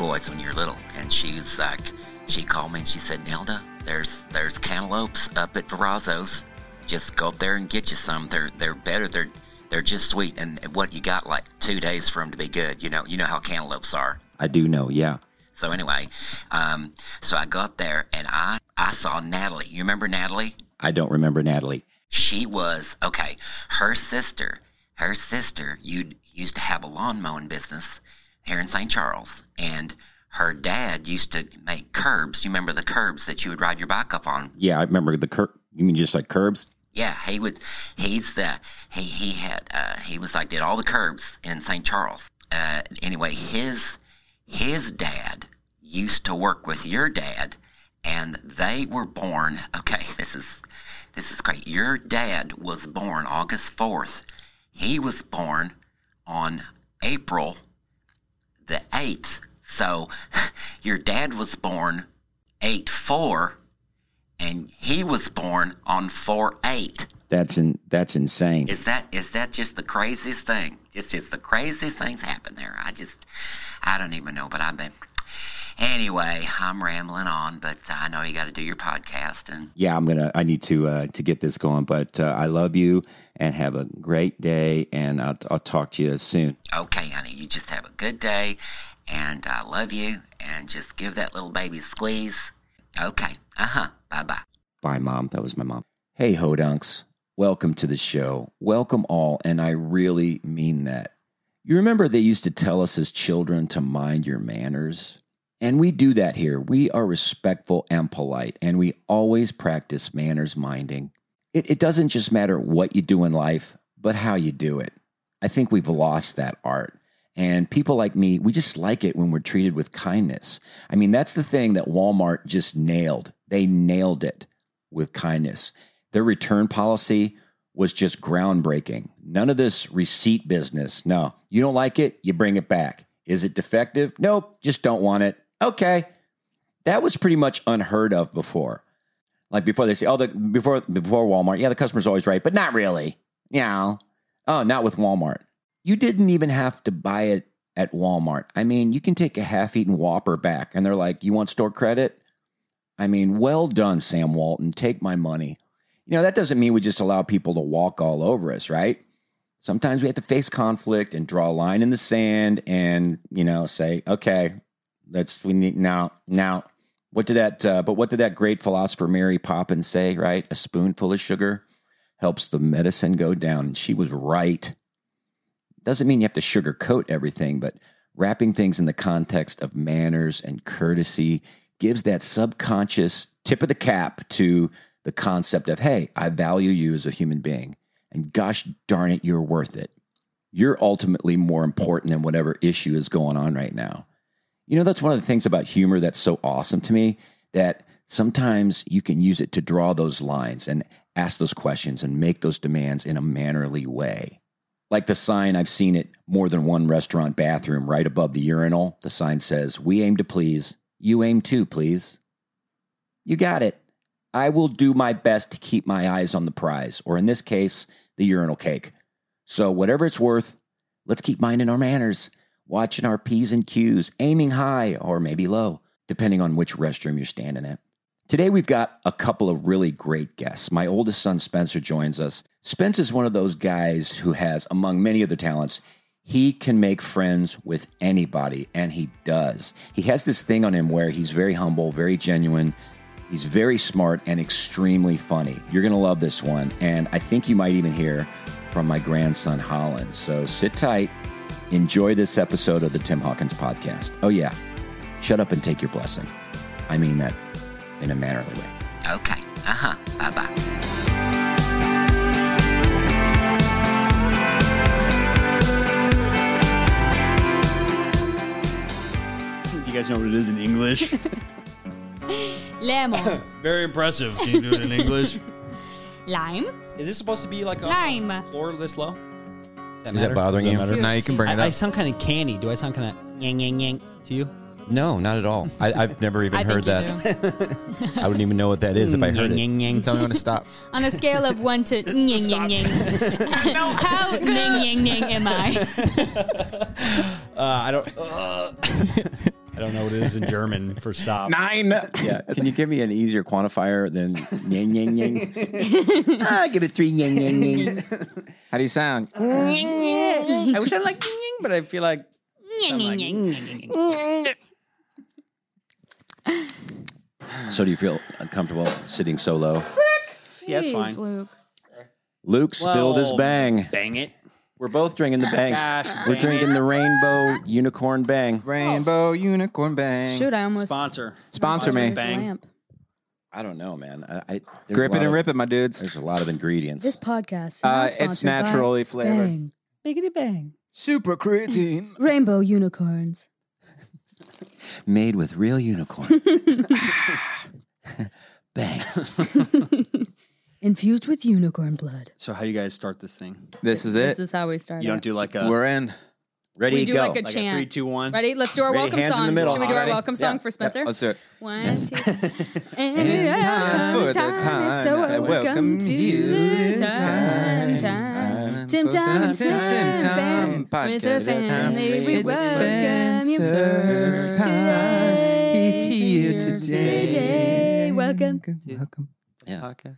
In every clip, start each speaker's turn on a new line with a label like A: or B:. A: always when you're little. And she was like, she called me and she said, Nelda, there's there's cantaloupes up at Verrazzo's. Just go up there and get you some. They're they're better. They're they're just sweet. And what you got like two days for them to be good. You know you know how cantaloupes are.
B: I do know, yeah.
A: So anyway, um, so I go up there and I I saw Natalie. You remember Natalie?
B: I don't remember Natalie.
A: She was okay. Her sister, her sister, you used to have a lawn mowing business here in St. Charles, and her dad used to make curbs. You remember the curbs that you would ride your bike up on?
B: Yeah, I remember the cur. You mean just like curbs?
A: Yeah, he would. He's the he he had uh, he was like did all the curbs in St. Charles. Uh, anyway, his his dad used to work with your dad, and they were born. Okay, this is this is great. Your dad was born August fourth. He was born on April the eighth. So your dad was born eight four, and he was born on four eight.
B: That's in. That's insane.
A: Is that is that just the craziest thing? It's just the craziest things happen there. I just I don't even know, but I've been anyway, I'm rambling on, but I know you gotta do your podcast and
B: yeah, I'm gonna. I need to uh, to get this going. But uh, I love you and have a great day. And I'll, I'll talk to you soon.
A: okay, honey, you just have a good day and I love you and just give that little baby a squeeze. Okay. Uh huh. Bye bye.
B: Bye, mom. That was my mom. Hey, Hodunks. Welcome to the show. Welcome all, and I really mean that. You remember they used to tell us as children to mind your manners? And we do that here. We are respectful and polite, and we always practice manners minding. It, it doesn't just matter what you do in life, but how you do it. I think we've lost that art. And people like me, we just like it when we're treated with kindness. I mean, that's the thing that Walmart just nailed. They nailed it with kindness. Their return policy was just groundbreaking. None of this receipt business. No, you don't like it, you bring it back. Is it defective? Nope, just don't want it. Okay. That was pretty much unheard of before. Like before they say, oh, the before before Walmart, yeah, the customer's always right, but not really. No. Oh, not with Walmart. You didn't even have to buy it at Walmart. I mean, you can take a half-eaten Whopper back, and they're like, "You want store credit?" I mean, well done, Sam Walton. Take my money. You know, that doesn't mean we just allow people to walk all over us, right? Sometimes we have to face conflict and draw a line in the sand and, you know, say, okay, that's, we need, now, now, what did that, uh, but what did that great philosopher Mary Poppins say, right? A spoonful of sugar helps the medicine go down. And she was right. Doesn't mean you have to sugarcoat everything, but wrapping things in the context of manners and courtesy gives that subconscious tip of the cap to the concept of, hey, I value you as a human being. And gosh darn it, you're worth it. You're ultimately more important than whatever issue is going on right now. You know, that's one of the things about humor that's so awesome to me that sometimes you can use it to draw those lines and ask those questions and make those demands in a mannerly way. Like the sign, I've seen it more than one restaurant bathroom right above the urinal. The sign says, We aim to please. You aim too, please. You got it. I will do my best to keep my eyes on the prize, or in this case, the urinal cake. So, whatever it's worth, let's keep minding our manners, watching our P's and Q's, aiming high or maybe low, depending on which restroom you're standing at. Today, we've got a couple of really great guests. My oldest son, Spencer, joins us. Spence is one of those guys who has, among many other talents, he can make friends with anybody, and he does. He has this thing on him where he's very humble, very genuine. He's very smart and extremely funny. You're going to love this one. And I think you might even hear from my grandson, Holland. So sit tight, enjoy this episode of the Tim Hawkins podcast. Oh, yeah, shut up and take your blessing. I mean that in a mannerly way.
A: Okay. Uh huh. Bye bye.
C: Do you guys know what it is in English?
D: Lemon.
C: Very impressive. Can you do it in English?
D: Lime.
C: Is this supposed to be like a
D: Lime.
C: floor this low?
E: Is that bothering you?
D: matter?
E: Now you can bring it
C: I, I
E: up.
C: sound kind of candy. Do I sound kind of yang yang yang to you?
E: no, not at all. I, I've never even
D: I
E: heard
D: think you
E: that. I wouldn't even know what that is if I heard
C: yang,
E: it.
C: Yang, yang.
E: Tell me when to stop.
D: do. On a scale of one to ning ning ning. How ning ning ning am I?
C: Uh, I don't. Uh,
F: I don't know what it is in German for stop.
B: Nine. Yeah. Can you give me an easier quantifier than yang yang yang? ah, give it three yang yang yang. How do you sound?
C: I wish I like, but I feel like
B: So do you feel uncomfortable sitting so low?
C: yeah, it's fine.
D: Luke.
B: Luke spilled his
C: Well-
B: bang.
C: Bang it,
B: We're both drinking the bang.
C: Gosh,
B: We're
C: dang
B: drinking
C: it.
B: the rainbow unicorn bang.
G: Rainbow unicorn bang.
D: Oh. Shoot, I almost
C: sponsor.
G: Sponsor me.
D: this
C: Bang.
D: lamp.
B: I don't know, man. I, I, there's
G: Grip
B: a lot
G: it and
B: of-
G: rip it, my dudes.
B: There's a lot of ingredients.
D: This podcast.
G: Uh, it's naturally flavored.
D: Bang. Biggity bang.
G: Super creatine.
D: Rainbow unicorns.
B: Made with real unicorn. bang.
D: Infused with unicorn blood.
C: So how do you guys start this thing?
G: This is
D: This
G: it.
D: is how we start.
C: You don't do like a
G: We're in.
B: Ready
D: we
B: to
D: do
B: go.
D: like a
C: like a
D: chant.
C: three, two, one.
D: Ready? Let's do our
B: Ready?
D: welcome
B: Hands in
D: song.
B: the middle.
D: Should we do our
B: Ready?
D: welcome
B: Yeah.
D: song for Spencer?
G: Let's do it.
D: One, two. and
G: It's time for the time
D: so
G: that
D: welcome,
G: welcome
D: to
G: you. It's
D: time, time, time,
G: time, time
D: Tim
G: for
D: Time,
G: time, time,
D: Tim
G: time,
D: Time, with the
G: podcast time.
D: family we
G: It's
D: welcome you
G: Spencer's time.
D: today.
G: He's here today.
D: Today, Welcome.
G: Welcome.
B: Yeah.
C: Podcast.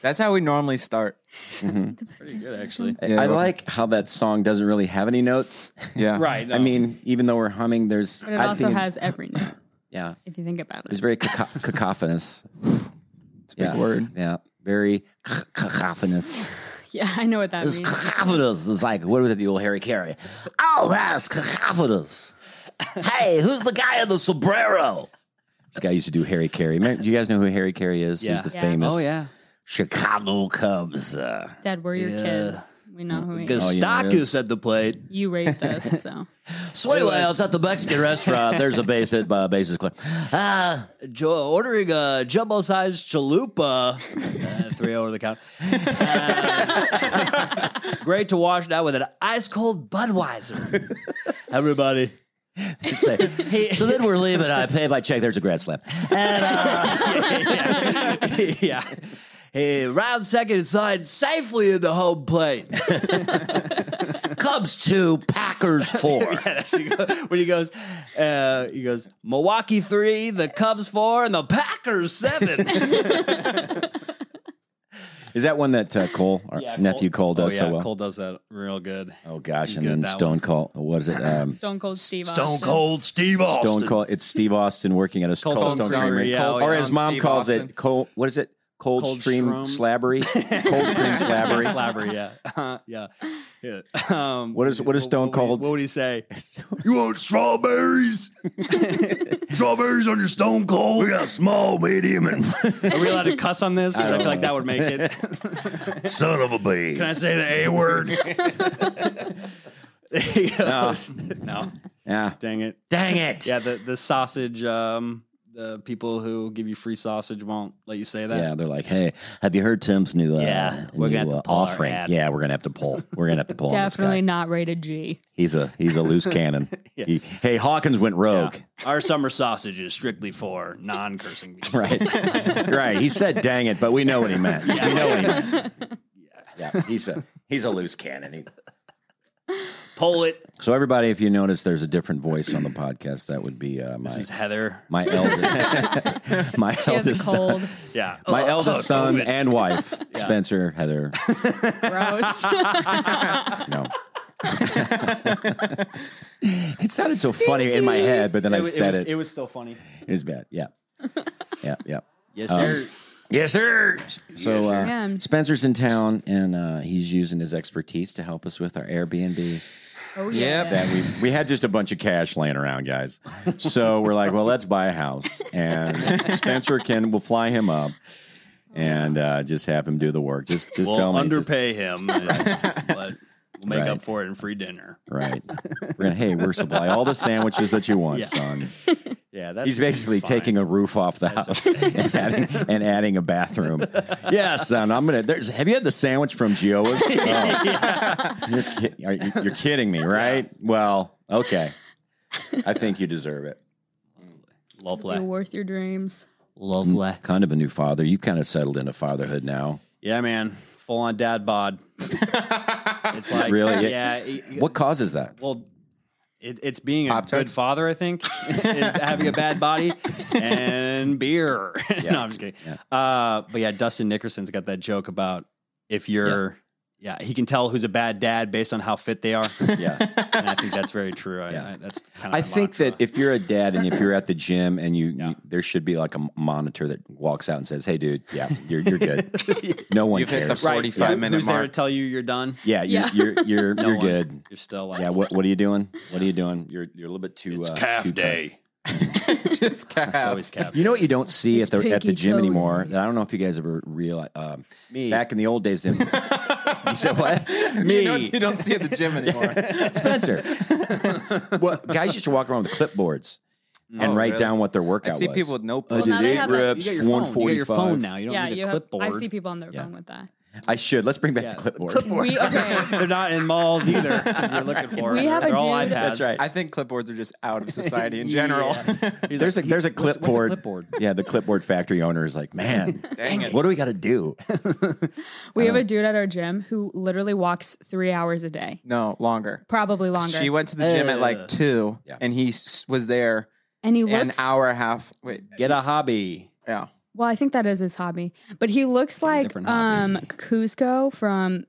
G: That's how we normally start.
C: Pretty good actually.
B: I-
G: Yeah,
B: I
G: welcome.
B: like how that song doesn't really have any notes.
G: Yeah.
C: Right.
B: I mean, even though we're humming, there's.
D: But it
B: I
D: also
B: think it-
D: has every note,
B: Yeah.
D: if you think about
B: It was
D: it.
B: very caco- cacophonous. It's a
G: big
B: yeah.
G: word.
B: Yeah. Very c- cacophonous.
D: Yeah, I know what that
B: It's
D: means.
B: cacophonous. It's like, what was it, the old Harry Carey? Oh, that's cacophonous. hey, who's the guy in the sombrero? This guy used to do Harry Carey. Remember- Do you guys know who Harry Carey is?
C: Yeah.
B: He's the
D: Yeah.
B: famous
C: oh yeah.
B: Chicago Cubs. Uh,
D: Dad, we're your
C: Yeah.
D: kids. We know who we
C: Because
B: Oh, you know
C: stock
B: it is.
C: is at the plate.
D: You raised us, so.
B: so anyway, I was at the Mexican restaurant. There's a base at uh, basis club. Uh,
C: Jo- ordering a jumbo sized chalupa, uh, three over the counter. Uh, great to wash down with an ice cold Budweiser. Everybody,
B: to say. so then we're leaving. I pay my check. There's a grand slam. And uh,
C: yeah. Hey, round second inside safely in the home plate.
B: Cubs two, Packers four.
C: That's when he goes, uh, he goes Milwaukee three, the Cubs four, and the Packers seven.
B: Is that one that uh, Cole, our
C: Yeah,
B: nephew Cole, does
C: oh, yeah,
B: so well?
C: Cole does that real good.
B: Oh gosh, and
C: good at
B: then
C: that
B: Stone Cold. What is it? Um,
D: Stone Cold Steve
C: Stone
D: Austin.
C: Cold Steve Austin.
B: Stone Cold. It's Steve Austin working at a Cold,
C: Stone
B: Stone
C: Creamery,
B: Creamery,
C: yeah, oh,
B: or
C: yeah.
B: as mom
G: Steve
B: calls
G: Austin.
B: it, Cold. What is it? Cold,
C: Cold
B: Stream
C: Shroom.
B: Slabbery. Cold Cream Slabbery.
C: Slabbery, yeah. Uh, yeah. yeah. Um,
B: What is- what is Stone
C: what would he-
B: Cold?
C: What would he say? you want strawberries? strawberries on your Stone Cold? We got small, medium, and Are we allowed to cuss on this? 'Cause I,
B: don't
C: feel like
B: know.
C: that would make it.
B: Son of a bee.
C: Can I say the A word? He goes- no.
B: Yeah.
C: Oh. Dang it.
B: Dang it.
C: Yeah, the, the sausage, um, the people who give you free sausage won't let you say that.
B: Yeah, they're like, hey, have you heard Tim's new, uh,
C: Yeah, we're
B: new,
C: gonna have to
B: uh,
C: pull our
B: offering?
C: ad.
B: Yeah, we're gonna have to pull. We're gonna have to pull. on this guy.
D: Definitely not rated G.
B: He's a he's a loose cannon. He- hey, Hawkins went rogue.
C: Our summer sausage is strictly for non cursing people.
B: Right. right. He said dang it, but we know what he meant. We know what he meant. Yeah. He's a he's a loose cannon. He-
C: Pull it.
B: so everybody, if you notice there's a different voice on the podcast, that would be uh, my
C: This is Heather.
B: my eldest my
D: She has a
B: eldest
D: cold.
C: Yeah.
B: my
C: Uh,
B: eldest son
C: COVID.
B: and wife, Spencer, Heather.
D: Gross. Oh,
B: No. it sounded so funny in my head, but then I
C: was-
B: said
C: was,
B: it.
C: was still funny.
B: It was bad. Yeah. Yeah. Yeah.
C: Yes, sir.
B: Yes, sir. So uh,
D: Yeah.
B: Spencer's in town, and uh, he's using his expertise to help us with our Airbnb.
D: Oh, yeah.
B: That we we had just a bunch of cash laying around, guys. So we're like, well, let's buy a house, and Spencer can we'll fly him up, and uh, just have him do the work. Just just tell
C: We'll
B: me.
C: underpay him, and- but we'll make
B: Right.
C: up for it in free dinner.
B: just- right. We're gonna hey, we're supply all the sandwiches that you want, son.
C: Yeah, that's
B: He's basically taking a roof off the house and, adding, and adding a bathroom. yeah, son, I'm gonna. There's. Have you had the sandwich from Gio's? Oh. you're, ki- are you- you're kidding me, right? Well, okay. I think you deserve it.
D: You're
C: lovely,
D: worth your dreams.
C: lovely.
B: Kind of a new father. You've kind of settled into fatherhood now.
C: Yeah, man, full on dad bod. it's like
B: Really?
C: yeah. it-
B: What causes that?
C: well, It, it's being a good
G: Pop-Tarts?
C: father, I think, is having a bad body and beer. no, I'm just kidding. Uh, but yeah, Dustin Nickerson's got that joke about if you're, yeah. he can tell who's a bad dad based on how fit they are.
B: Yeah.
C: and I think that's very true. I, I, that's kind of
H: I think that if you're a dad and if you're at the gym and you, you- there should be like a monitor that walks out and says, "Hey, dude, yeah, you're you're good. No one
G: You've hit the
H: cares.
G: floor. 45
C: Who-
G: minute
C: who's there
G: mark.
C: to tell you you're done?
B: Yeah, you're
D: Yeah.
B: you're you're,
C: No
B: you're
C: one.
B: good.
C: You're still like
B: Yeah, what what are you doing? What are you doing? You're you're a little bit too uh, too tight.
G: Just
C: always
G: calves.
C: kept.
B: You know what you don't see
D: It's
B: at the at the
D: pinky
B: gym
D: toe.
B: anymore. And I don't know if you guys ever realize. Um,
C: Me.
B: back in the old days, then you said what?
G: You know what you don't see at the gym anymore.
B: Spencer. well, guys used to walk around with clipboards and
G: Oh,
B: write
G: really?
B: down what their
G: I
B: workout
G: see
B: was.
G: people with no.
B: I
D: Well, now
B: did
D: they
B: eight
D: have a-
C: you
B: reps,
C: got your
B: one
C: phone. You got
B: forty
C: your phone
B: five.
C: now. You don't
D: yeah,
C: need a
D: you have.
C: clipboard.
D: I see people on their phone with that.
B: I should. Let's bring back the clipboard.
D: We okay.
C: They're not in malls either. if You're looking for.
D: We
C: They're-
D: have a
C: They're all iPads.
D: dude- That's
B: right.
G: I think clipboards are just out of society in general.
C: He's
B: There's a
C: like,
B: there's a
C: "What's- what's
B: clipboard.
C: clipboard.
B: Yeah, the clipboard factory owner is like, man,
G: Dang it.
B: what do we got to do?
D: We
G: Um,
D: have a dude at our gym who literally walks three hours a day,
G: No, longer.
D: probably longer.
G: She went to the gym at
C: Uh.
G: like two,
B: Yeah.
G: and he s- was there
D: and he
G: an
D: looks.
G: hour and a half. Wait,
C: Get a hobby.
G: yeah.
D: Well, I think that is his hobby, but he looks like
C: different hobby.
D: um Cusco from
G: yeah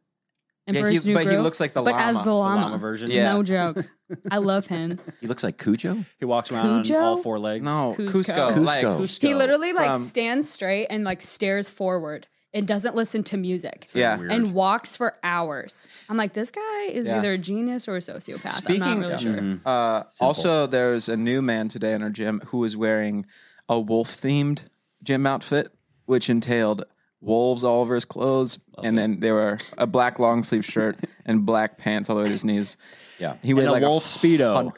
D: Emperor's
G: he-
D: New
G: but he
D: Groove,
G: looks like the
D: but
G: llama.
D: as the
C: The
D: llama.
C: llama version.
G: Yeah.
D: No joke. I love him.
B: He looks like Cujo.
C: He walks around
D: Cujo?
C: on all four legs.
G: no,
D: Cusco.
G: Cusco.
B: Cusco.
G: Like,
D: He literally like
G: From-
D: stands straight and like stares forward and doesn't listen to music.
G: yeah.
D: And walks for hours. I'm like, this guy is
G: Yeah.
D: either a genius or a sociopath. I'm
G: Speaking-
D: not really sure.
G: Uh, also, there's a new man today in our gym who was wearing a wolf themed gym outfit, which entailed wolves all over his clothes, and then there were a black long sleeve shirt and black pants all the way to his knees.
B: Yeah.
G: he wore
C: And a
G: like
C: wolf speedo.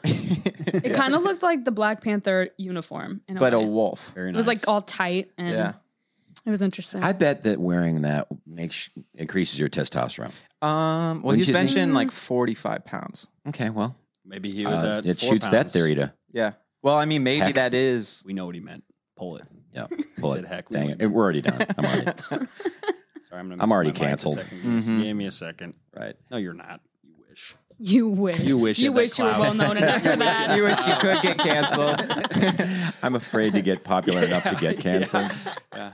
D: It kind of looked like the Black Panther uniform, in a
G: but a
D: way.
G: wolf. Um,
B: Very
D: it
B: nice.
D: was like all tight and
G: Yeah.
D: it was interesting.
B: I bet that wearing that makes increases your testosterone.
G: Um. Well,
B: Wouldn't
G: he's
B: you think?
G: benching like 45 pounds.
B: Okay, well,
C: Maybe he was
B: uh,
C: at.
B: it
C: four
B: shoots that
C: pounds.
B: theory to
G: Yeah. Well, I mean, maybe
B: Heck.
G: that is.
C: We know what he meant. Pull it.
B: yeah. Pull
C: said
B: it.
C: heck, we
B: Dang
C: wouldn't.
B: it. We're already done. I'm already
C: Sorry, I'm, gonna
B: I'm
C: mute
B: already
C: my mic a
B: canceled. Mm-hmm.
C: second. You just Give me a second.
B: right.
C: No, you're not. You wish.
D: you wish.
C: You wish
D: You
C: you had that
D: wish you were
C: clout.
D: well known enough for that.
G: You wish you could get canceled.
B: I'm afraid to get popular enough to get canceled. Yeah.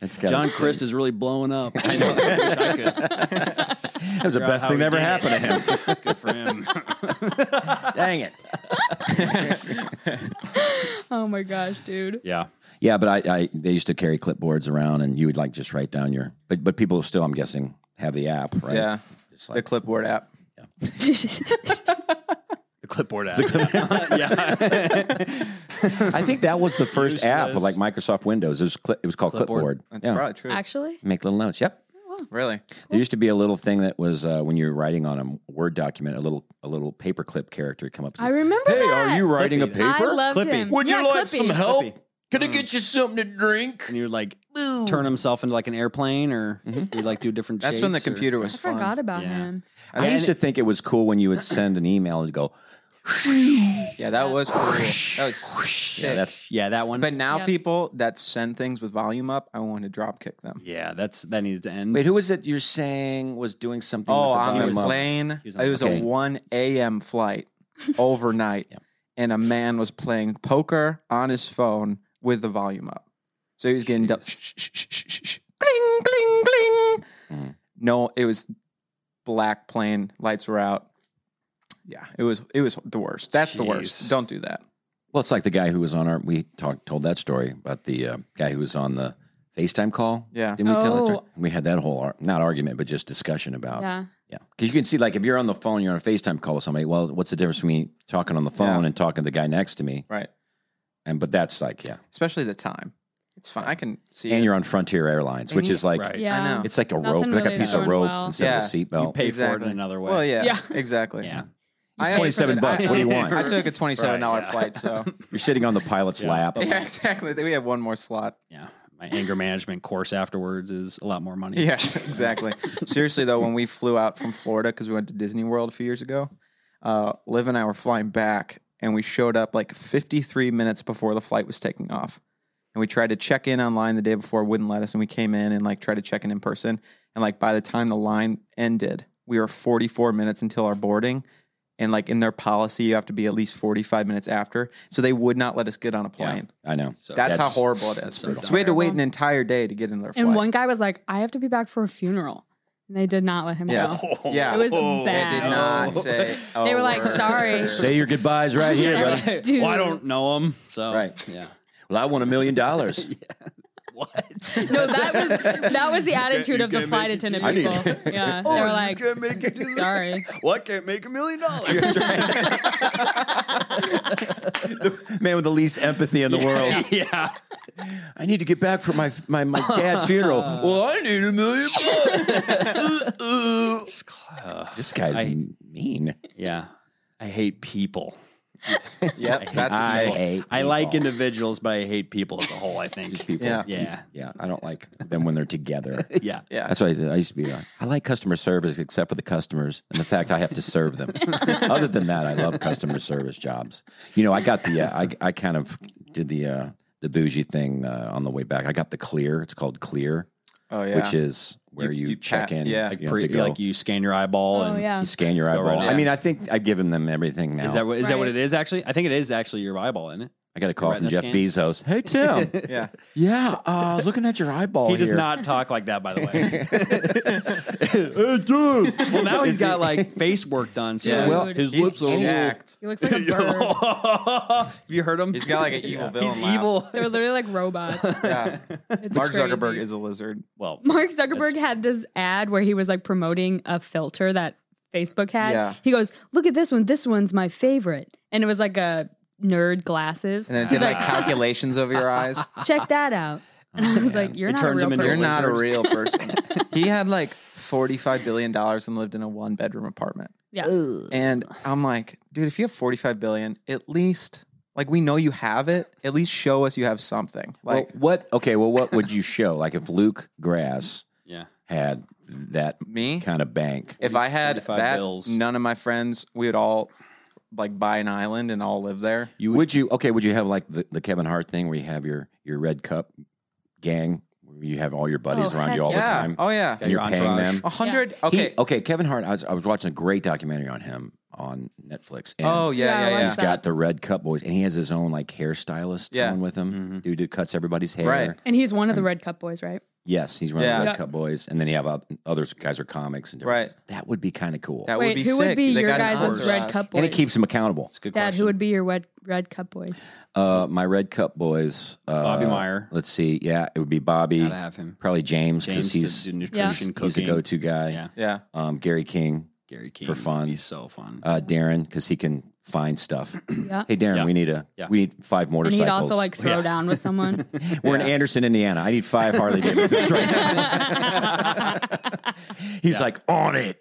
B: It's got
C: John Christ is really blowing up. I know. I wish I could.
B: That was the best thing that ever happened to him.
C: to him. Good for him.
B: Dang it.
D: Oh my gosh, dude.
C: Yeah.
B: Yeah, but I, I they used to carry clipboards around, and you would like just write down your. But but people still, I'm guessing, have the app, right?
G: yeah.
B: It's
G: The
B: like
G: clipboard app.
C: The clipboard app. yeah.
B: I think that was the first app of
C: Useless.
B: like Microsoft Windows. It was cli- it was called clipboard.
C: Clipboard.
G: That's
B: yeah.
G: probably true.
D: Actually,
B: Make little notes. Yep.
G: Really?
B: There used to be a little thing that was uh, when you were writing on a word document, a little a little paperclip character would come up. and
D: I
B: say,
D: remember
B: Hey,
D: that.
B: are you writing a paper?
D: I loved
C: Clippy.
D: him.
B: Would
D: yeah,
B: you like
D: Clippy.
B: some help? Can I get you something to drink?
C: And you'd like turn himself into like an airplane or
B: Mm-hmm.
C: you'd like do different
G: That's when the
C: shapes or-
G: computer was
D: I
G: fun.
D: forgot about
C: Yeah.
D: him.
B: I used to think it was cool when you would send an email and go,
G: Yeah, that was cool. That was sick.
B: yeah, that's
C: Yeah, that one.
G: but now
D: Yeah.
G: people that send things with volume up, I want to drop kick them.
C: yeah, that's that needs to end.
B: wait, who was it you're saying was doing something?
G: Oh,
B: with the
G: on
B: volume
G: the
B: up?
G: plane.
C: He's
G: It
C: on the
G: was
B: plane.
G: a 1 a.m. flight overnight, and a man was playing poker on his phone with the volume up. So he was getting dou- shh, shh, shh, shh, shh, shh. Cling, cling, cling.
B: Mm.
G: No, it was black plane. Lights were out. Yeah, it was it was the worst. That's the
C: Jeez.
G: worst. Don't do that.
B: Well, it's like the guy who was on our. We talked told that story about the uh, guy who was on the FaceTime call.
G: Yeah.
B: didn't we tell that story?
D: Oh.
B: We had that whole ar- not argument, but just discussion about.
D: Yeah.
B: Yeah, because you can see, like, if you're on the phone, you're on a FaceTime call with somebody. Well, what's the difference between me talking on the phone
G: Yeah.
B: and talking to the guy next to me?
G: Right.
B: And but that's like, yeah,
G: Especially the time. It's fine. I can see.
B: and
G: it.
B: you're on Frontier Airlines,
G: And
B: which
G: you-
B: is like,
C: Right.
D: Yeah.
G: I know.
B: it's like a
D: Nothing
B: rope, like
D: really
B: a
D: is
B: piece of
D: going
B: rope
D: well.
B: instead of a
G: Yeah.
B: seatbelt.
C: pay for it
G: Exactly.
C: another way.
G: Well, yeah,
D: Yeah.
G: exactly.
C: Yeah.
G: I
B: It's
G: paid
B: twenty
G: for
B: seven
G: this.
B: bucks. What do you
G: I
B: want?
G: took a twenty-seven dollar
C: Right, yeah.
G: flight, so
B: You're sitting on the pilot's lap.
G: yeah, exactly. We have one more slot.
C: Yeah. My anger management course afterwards is a lot more money.
G: Yeah, exactly. Seriously though, when we flew out from Florida because we went to Disney World a few years ago, uh, Liv and I were flying back, and we showed up like fifty-three minutes before the flight was taking off. And we tried to check in online the day before, wouldn't let us, and we came in and like tried to check in in person, and like by the time the line ended, we were forty-four minutes until our boarding, and like in their policy, you have to be at least 45 minutes after. So they would not let us get on a plane.
B: I know.
G: That's, how horrible it is. So,
B: brutal.
G: we had to wait
D: Terrible.
G: an entire day to get in their flight.
D: And one guy was like, I have to be back for a funeral. And they did not let him
G: Yeah.
D: go.
G: yeah,
D: It was
C: Oh.
G: They did
D: bad.
G: not say. oh,
D: They were
G: a
D: like,
G: word.
D: sorry.
B: Say your goodbyes right here,
D: They're
B: brother.
D: like, Dude.
C: Well, I don't know him, so
B: Right.
C: Yeah.
B: Well, I want a million dollars.
C: What?
D: No, that was that was the attitude of the flight attendant
B: I
D: people.
B: need-
D: Yeah, they were like,
C: Oh, can't make it to-
D: sorry.
C: what can't make a million dollars?
B: Man with the least empathy in the world.
C: yeah.
B: I need to get back for my my, my dad's funeral. Well, I need a million bucks. Ooh, ooh. this guy's
C: I-
B: mean.
C: Yeah. I hate people.
G: Yep, that's
B: I hate.
C: I like
B: people.
C: individuals, but I hate people as a whole, I think.
B: people.
G: Yeah.
C: Yeah.
B: yeah. I don't like them when they're together.
C: Yeah.
G: yeah.
B: That's what I did. I used to be. uh, I like customer service, except for the customers and the fact I have to serve them. Other than that, I love customer service jobs. You know, I got the. Uh, I I kind of did the uh, the bougie thing uh, on the way back. I got the clear. It's called clear,
G: Oh yeah.
B: which is where you,
G: you
B: check
G: tap-
B: in.
G: yeah.
B: you
C: Like,
B: have to
C: pre,
B: go.
C: like you scan your eyeball
D: Oh
C: and
D: yeah.
B: you scan your
C: Go right
B: eyeball. I
G: in.
B: mean, I think I've given them everything now.
C: is that what is that what
D: Right.
C: it is actually? I think it is actually your eyeball, isn't it?
B: I got a call
C: Right in
B: from
C: the
B: Jeff
C: scan?
B: Bezos. Hey Tim.
G: yeah.
B: yeah, uh, I was looking at your eyeball.
C: He does
B: here.
C: not talk like that, by the way. Well, now he's got like face work done, so
G: Yeah.
B: Well,
D: his
B: he's-
G: He's jacked.
D: He looks like a bird.
C: Have you heard him?
G: He's got like an evil villain.
C: He's
G: laugh.
C: evil.
D: They're literally like robots.
G: Yeah.
D: It's
G: Mark
D: crazy.
G: Zuckerberg is a lizard.
C: Well,
D: Mark Zuckerberg had this ad where he was like promoting a filter that Facebook had.
G: Yeah.
D: He goes, "Look at this one. This one's my favorite." And it was like a nerd glasses.
G: And then it
D: He's
G: did like calculations over your eyes.
D: like, "Check that out." And
B: Oh,
D: I was like, "You're
C: It
D: not
C: turns
D: a
C: him
D: real
C: into a
G: You're
D: person."
G: not a
C: lizard.
G: real person. he had like $45 billion and lived in a one bedroom apartment.
D: yeah.
G: And I'm like, dude, if you have 45 billion, at least like we know you have it. At least show us you have something. Like
B: well, what? Okay. Well, what would you show? Like if Luke Grass
C: yeah.
B: had that
G: me,
B: kind of bank.
G: if I had
C: 45
G: that,
C: bills.
G: none of my friends, we would all like buy an island and all live there.
B: You would, you okay? Would you have like the, the Kevin Hart thing where you have your your red cup gang, where you have all your buddies
D: Oh,
B: around you
D: heck
B: all
G: yeah.
B: the time,
G: Oh yeah.
B: and you're
C: Your
B: paying
C: entourage.
B: them?
G: A hundred. Oh, Okay.
B: He- okay. Kevin Hart. I was, I was watching a great documentary on him on Netflix. And
G: oh yeah,
D: Yeah,
G: yeah,
D: I
G: yeah.
B: He's got the red cup boys, and he has his own like hairstylist
G: Yeah.
B: going with him. Dude, who cuts everybody's hair.
G: Right.
D: And he's one of the Red Cup boys, right?
B: Yes, he's running
G: Yeah.
B: red
D: Yeah.
B: cup boys, and then you have uh, other guys are comics and different
G: Right.
B: things. That would be kind of cool,
G: That would
D: Wait,
G: be
D: who
G: sick.
D: would be
G: They
D: your
G: got an
D: guys'
G: entourage.
D: Red Cup boys?
B: and it keeps him accountable.
C: Good
D: Dad,
C: question.
D: who would be your red red cup boys?
B: Uh, my red cup boys. Uh,
C: Bobby Meyer.
B: Let's see. Yeah, it would be Bobby.
C: Gotta have him.
B: Probably James because
C: James
B: he's
C: to do nutrition
D: Yeah.
B: he's the
C: cooking.
B: go-to guy.
C: Yeah.
G: Yeah.
B: Um, Gary King,
C: Gary King
B: For fun.
C: He's so fun.
B: uh, Darren because he can find stuff.
D: Yeah.
B: Hey Darren,
C: Yeah.
B: we need a
C: Yeah.
B: we need five
D: And
B: motorcycles.
D: he'd also like throw down with someone.
B: we're in Anderson, Indiana. I need five Harley Davidsons right now. he's like on it,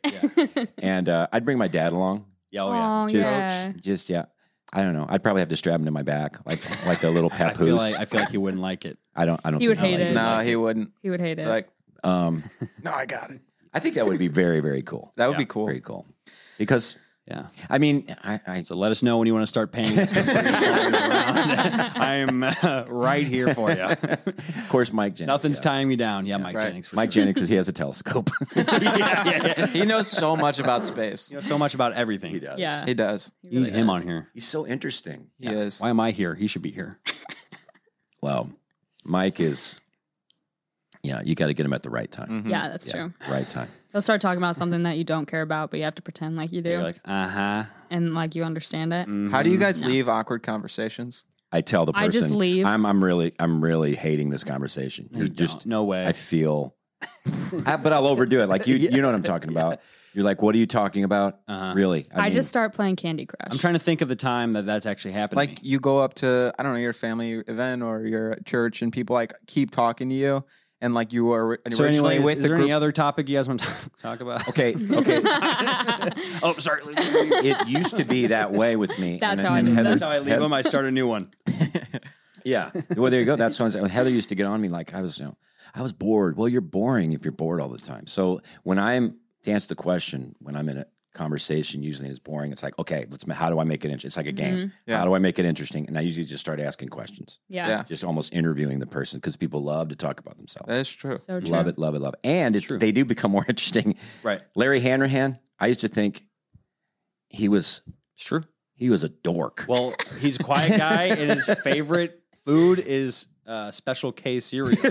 B: and uh, I'd bring my dad along.
C: yeah, oh, yeah.
D: Oh,
B: Just
D: yeah.
B: just yeah. I don't know. I'd probably have to strap him to my back like like a little
C: I
B: papoose. I,
C: feel like I feel like he wouldn't like it.
B: don't. I don't.
D: He would
B: think I
D: hate
B: like
D: it.
G: No, he wouldn't.
D: He would hate it.
G: Like
B: Um,
G: no, I got it.
B: I think that would be very very cool.
G: That would be cool.
B: Very cool. Because
C: Yeah.
B: I mean, I, I
C: So let us know when you want to start paying. us for free. I'm uh, right here for you.
B: of course Mike Jennings.
C: Nothing's
B: yeah.
C: tying me down. Yeah, Mike
G: Right.
C: Jennings. For
B: Mike
C: sure.
B: Jennings because he has a telescope.
C: yeah, yeah, yeah.
G: He knows so much about space.
C: You know so much about everything. He does.
D: yeah.
G: He does.
D: he
C: You
D: really
C: need him
D: does.
C: on here.
B: He's so interesting.
G: He is.
C: Why am I here? He should be here.
B: Well, Mike is. Yeah, you got to get him at the right
C: Mm-hmm.
B: time.
G: Mm-hmm. hmm.
D: Yeah, that's
B: Yeah,
D: true.
B: Right time.
D: They'll start talking about something that you don't care about, but you have to pretend like you do
C: You're like, uh huh.
D: and like you understand it.
G: How do you guys leave awkward conversations?
B: I tell the person.
D: I just leave.
B: I'm. I'm really. I'm really hating this conversation. You're just.
C: Just no way.
B: I feel. I- but I'll overdo it. Like you. You know what I'm talking about. You're like, what are you talking about?
C: Uh-huh.
B: Really?
D: I,
B: mean,
D: just start playing Candy Crush.
C: I'm trying to think of the time that that's actually happened. to
G: Like
C: me.
G: you go up to I don't know your family event or your church, and people like keep talking to you, and like you are
C: So
G: originally
C: anyway, is,
G: with
C: is
G: the
C: there
G: group.
C: any other topic you guys want to talk- talk about?
B: Okay. Okay.
C: oh, sorry. Luke.
B: it used to be that way with me.
D: That's
B: And
D: how I
B: then
D: do
B: Heather-
C: That's how I leave
B: Heather-
C: him. I start a new one.
B: Yeah. Well, there you go. That's what I'm saying. Heather used to get on me like I was, you know, I was bored. Well, you're boring if you're bored all the time. So when I'm to answer the question, when I'm in a conversation, usually it's boring. It's like, okay, let's. ma- How do I make it? int- It's like a game.
G: Yeah.
B: How do I make it interesting? And I usually just start asking questions,
D: yeah.
G: Yeah.
B: just almost interviewing the person because people love to talk about themselves.
G: That's true.
D: So true.
B: Love it, love it, love it. And it's, they do become more interesting.
C: Right.
B: Larry Hanrahan. I used to think he was
C: It's true.
B: he was a dork.
C: Well, he's a quiet guy, and his favorite food is uh, Special K cereal. So,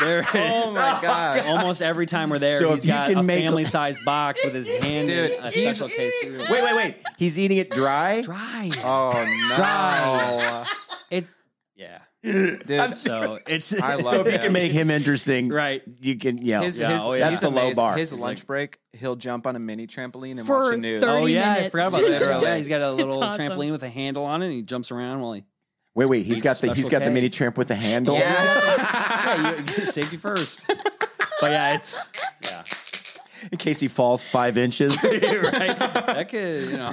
C: there-
G: Oh my god.
C: Almost every time we're there,
B: So
C: he's
B: if you
C: got
B: can
C: a
B: make-
C: family-sized box with his hand in
G: Dude,
C: a
B: he's-
C: Special K cereal.
B: wait, wait, wait. He's eating it dry.
C: dry.
G: Oh
C: It, yeah.
G: no. Dude,
C: So it's
G: I
B: So
G: love
B: if you
G: him.
B: can make him interesting,
C: right.
B: You can. Yeah.
G: His,
C: Yeah,
G: his,
C: oh, yeah.
G: he's
B: That's a low
G: amazing.
B: bar.
G: His
B: He's
G: lunch break, he'll jump on a mini trampoline and watch
D: For
G: the news.
D: 30
C: Oh yeah, I
D: minutes.
C: forgot about that. earlier. Yeah, he's got a
D: It's
C: little
D: awesome.
C: trampoline with a handle on it, and he jumps around while he.
B: Wait, wait. He's
C: He's
B: got the he's
C: Special
B: got the
C: K.
B: mini tramp with a handle.
C: Yeah, you, safety first. But yeah, it's yeah,
B: In case he falls five inches.
C: right. That could you know.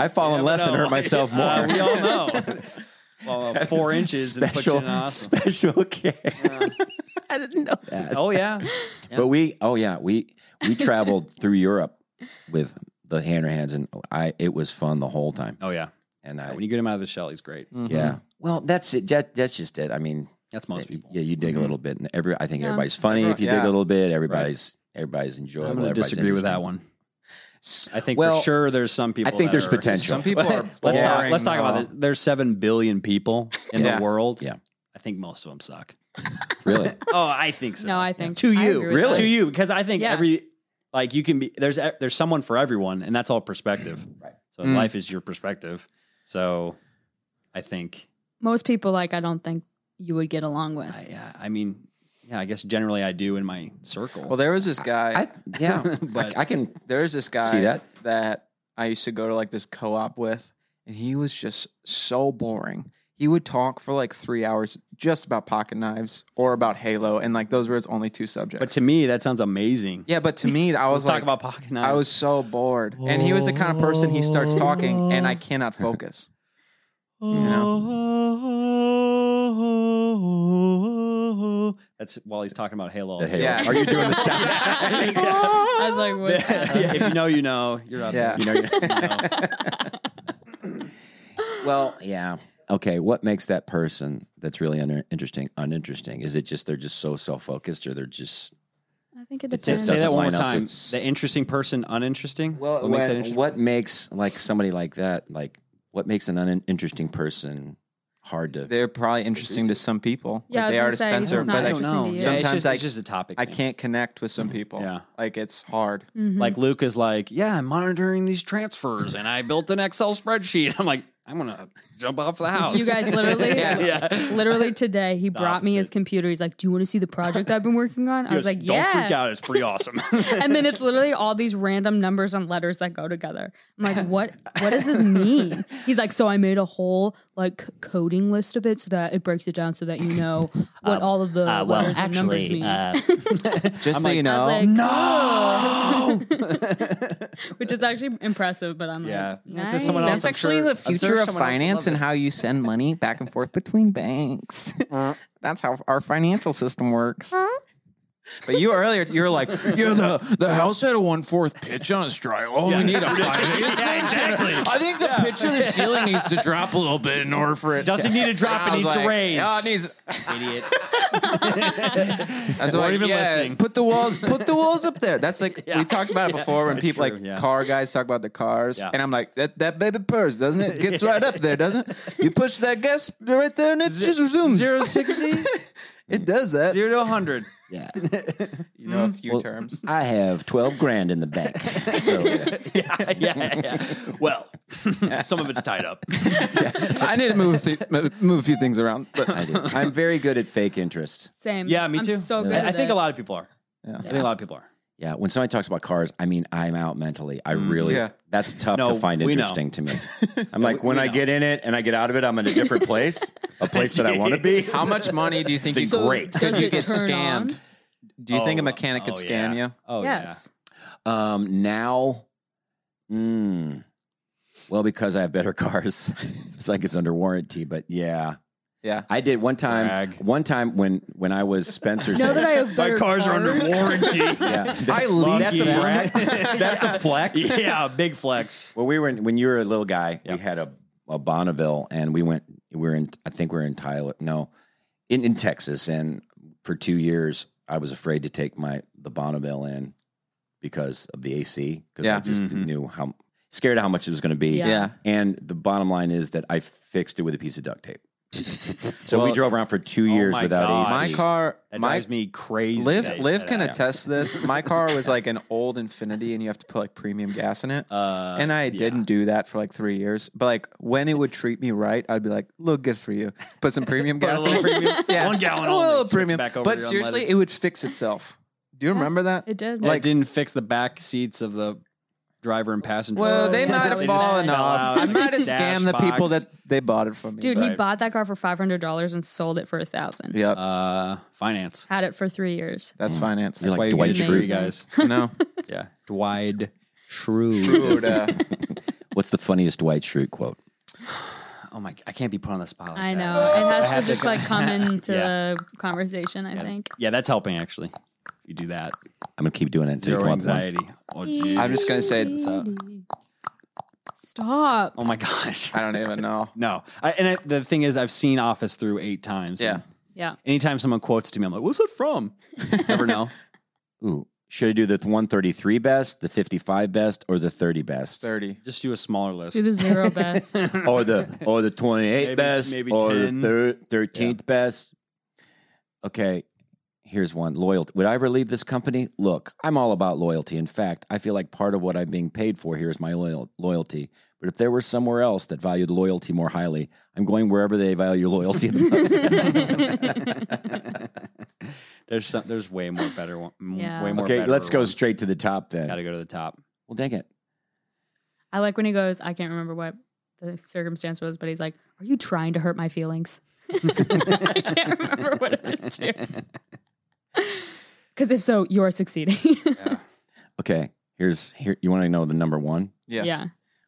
B: I fall in
C: never
B: less and
C: know.
B: hurt myself more.
C: Uh, we all know. Well, uh, four inches and puts you
B: special,
C: in an awesome.
B: special K. I didn't know that.
C: Oh yeah,
B: But we, oh yeah, we we traveled through Europe with the Hanrahan's, and I it was fun the whole time.
C: oh yeah.
B: And I,
C: When you Mm-hmm. get him out of the shell, he's great.
B: yeah, well, that's it. That, that's just it. I mean,
C: That's most people.
B: Mm. Yeah, you dig a little bit, and every I think
D: Yeah.
B: everybody's funny if you dig
G: yeah.
B: a little bit. Everybody's everybody's enjoyable.
C: I'm going to
B: everybody's
C: disagree with that
B: interesting.
C: one. I think
B: Well,
C: for sure there's some people.
B: I think
C: that
B: there's
C: are-
B: potential.
G: Some people are
C: Let's,
G: boring.
C: talk, let's talk about this. There's seven billion people in
G: Yeah.
C: the world.
B: Yeah.
C: I think most of them suck.
B: Really,
C: Oh, I think so.
D: No, I think
C: to
D: I
C: you,
D: agree with Really? that.
C: to you, because I think
D: Yeah.
C: every like you can be there's there's someone for everyone, and that's all perspective. Right. So
G: Mm.
C: life is your perspective. So I think
D: Most people like I don't think you would get along with.
C: I, yeah, I mean, yeah, I guess generally I do in my circle.
G: Well, there was this guy.
B: I yeah,
C: But-
B: I, I can.
G: there's this guy
B: See that?
G: I used to go to like this co-op with, and he was just so boring. He would talk for like three hours just about pocket knives or about Halo, and like those were his only two subjects.
C: but to me, that sounds amazing.
G: yeah, but to me, I
C: Let's
G: was
C: talk
G: like,
C: about pocket knives.
G: I was so bored, and he was the kind of person he starts talking, and I cannot focus. You know,
C: That's while he's talking about Halo.
B: That Halo.
G: Yeah.
B: Are you doing the sound?
D: I was like, what's that?
C: if you know, you know. You're out
G: yeah,
B: you know, you're- well, yeah. Okay, what makes that person that's really un- interesting uninteresting? Is it just they're just so self focused, or they're just
D: I think it
B: It just
C: there.
D: depends.
B: doesn't
C: Say that one more
B: line up.
C: time.
B: It's-
C: The interesting person, uninteresting.
B: Well,
C: what
B: what,
C: makes that interesting?
B: what makes like somebody like that like what makes an uninteresting person hard to?
G: they're probably interesting to some people.
D: Yeah, I
G: like,
D: was
G: they
D: gonna
G: are
D: say, he's
G: to Spencer,
D: just not
G: but like,
D: interesting to you.
C: sometimes it's
G: sometimes
C: just,
G: I-
C: it's just a topic.
G: I
C: man.
G: can't connect with some people.
C: Yeah.
G: like it's hard.
D: Mhm.
C: Like Luke is like, yeah, I'm monitoring these transfers, and I built an Excel spreadsheet. I'm like, I'm gonna jump off the house.
D: You guys literally,
C: yeah, yeah.
D: literally today, he brought me his
C: opposite.
D: computer. He's like, "Do you want to see the project I've been working on?" I was like,
C: Don't freak
D: "Yeah." Uh,
C: out. It's pretty awesome.
D: And then it's literally all these random numbers and letters that go together. I'm like, "What? What does this mean?" He's like, "So I made a whole like c- coding list of it so that it breaks it down so that you know what all of the
C: Uh,
D: letters and numbers mean."
G: Just so you
D: I
G: know,
D: was like, no, which is actually impressive. But I'm
C: Yeah.
D: like,
C: Well, to
D: nice.
C: someone else-
G: That's
C: I'm
G: actually
C: sure-
G: the
C: I'm sure
G: future of
C: someone else would love
G: finance and how you send money back and forth between banks. That's how our financial system works. But you earlier, you were like, you know, the, the house had a one fourth pitch on its dry. Oh, we need a finance. I think the pitch of the ceiling needs to drop a little bit in order for it.
C: Doesn't need to drop.
G: I
C: It
G: was
C: needs
G: like,
C: to raise.
G: "Oh, it needs.
C: Idiot.
G: That's
C: Weren't
G: like,
C: even
G: yeah,
C: listening.
G: Put the walls, put the walls up there. That's like we talked about it before when
C: it's
G: people
C: true,
G: like
C: yeah.
G: car guys talk about the cars,
C: Yeah.
G: and I'm like that that baby purrs doesn't it? Gets right up there, doesn't it? You push that gas right there, and it just zooms.
C: Zero sixty.
G: It does that.
C: Zero to hundred.
B: yeah,
G: You know a few
B: Well,
G: terms.
B: I have twelve grand in the bank. So
C: yeah, yeah, yeah. Well, some of it's tied up.
G: I need to move th- move a few things around. But
B: I do. I'm very good at fake interest.
D: Same.
C: Yeah, me
D: I'm
C: too.
D: So good.
C: I, I
D: at
C: think
D: it.
C: a lot of people are.
G: Yeah.
C: I think a lot of people are.
B: Yeah, when somebody talks about cars, I mean, I'm out mentally. I really,
G: yeah.
B: that's tough
C: No,
B: to find
C: we know.
B: interesting to me. I'm like,
C: we-
B: when
C: we
B: I
C: know.
B: get in it and I get out of it, I'm in a different place, a place that I want to be.
G: how much money do you think you
D: So
B: great.
D: does
G: could you
D: it
G: get
D: turn on?
G: scammed? Do you think a
C: Oh,
G: mechanic could
C: oh,
G: scam
C: yeah.
G: you?
C: Oh
D: yes.
B: Um, now, mm, well, because I have better cars, it's like it's under warranty. But yeah,
G: Yeah.
B: I did one time.
C: Brag.
B: One time when when I was Spencer's,
D: Know
B: age-
D: that I have better
C: warranty.
B: yeah,
G: I
B: that's-
G: lease
B: that's a
G: them.
B: brag. That's a flex.
C: yeah, big flex.
B: Well, we were in, when you were a little guy, we had a, a Bonneville, and we went. We were in. I think we were in Tyler. No, in in Texas, and for two years, I was afraid to take my the Bonneville in because of the AC because I
G: Yeah.
B: just
G: Mhm.
B: knew how scared of how much it was going to be.
D: Yeah.
G: Yeah.
B: And the bottom line is that I fixed it with a piece of duct tape. so we
G: Well-
B: drove around for two years
C: my
B: without
C: God.
B: AC.
G: My car,
C: That
G: my
C: drives me crazy.
G: Liv,
C: that-
G: Liv
C: that-
G: can
C: yeah.
G: attest to this. My car was like an old Infinity, and you have to put like premium gas in it.
C: Uh,
G: and I
C: yeah.
G: didn't do that for like three years. But like when it would treat me right, I'd be like, "Look, good for you." Put some premium
C: Put a
G: gas in
C: little
G: it.
C: premium-
G: Yeah.
C: One gallon
G: A little
C: only. Switch
G: premium.
C: back over
G: but
C: to
G: seriously,
C: unleaded.
G: it would fix itself. Do you remember that?
D: It did.
C: Yeah, it didn't fix the back seats of the driver and passenger.
G: Well,
D: Oh,
G: they
D: yeah.
G: might
D: They
G: have
D: just
G: fallen
D: fell
G: off.
D: out
G: I
D: of the
G: might have
D: stash
G: scammed the people
C: box.
G: that they bought it from me.
D: Dude, he
C: Right.
D: bought that car for five hundred dollars and sold it for a thousand.
G: Yep,
C: Uh, finance.
D: Had it for three years.
C: Hmm.
G: that's finance.
B: You're
C: That's why
B: like
C: you
B: Dwight
C: get a degree,
B: Schrute.
D: Amazing.
C: guys.
G: no,
C: Yeah, Dwight Schrute.
G: Dude, uh,
B: What's the funniest Dwight Schrute quote?
C: Oh my! I can't be put on the spot. Like
D: I
C: that.
D: know. It
C: I
D: has
C: had
D: to just like come into the conversation, I
C: Yeah.
D: think.
C: Yeah, that's helping actually. You do that.
B: I'm gonna keep doing it until you
C: Zero
B: come up with one.
C: anxiety. Oh, geez.
G: I'm just gonna say,
D: Stop.
C: uh, Oh my gosh.
G: I don't even know.
C: No. I, and I, the thing is, I've seen Office through eight times.
G: Yeah.
C: And
D: Yeah.
C: Anytime someone quotes to me, I'm like, "What's it from?" Never know.
B: Ooh, should I do the 133 best, the 55 best, or the 30 best,
G: Thirty.
C: Just do a smaller list.
D: Do the zero best.
B: or the or the 28
C: Maybe-
B: best,
C: maybe
B: or
C: 10.
B: the thir- 13th best? Okay, here's one loyalty. Would I ever leave this company? Look, I'm all about loyalty. In fact, I feel like part of what I'm being paid for here is my loyal- loyalty. But if there were somewhere else that valued loyalty more highly, I'm going wherever they value loyalty the most.
C: there's some. There's way more better. One, m-
D: Yeah.
C: Way more.
B: okay,
C: better
B: let's go
C: ones.
B: straight to the top then.
C: Got to go to the top.
B: Well, dang it.
D: I like when he goes, I can't remember what the circumstance was, but he's like, Are you trying to hurt my feelings? I can't remember what it was too. Because if so, you are succeeding.
B: Okay, here's here. You want to know the number one?
G: Yeah.
D: yeah.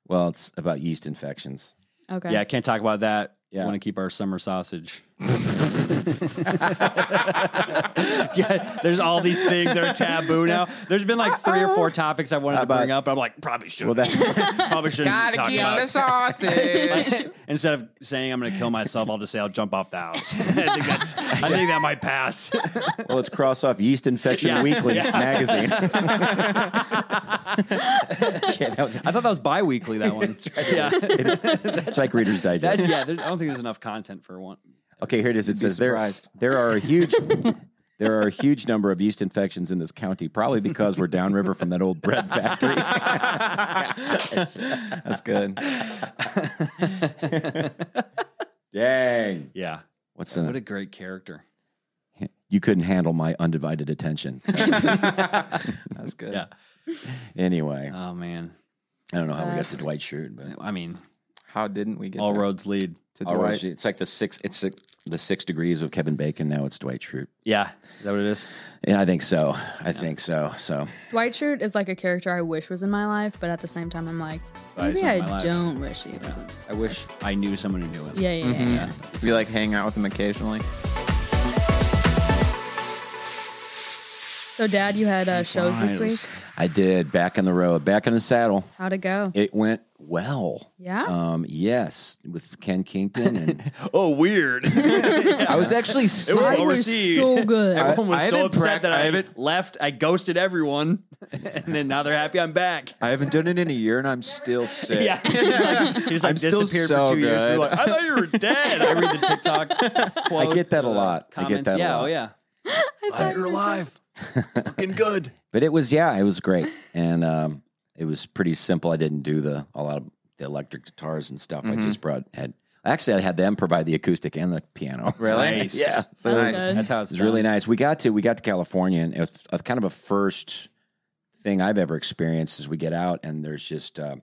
B: Well, it's about yeast infections.
D: Okay.
C: Yeah, I can't talk about that.
B: Yeah.
C: want to keep our summer sausage. yeah, there's all these things that are taboo now. There's been like three or four topics I wanted
B: How
C: to bring
B: about-
C: up. I'm like, probably
B: Well,
C: shouldn't.
B: that's
C: probably shouldn't talk about. it.
G: sausage.
C: Instead of saying I'm going to kill myself, I'll just say I'll jump off the house. I think that's. I think that might pass.
B: well, it's cross off yeast infection
C: Yeah.
B: weekly
C: Yeah.
B: magazine. Okay, that was-
C: I thought that was bi-weekly, that one. yeah.
B: it's like Reader's
C: That's,
B: Digest.
C: yeah, there, I don't think there's enough content for one.
B: Okay, here it is. It says there
G: surprised.
B: there are a huge there are a huge number of yeast infections in this county, probably because we're downriver from that old bread factory.
G: That's good.
B: Dang,
C: Yeah.
B: what's
C: What
B: in
C: a
B: it?
C: great character.
B: You couldn't handle my undivided attention.
G: That's good.
C: Yeah.
B: anyway,
C: Oh man.
B: I don't know how we got to
D: Best.
B: Dwight Schrute, but
C: I mean,
G: How didn't we get
C: all
G: there?
C: roads lead.
G: to
B: All right,
G: Dwight?
B: it's like the six. It's the, the six degrees of Kevin Bacon. Now it's Dwight Schrute.
C: Yeah. Is that what it is?
B: Yeah, I think so. I think so. So
D: Dwight Schrute is like a character I wish was in my life, but at the same time, I'm like,
C: Right, it's
D: maybe
C: not
D: I
C: my life.
D: don't wish he was. in-
C: I wish I knew someone who knew it.
D: Yeah, yeah, yeah. yeah.
G: If you like hang out with him occasionally.
D: So, Dad, you had uh, shows this week.
B: I did back in the road, back in the saddle.
D: How'd it go?
B: It went well.
D: Yeah?
B: Um, yes, with Ken Kington and
C: Oh, weird.
G: I was actually so
D: I
C: well
D: was
C: received.
D: so good.
G: I-
C: Everyone was so
G: haven't
C: upset
G: prac-
C: that I,
G: I haven't-
C: left. I ghosted everyone, and then now they're happy I'm back.
G: I haven't done it in a year and I'm still sick.
C: Yeah, he was like, he was like
G: I'm still
C: disappeared
G: so
C: for two years. We
G: good.
C: were like, I thought you were dead. I read the TikTok.
B: I get that a lot. I get
C: Comments.
B: that a
C: yeah,
B: lot.
C: oh yeah. Glad you're alive. Looking good.
B: But it was yeah, it was great, and um, it was pretty simple. I didn't do the a lot of the electric guitars and stuff. I just brought had actually I had them provide the acoustic and the piano.
G: Really?
C: Nice.
B: Yeah. So
D: That's
B: it was-
D: good.
C: That's how it's,
B: It was really nice. We got to we got to California, and it was a, kind of a first thing I've ever experienced. Is we get out and there's just uh,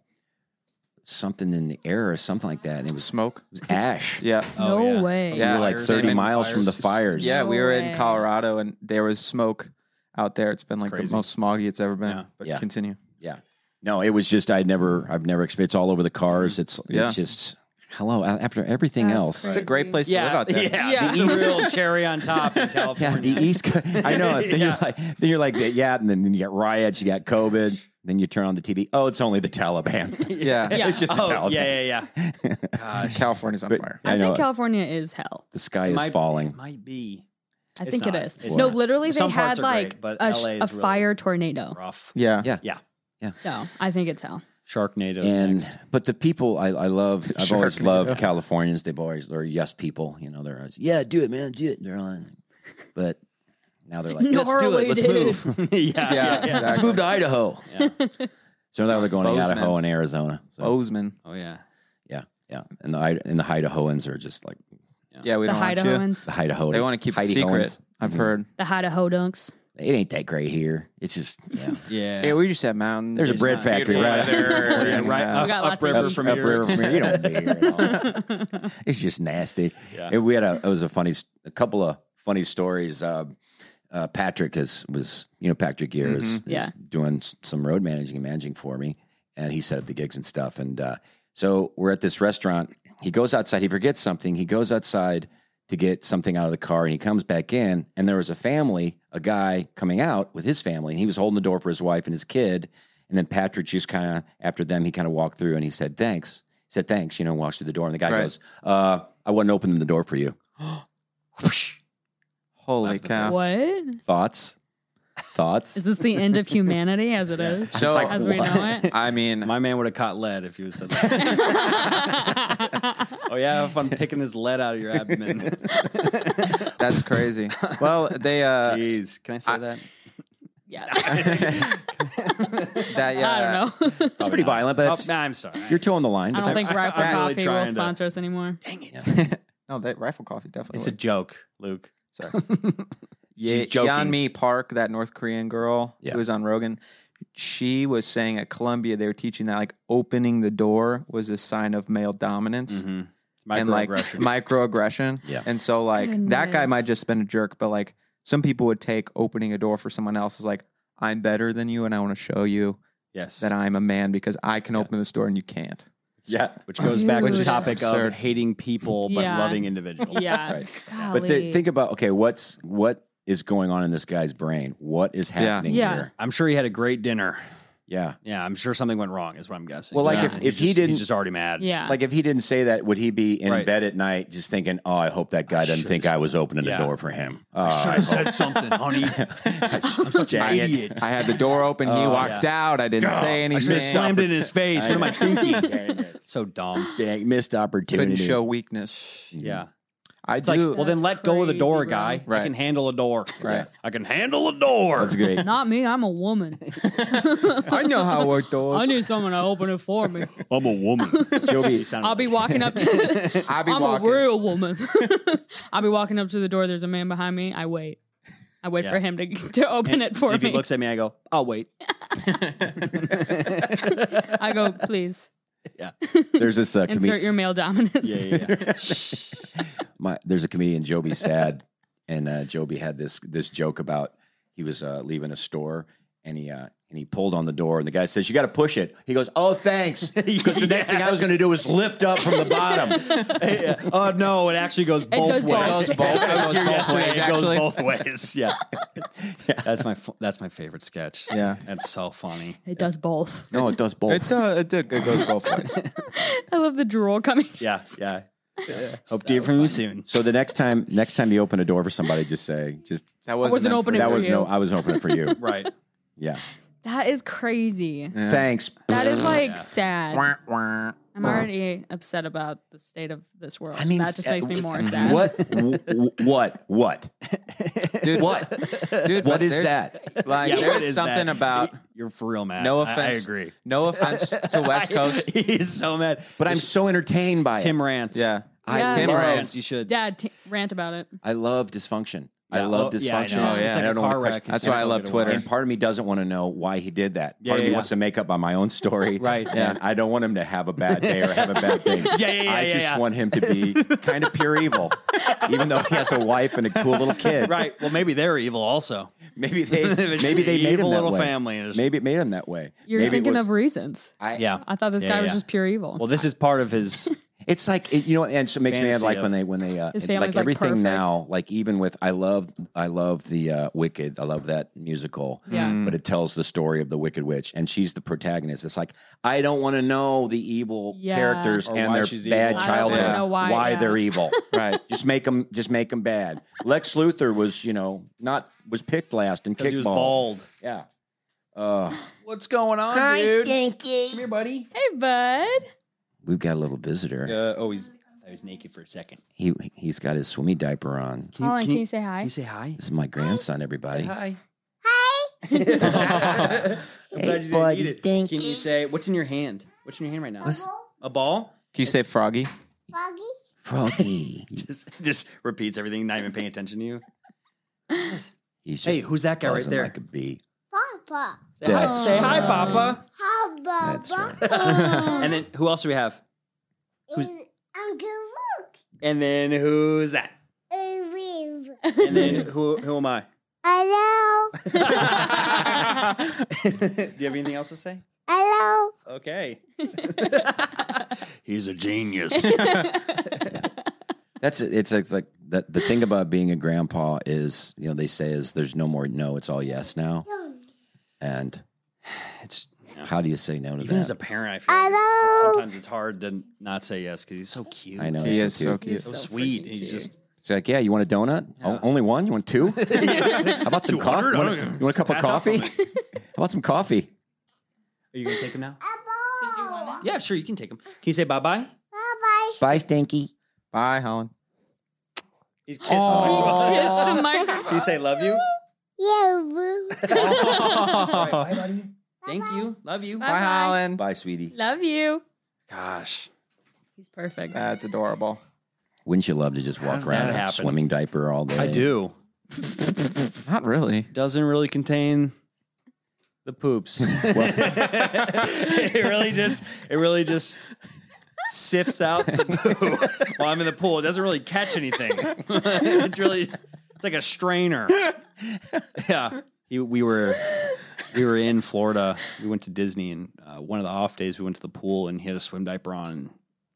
B: something in the air or something like that, and it was, it
G: Smoke.
B: was ash.
G: Yeah.
C: Oh,
D: no
C: yeah.
D: way.
B: we
G: Yeah.
B: were like
C: Fires.
B: thirty
C: Same
B: miles
C: fires.
B: from the fires.
G: Yeah,
D: No
G: we were
D: way.
G: in Colorado and there was smoke out there. It's been like
C: Crazy.
G: the most smoggy it's ever been.
C: Yeah.
G: But
B: Yeah.
G: continue.
B: yeah. No, it was just I'd never I've never experienced. It's all over the cars. It's
G: Yeah.
B: it's just hello a- after everything
D: That's
B: else.
G: It's a great place to live
C: Yeah,
G: out there.
C: yeah,
D: Yeah.
C: The real cherry on top in
B: Yeah, the
C: California.
B: East Coast. I know. Then you're
C: Yeah.
B: like, then you're like, yeah, and then, then you got riots, you got COVID, then you turn on the TV. Oh, it's only the Taliban.
G: Yeah.
D: Yeah.
B: it's just the
C: oh,
B: Taliban.
C: yeah, yeah, yeah.
G: California's on fire.
D: I,
B: I know
D: think
B: it.
D: California is hell.
B: The sky is falling.
C: Might be.
D: I
C: It's
D: think
C: not.
D: it is.
C: It's
D: no,
C: not.
D: literally,
C: Some
D: they
C: parts
D: had
C: are great,
D: like
C: but
D: a, sh-
C: LA is
D: a
C: really
D: fire tornado.
C: Rough.
G: Yeah.
B: Yeah.
D: So I think it's hell.
C: Sharknado.
B: and
C: next.
B: but the people I, I love I've always
G: Sharknado.
B: loved Californians. They've always they're yes people. You know, they're always, yeah, do it, man, do it. And they're on, but now they're like, let's do
D: Gnarly,
B: it, let's
D: dude.
B: move,
C: yeah,
G: Yeah.
C: yeah, yeah.
B: let's
G: Exactly.
B: move to Idaho. So now they're going to
C: Bozeman.
B: Idaho and Arizona. So,
G: Bozeman.
C: Oh yeah.
B: yeah, yeah, and the I- and the Idahoans are just like
G: Yeah, we
D: The
G: don't want
D: Hideohoans,
G: you.
B: the Idaho.
G: They want to keep it secret. I've heard.
D: the Hideaho dunks.
B: It ain't that great here. It's just yeah.
C: Yeah.
G: Yeah, we just have mountains.
B: There's a
G: It's
B: bread
G: not-
B: factory
I: Beautiful
B: right
I: weather.
C: yeah, right.
G: Yeah.
C: Up,
D: We got lots of
C: upriver
D: each.
C: from
B: up
C: here.
B: river from here. You don't be here at all. It's just nasty. And we had a it was a funny s- a couple of funny stories. Uh, uh, Patrick is was you know Patrick Gear is, is
D: Yeah.
B: doing s- some road managing and managing for me, and he set up the gigs and stuff. And uh, so we're at this restaurant. He goes outside. He forgets something. He goes outside to get something out of the car, and he comes back in. And there was a family, a guy coming out with his family, and he was holding the door for his wife and his kid. And then Patrick just kind of after them, he kind of walked through and he said thanks. He said thanks, you know, walks through the door, and the guy
G: Right.
B: goes, uh, "I wasn't opening the door for you."
G: Holy cow.
D: What
B: Thoughts? Thoughts?
D: is this? The end of humanity as it is,
G: So-
D: as we know it.
G: I mean,
C: My man would have caught lead if you said that. oh yeah, if I'm picking this lead out of your abdomen.
G: that's crazy. Well, they uh
C: Jeez, can I say that?
D: yeah,
G: that yeah.
D: I don't know.
B: It's pretty violent, but
C: Oh,
B: it's-
C: nah, I'm sorry.
B: you're toeing the line.
D: I
B: but
D: don't think
B: that's-
D: Rifle
C: I'm really
D: Coffee
C: trying
D: will
C: to-
D: sponsor us anymore.
G: No, that rifle coffee definitely.
C: it's a joke, Luke.
G: Sorry.
C: She's
G: Ye-
C: joking.
G: Yeonmi Park, that North Korean girl
B: Yeah.
G: who was on Rogan, she was saying at Columbia they were teaching that like opening the door was a sign of male dominance
C: Mhm.
G: Mm-hmm. and like
C: Microaggression.
G: microaggression.
B: Yeah.
G: And so like that guy
D: Goodness.
G: might just been a jerk, but like some people would take opening a door for someone else as like I'm better than you and I want to show you
C: yes.
G: that I'm a man because I can open this door and you can't.
B: yeah.
C: which goes back to
G: Dude.
C: the topic
G: Absurd.
C: of hating people but
D: Yeah.
C: loving individuals.
D: Yeah,
B: Right.
D: Golly.
B: But th- think about okay, what's what is going on in this guy's brain? What is happening
D: Yeah.
B: here?
C: I'm sure he had a great dinner.
B: Yeah.
C: Yeah, I'm sure something went wrong. Is what I'm guessing.
B: Well, like,
C: Yeah.
B: if- if
C: He's
B: he
C: just-
B: didn't-
C: he's just already mad.
D: yeah,
B: Like if he didn't say that, would he be in
C: Right.
B: bed at night just thinking, "Oh, I hope that guy doesn't
C: should've
B: think I was opening
C: Yeah.
B: the door for him."
C: Uh,
B: Oh, I
I: have said something, honey.
B: I'm such
I: an idiot.
G: I had the door open, he walked out, I didn't say
C: Oh, I should
G: anything.
C: have slammed it in his face. What am I thinking?
B: thinking?
C: so dumb.
B: Dang, missed opportunity.
G: Couldn't show weakness.
C: Yeah.
G: I
C: It's like,
G: do
C: well, then
D: That's
C: let go of the door,
D: crazy,
C: guy.
G: bro.
C: I can handle a door.
G: Right.
C: I can handle a door.
B: That's great.
D: not me. I'm a woman.
G: I know how to work
D: I
G: doors.
D: need someone to open it for me.
C: I'm a woman.
B: Joby,
D: I'll be walking up to.
G: I'll be
D: I'm
G: walking.
D: a real woman. I'll be walking up to the door. There's a man behind me. I wait. I wait
C: Yeah.
D: for him to to open it for
C: if
D: me.
C: he looks at me, I go, I'll wait.
D: I go, please
B: there's this uh,
D: insert
B: comedian.
D: your male dominance.
B: my there's a comedian Joby Sad, and uh, Joby had this this joke about he was uh, leaving a store and he uh, and he pulled on the door and the guy says you got to push it. He goes, oh thanks, because the next thing I was going to do is lift up from the bottom.
C: yeah. Oh no, it actually goes both
D: goes
C: ways.
D: both.
G: It goes both. I was here yesterday,
C: It
G: actually.
C: goes both ways. Yeah. That's my fu- that's my favorite sketch.
G: Yeah.
C: That's so funny.
D: It does both.
B: no, it does both.
G: It, uh, it, it goes both ways.
D: I love the drool coming.
C: Yeah. Yeah. Hope to hear from you soon.
B: so the next time next time you open a door for somebody, just say just
G: That
D: wasn't
G: meant for
D: opening
G: you.
B: that
D: for
B: was
D: you.
B: no, I was opening it for you.
C: Right.
B: Yeah,
D: That is crazy.
B: thanks.
D: That is like sad.
G: Wah, wah.
D: I'm already upset about the state of this world.
B: I mean,
D: that just
B: uh,
D: makes me more sad.
B: What? w- w- what? What?
G: Dude,
B: What? What
G: Dude, but
B: is
G: there's-
B: that?
G: Like,
C: Yeah, what
G: there's
C: is
G: something
C: that?
G: about
C: You're for real, man.
G: no
C: I-
G: offense.
C: I, agree.
G: No offense to West Coast.
C: He's so mad.
B: But I'm so entertained by
C: Tim
B: it.
C: Rants.
G: Yeah.
B: I
D: Yeah.
B: Tim
C: Tim
B: Rants.
C: Rants. You should.
D: Dad, t- rant about it.
B: I love dysfunction. I
C: Yeah,
B: love
C: oh, yeah, I
B: dysfunction.
C: know.
G: Oh, yeah.
B: And
C: It's like
B: I
C: a
B: don't wanna
C: car
B: question-
C: wreck. You
G: That's
C: can't
G: why I
C: look
G: love
C: at it
G: Twitter.
C: once.
B: And part of me doesn't want to know why he did that. Part
C: Yeah,
B: of me
C: yeah,
B: wants to make up on my own story.
C: Right,
B: And
C: yeah.
B: I don't want him to have a bad day or have a bad thing.
C: Yeah, yeah, yeah,
B: I
C: yeah,
B: just
C: yeah.
B: want him to be kind of pure evil, even though he has a wife and a cool little kid.
C: Right. Well, maybe they're evil also.
B: Maybe they
C: Just
B: maybe they made him
C: evil
B: that
C: little
B: way.
C: family and just-
B: Maybe it made him that way.
D: You're
B: maybe it
D: thinking
B: was-
D: of reasons.
B: I,
C: Yeah.
D: I thought this
C: Yeah,
D: guy was
C: yeah.
D: just pure evil.
C: Well, this is part of his
B: It's like it, you know, and so it makes me
C: Fantasy
B: like
C: of-
B: when they when they uh,
D: His
B: it-
D: family's,
B: like
D: like,
B: everything
D: perfect.
B: now. Like even with I love I love the uh, Wicked. I love that musical.
D: Yeah. Mm.
B: but it tells the story of the Wicked Witch, and she's the protagonist. It's like I don't want to know the evil
D: Yeah.
B: characters
C: Or
B: and
C: why
B: their
C: she's evil. I
B: bad
C: don't
B: childhood.
G: wanna
D: know why, yeah.
B: they're evil?
G: Right.
B: Just make them. Just make them bad. Lex Luthor was, you know, not was picked last in
C: because he was
B: kickball.
C: bald.
B: Yeah. Uh,
C: What's going on, dude? Come here, buddy.
D: Hey, bud.
B: we've got a little visitor.
C: Uh, oh, he's I was naked for a second.
B: He he's got his swimmy diaper on.
C: you-
D: Colin,
C: can
D: can,
C: you-
D: you say hi?
C: Can you say hi?
B: This is my grandson, everybody.
C: Hi.
B: Hey,
C: I'm glad
B: buddy,
C: you didn't eat it.
B: thank
C: Can you say what's in your hand? What's in your hand right now? A ball?
G: Can you say froggy?
B: Froggy.
C: Just, just repeats everything, not even paying attention to you.
B: He's just
C: Hey, who's that guy right
B: buzzing
C: there?
B: like a bee.
I: Papa.
C: Say hi,
B: That's
C: say hi,
D: right.
C: Papa.
I: How about
B: That's right.
C: And then who else do we have? who's-
I: in Uncle Rook?
C: And then who's that?
I: A wave.
C: And then
B: Yeah.
C: who who am I?
I: Hello.
C: do you have anything else to say?
I: Hello.
C: Okay. He's a genius.
B: That's it. It's like, it's like the, the thing about being a grandpa is, you know, they say is there's no more no, it's all yes now. And it's how do you say no to
C: Even as a
B: that?
C: parent, I feel like
I: Hello.
C: sometimes it's hard to not say yes because he's so cute.
B: I know.
G: He
B: so
G: is so
B: cute.
G: cute.
C: So, sweet. He's just
B: It's like, yeah, you want a donut? O- only one? You want two? How about some coffee?
C: 200?
B: You want a,
C: I don't know.
B: you want a cup of
C: Pass out
B: coffee?
C: from
B: How about some coffee?
C: Are you gonna take him now?
I: Hello.
C: Yeah, sure. You can take him. Can you say bye bye?
I: Bye
B: Bye, Stinky.
G: Bye, Holland.
C: He's kissed. Oh.
D: Kiss the microphone.
C: Can you say love you?
I: Yeah. woo.
C: Bye, buddy. Thank you. Love you.
G: Bye,
D: Bye-bye.
G: Holland.
B: Bye, sweetie.
D: Love you.
C: Gosh.
D: He's perfect.
C: Uh,
G: That's adorable.
B: Wouldn't you love to just walk
C: did
B: around
C: that
B: in a
C: happen?
B: swimming diaper all day?
C: I do.
G: Not really.
C: Doesn't really contain the poops. it really just it really just sifts out the poo while I'm in the pool. It doesn't really catch anything. it's really it's like a strainer. Yeah. He- We were we were in Florida. We went to Disney and uh, one of the off days we went to the pool and he had a swim diaper on. And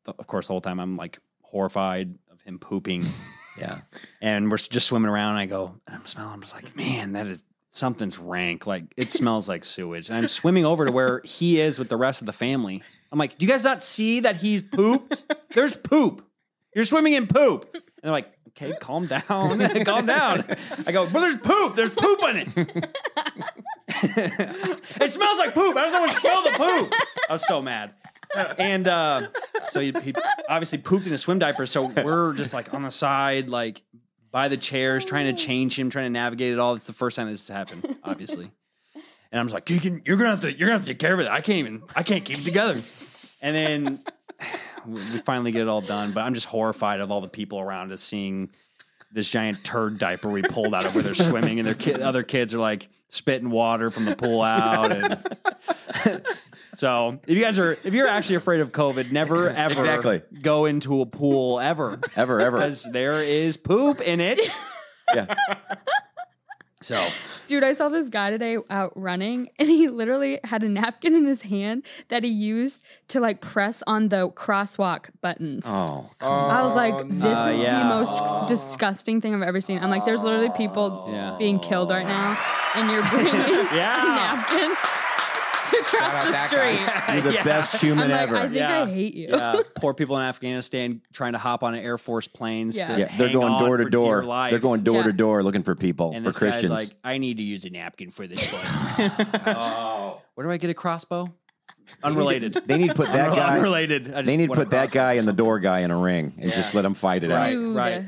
C: th- of course, the whole time I'm like horrified of him pooping
B: Yeah.
C: and we're just swimming around. And I go, and I'm smelling. I'm just like, man, that is something's rank. Like it smells like sewage. And I'm swimming over to where he is with the rest of the family. I'm like, do you guys not see that he's pooped? There's poop. You're swimming in poop. And they're like, okay, calm down, calm down. I go, well, there's poop. There's poop on it. it smells like poop. I just want to smell the poop. I was so mad. And uh, so he, he obviously pooped in a swim diaper. So we're just like on the side, like by the chairs, trying to change him, trying to navigate it all. It's the first time this has happened, obviously. And I'm just like, you can, you're gonna have to, you're gonna have to take care of it. I can't even, I can't keep it together. And then we we finally get it all done. But I'm just horrified of all the people around us seeing this giant turd diaper we pulled out of where they're swimming, and their ki- other kids are like spitting water from the pool out. And so, if you guys are, if you're actually afraid of COVID, never ever
B: Exactly.
C: go into a pool ever
B: Ever, ever.
C: because there is poop in it.
B: Yeah.
C: So
D: Dude, I saw this guy today out running and he literally had a napkin in his hand that he used to like press on the crosswalk buttons.
B: Oh,
D: I was like, this
C: Uh,
D: is
C: yeah.
D: the most disgusting thing I've ever seen. I'm like, there's literally people
C: Yeah.
D: being killed right now, and you're bringing
C: Yeah.
D: a napkin to cross the street.
B: You're the
C: Yeah.
B: best human
D: I'm like,
B: ever.
D: I think
C: Yeah.
D: I hate you.
C: yeah, poor people in Afghanistan trying to hop on Air Force planes.
D: Yeah.
C: to
B: yeah, they're
C: hang
B: going
C: on
B: door
C: for
B: to
C: dear
B: door.
C: life.
B: They're going door to
D: Yeah.
B: door looking for people
C: and
B: for
C: this Christians.
B: Christians.
C: guy's like, I need to use a napkin for this one. Where do I get a crossbow? Unrelated.
B: they need to put that guy.
C: Unrelated. I just
B: They need to
C: want a
B: put that
C: crossbow.
B: guy and the door guy in a ring and just let them fight it out.
D: Dude.
C: right.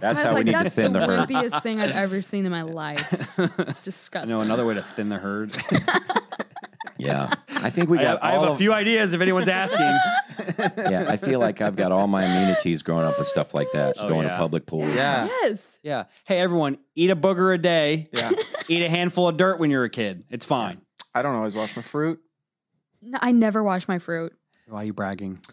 B: That's
D: I was
B: how we
D: like,
B: need to
D: that's
B: thin
D: the
B: the herd.
D: wimpiest thing I've ever seen in my life. It's disgusting.
C: No, another way to thin the herd.
B: Yeah, I think we
C: I have,
B: got.
C: I have
B: all
C: a
B: of-
C: few ideas if anyone's asking.
B: Yeah, I feel like I've got all my amenities growing up with stuff like that.
C: Oh,
B: going
C: yeah.
B: to public pools.
G: Yeah.
D: yes.
C: yeah. Hey, everyone, eat a booger a day. Yeah. eat a handful of dirt when you're a kid. It's fine.
G: I don't always wash my fruit.
D: No, I never wash my fruit.
C: Why are you bragging?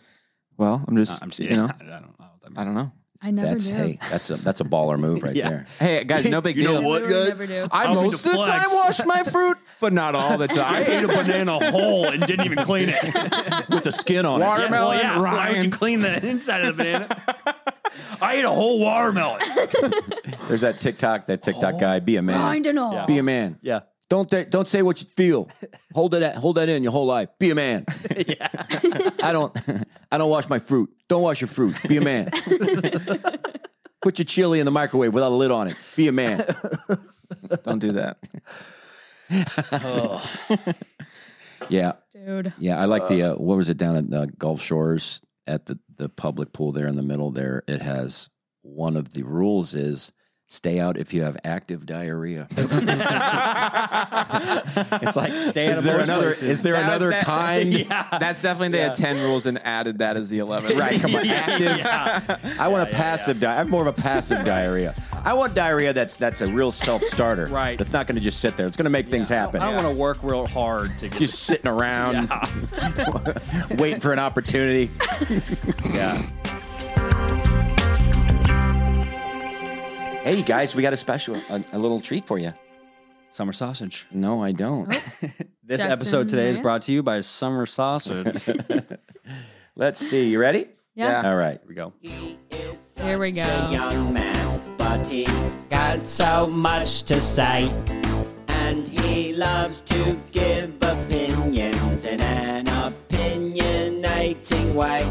G: Well, I'm just,
C: I'm just
G: you
C: kidding.
G: know,
C: I don't know. what that
G: I don't know.
D: I never
B: That's
D: do.
B: hey, that's a that's a baller move right
C: Yeah.
B: there.
G: Hey guys, no big
C: You know
G: deal.
D: I
C: what,
D: literally
C: guys?
D: never do.
G: I
C: I'll be
G: most of the time
C: deflex.
G: wash my fruit, but not all the
C: I
G: time.
C: ate a banana whole and didn't even clean it.
B: With the skin on it.
C: Yeah, well,
G: Watermelon,
C: yeah. Why would you
G: Ryan.
C: clean the inside of the banana? I ate a whole watermelon.
B: There's that TikTok, that TikTok guy. Be a man.
D: Mind and all.
B: Be a man.
C: Yeah.
B: Don't th- don't say what you feel. Hold that hold that in your whole life. Be a man. I don't I don't wash my fruit. Don't wash your fruit. Be a man. Put your chili in the microwave without a lid on it. Be a man.
G: Don't do that.
B: Yeah,
D: Dude.
B: yeah. I like the uh, what was it down at uh, Gulf Shores at the the public pool there in the middle. There it has one of the rules is stay out if you have active diarrhea.
C: It's like stay out
B: is
C: of
B: there
C: those
B: another?
C: places.
B: Is there
G: That was
B: another
G: that-
B: kind?
G: That's definitely they had ten rules and added that as the eleventh.
B: Right, come on. Active.
C: Yeah.
B: I want a passive diarrhea. I have more of a passive diarrhea. I want diarrhea that's that's a real self starter.
C: Right.
B: That's not going to just sit there. It's going to make things happen.
C: I don't want to work real hard to get.
B: just sitting around
C: Yeah.
B: waiting for an opportunity.
C: yeah.
B: Hey, you guys, we got a special, a, a little treat for you.
C: Summer sausage.
B: No, I don't.
C: This
D: Jackson
C: episode today is
D: Vance?
C: brought to you by Summer Sausage. Here
B: Let's see. You ready?
D: Yeah.
B: All right.
C: we go.
D: Here we go.
J: young man, but he got so much to say. And he loves to give opinions in an opinionating way.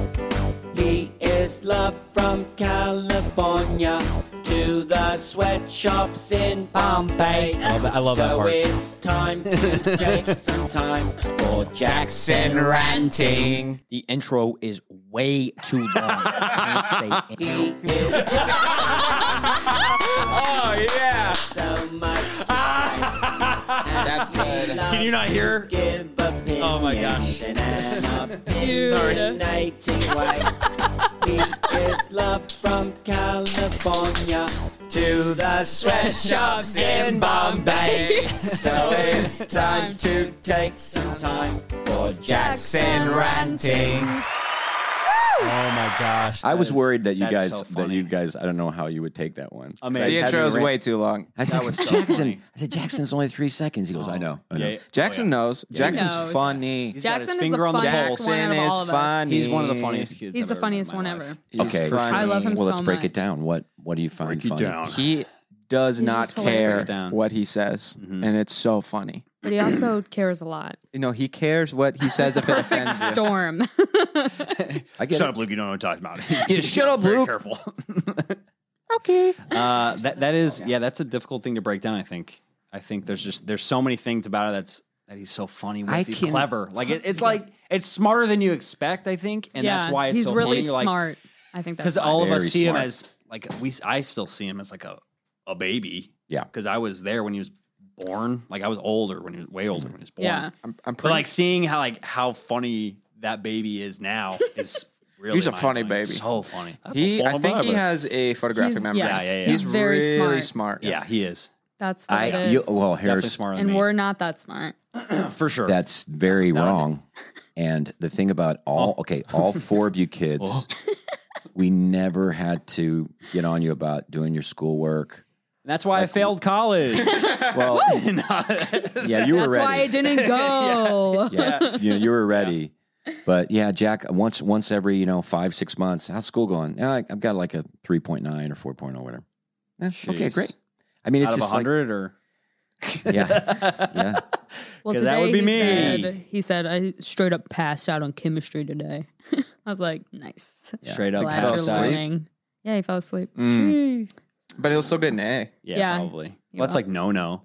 J: He is loved from California to the sweatshops in Bombay.
C: Love that- I love that
J: so
C: part.
J: it's time to take some time for Jackson ranting.
K: The intro is way too long. I can't say
J: He is
G: Oh yeah.
J: so much
K: That's good.
C: Can you not hear?
J: give opinions
C: Oh my gosh.
J: in an
D: Dude.
J: opinionating way. he E is loved from California to the sweatshops in Bombay. so it's time to take some time for Jackson ranting.
C: Oh my gosh.
B: I
C: that
B: was
C: is-
B: worried that you
C: that's
B: guys,
C: so
B: that
C: funny.
B: you guys, I don't know how you would take that one.
C: Amazing.
G: The
B: Guys,
G: intro
B: having
G: is
B: a rant-
G: way too long.
B: I said,
C: was so
B: Jackson.
C: funny.
B: I said, Jackson's only three seconds. He goes, I know. I know.
C: Yeah, Oh, yeah.
G: Jackson knows. Jackson's
D: knows.
G: funny.
C: He's got his
D: Jackson is the
C: finger on the
D: funniest
C: pulse.
D: one out
G: Jackson
D: of all
G: is
D: of us.
G: funny.
C: He's one of the funniest kids.
D: He's
C: I've
D: the
C: ever met in
D: funniest
C: my
D: one
C: life.
D: ever.
G: He's
B: Okay.
G: funny.
D: I love him
B: Well,
D: so
B: let's break
D: much.
B: it down. What What do you find
C: Break it
B: funny?
C: down.
G: He does
D: He's
G: not
D: just hilarious.
G: care
C: Break it down.
G: what he says,
C: Mm-hmm.
G: and it's so funny.
D: But he also cares a lot.
G: You know, he cares what he says if it offends you.
D: Storm.
B: I get
C: Shut
B: it.
C: up, Luke. You don't know what I'm talking about.
G: Yeah, shut up,
C: Very
G: Luke.
C: careful.
G: Okay.
C: Uh, that that is yeah, that's a difficult thing to break down. I think. I think there's just there's so many things about it that's that he's so funny with.
B: I
C: he's
B: can-
C: clever. Like it, it's like it's smarter than you expect. I think, and
D: yeah,
C: that's why it's
D: he's
C: so
D: really
C: funny. Like
D: smart. I think that's
C: because
D: why.
C: all of us
B: Very
C: see him
B: smart.
C: as like we. I still see him as like a a baby.
B: Yeah.
C: Because I was there when he was born. Like I was older when he was way older when he was born.
D: yeah.
G: I'm, I'm
C: But
G: pretty.
C: like seeing how like how funny that baby is now is really
G: a funny
C: mind-blowing.
G: baby.
C: So funny. That's a
G: he, I
C: full
G: think he
C: vibe.
G: has a photographic
D: He's-
G: memory.
D: yeah.
C: Yeah, yeah, yeah.
G: He's
D: He's very
G: really
D: smart.
G: smart.
C: Yeah, he is.
D: That's what it
B: I,
D: is.
B: you, well,
C: Definitely
B: here's
C: smarter than
D: and
C: me.
D: we're not that smart.
C: for sure.
B: That's very wrong. And the thing about
C: Oh.
B: all okay, all four of you kids, we never had to get on you about doing your schoolwork.
C: And that's why I failed college.
B: Well, yeah, you were
D: That's
B: ready.
D: why I didn't go.
B: yeah, you, you were ready. But yeah, Jack, once once every you know five six months, how's school going? "Yeah, I, I've got like a three point nine or four point oh whatever. "Eh, okay,
C: Jeez.
B: great. I mean, it's
C: Out of
B: just like,
C: hundred or
B: yeah, yeah.
D: Well,
C: 'Cause
D: today
C: that would be
D: he
C: me.
D: said he said I straight up passed out on chemistry today. I was like, nice.
C: straight up
D: Glad
G: fell
D: you're
C: passed out.
G: asleep.
D: learning. Yeah, he fell asleep.
G: But he'll still get an A.
C: Yeah,
D: Yeah.
C: probably.
D: You
C: Well, that's
D: will.
C: like no no.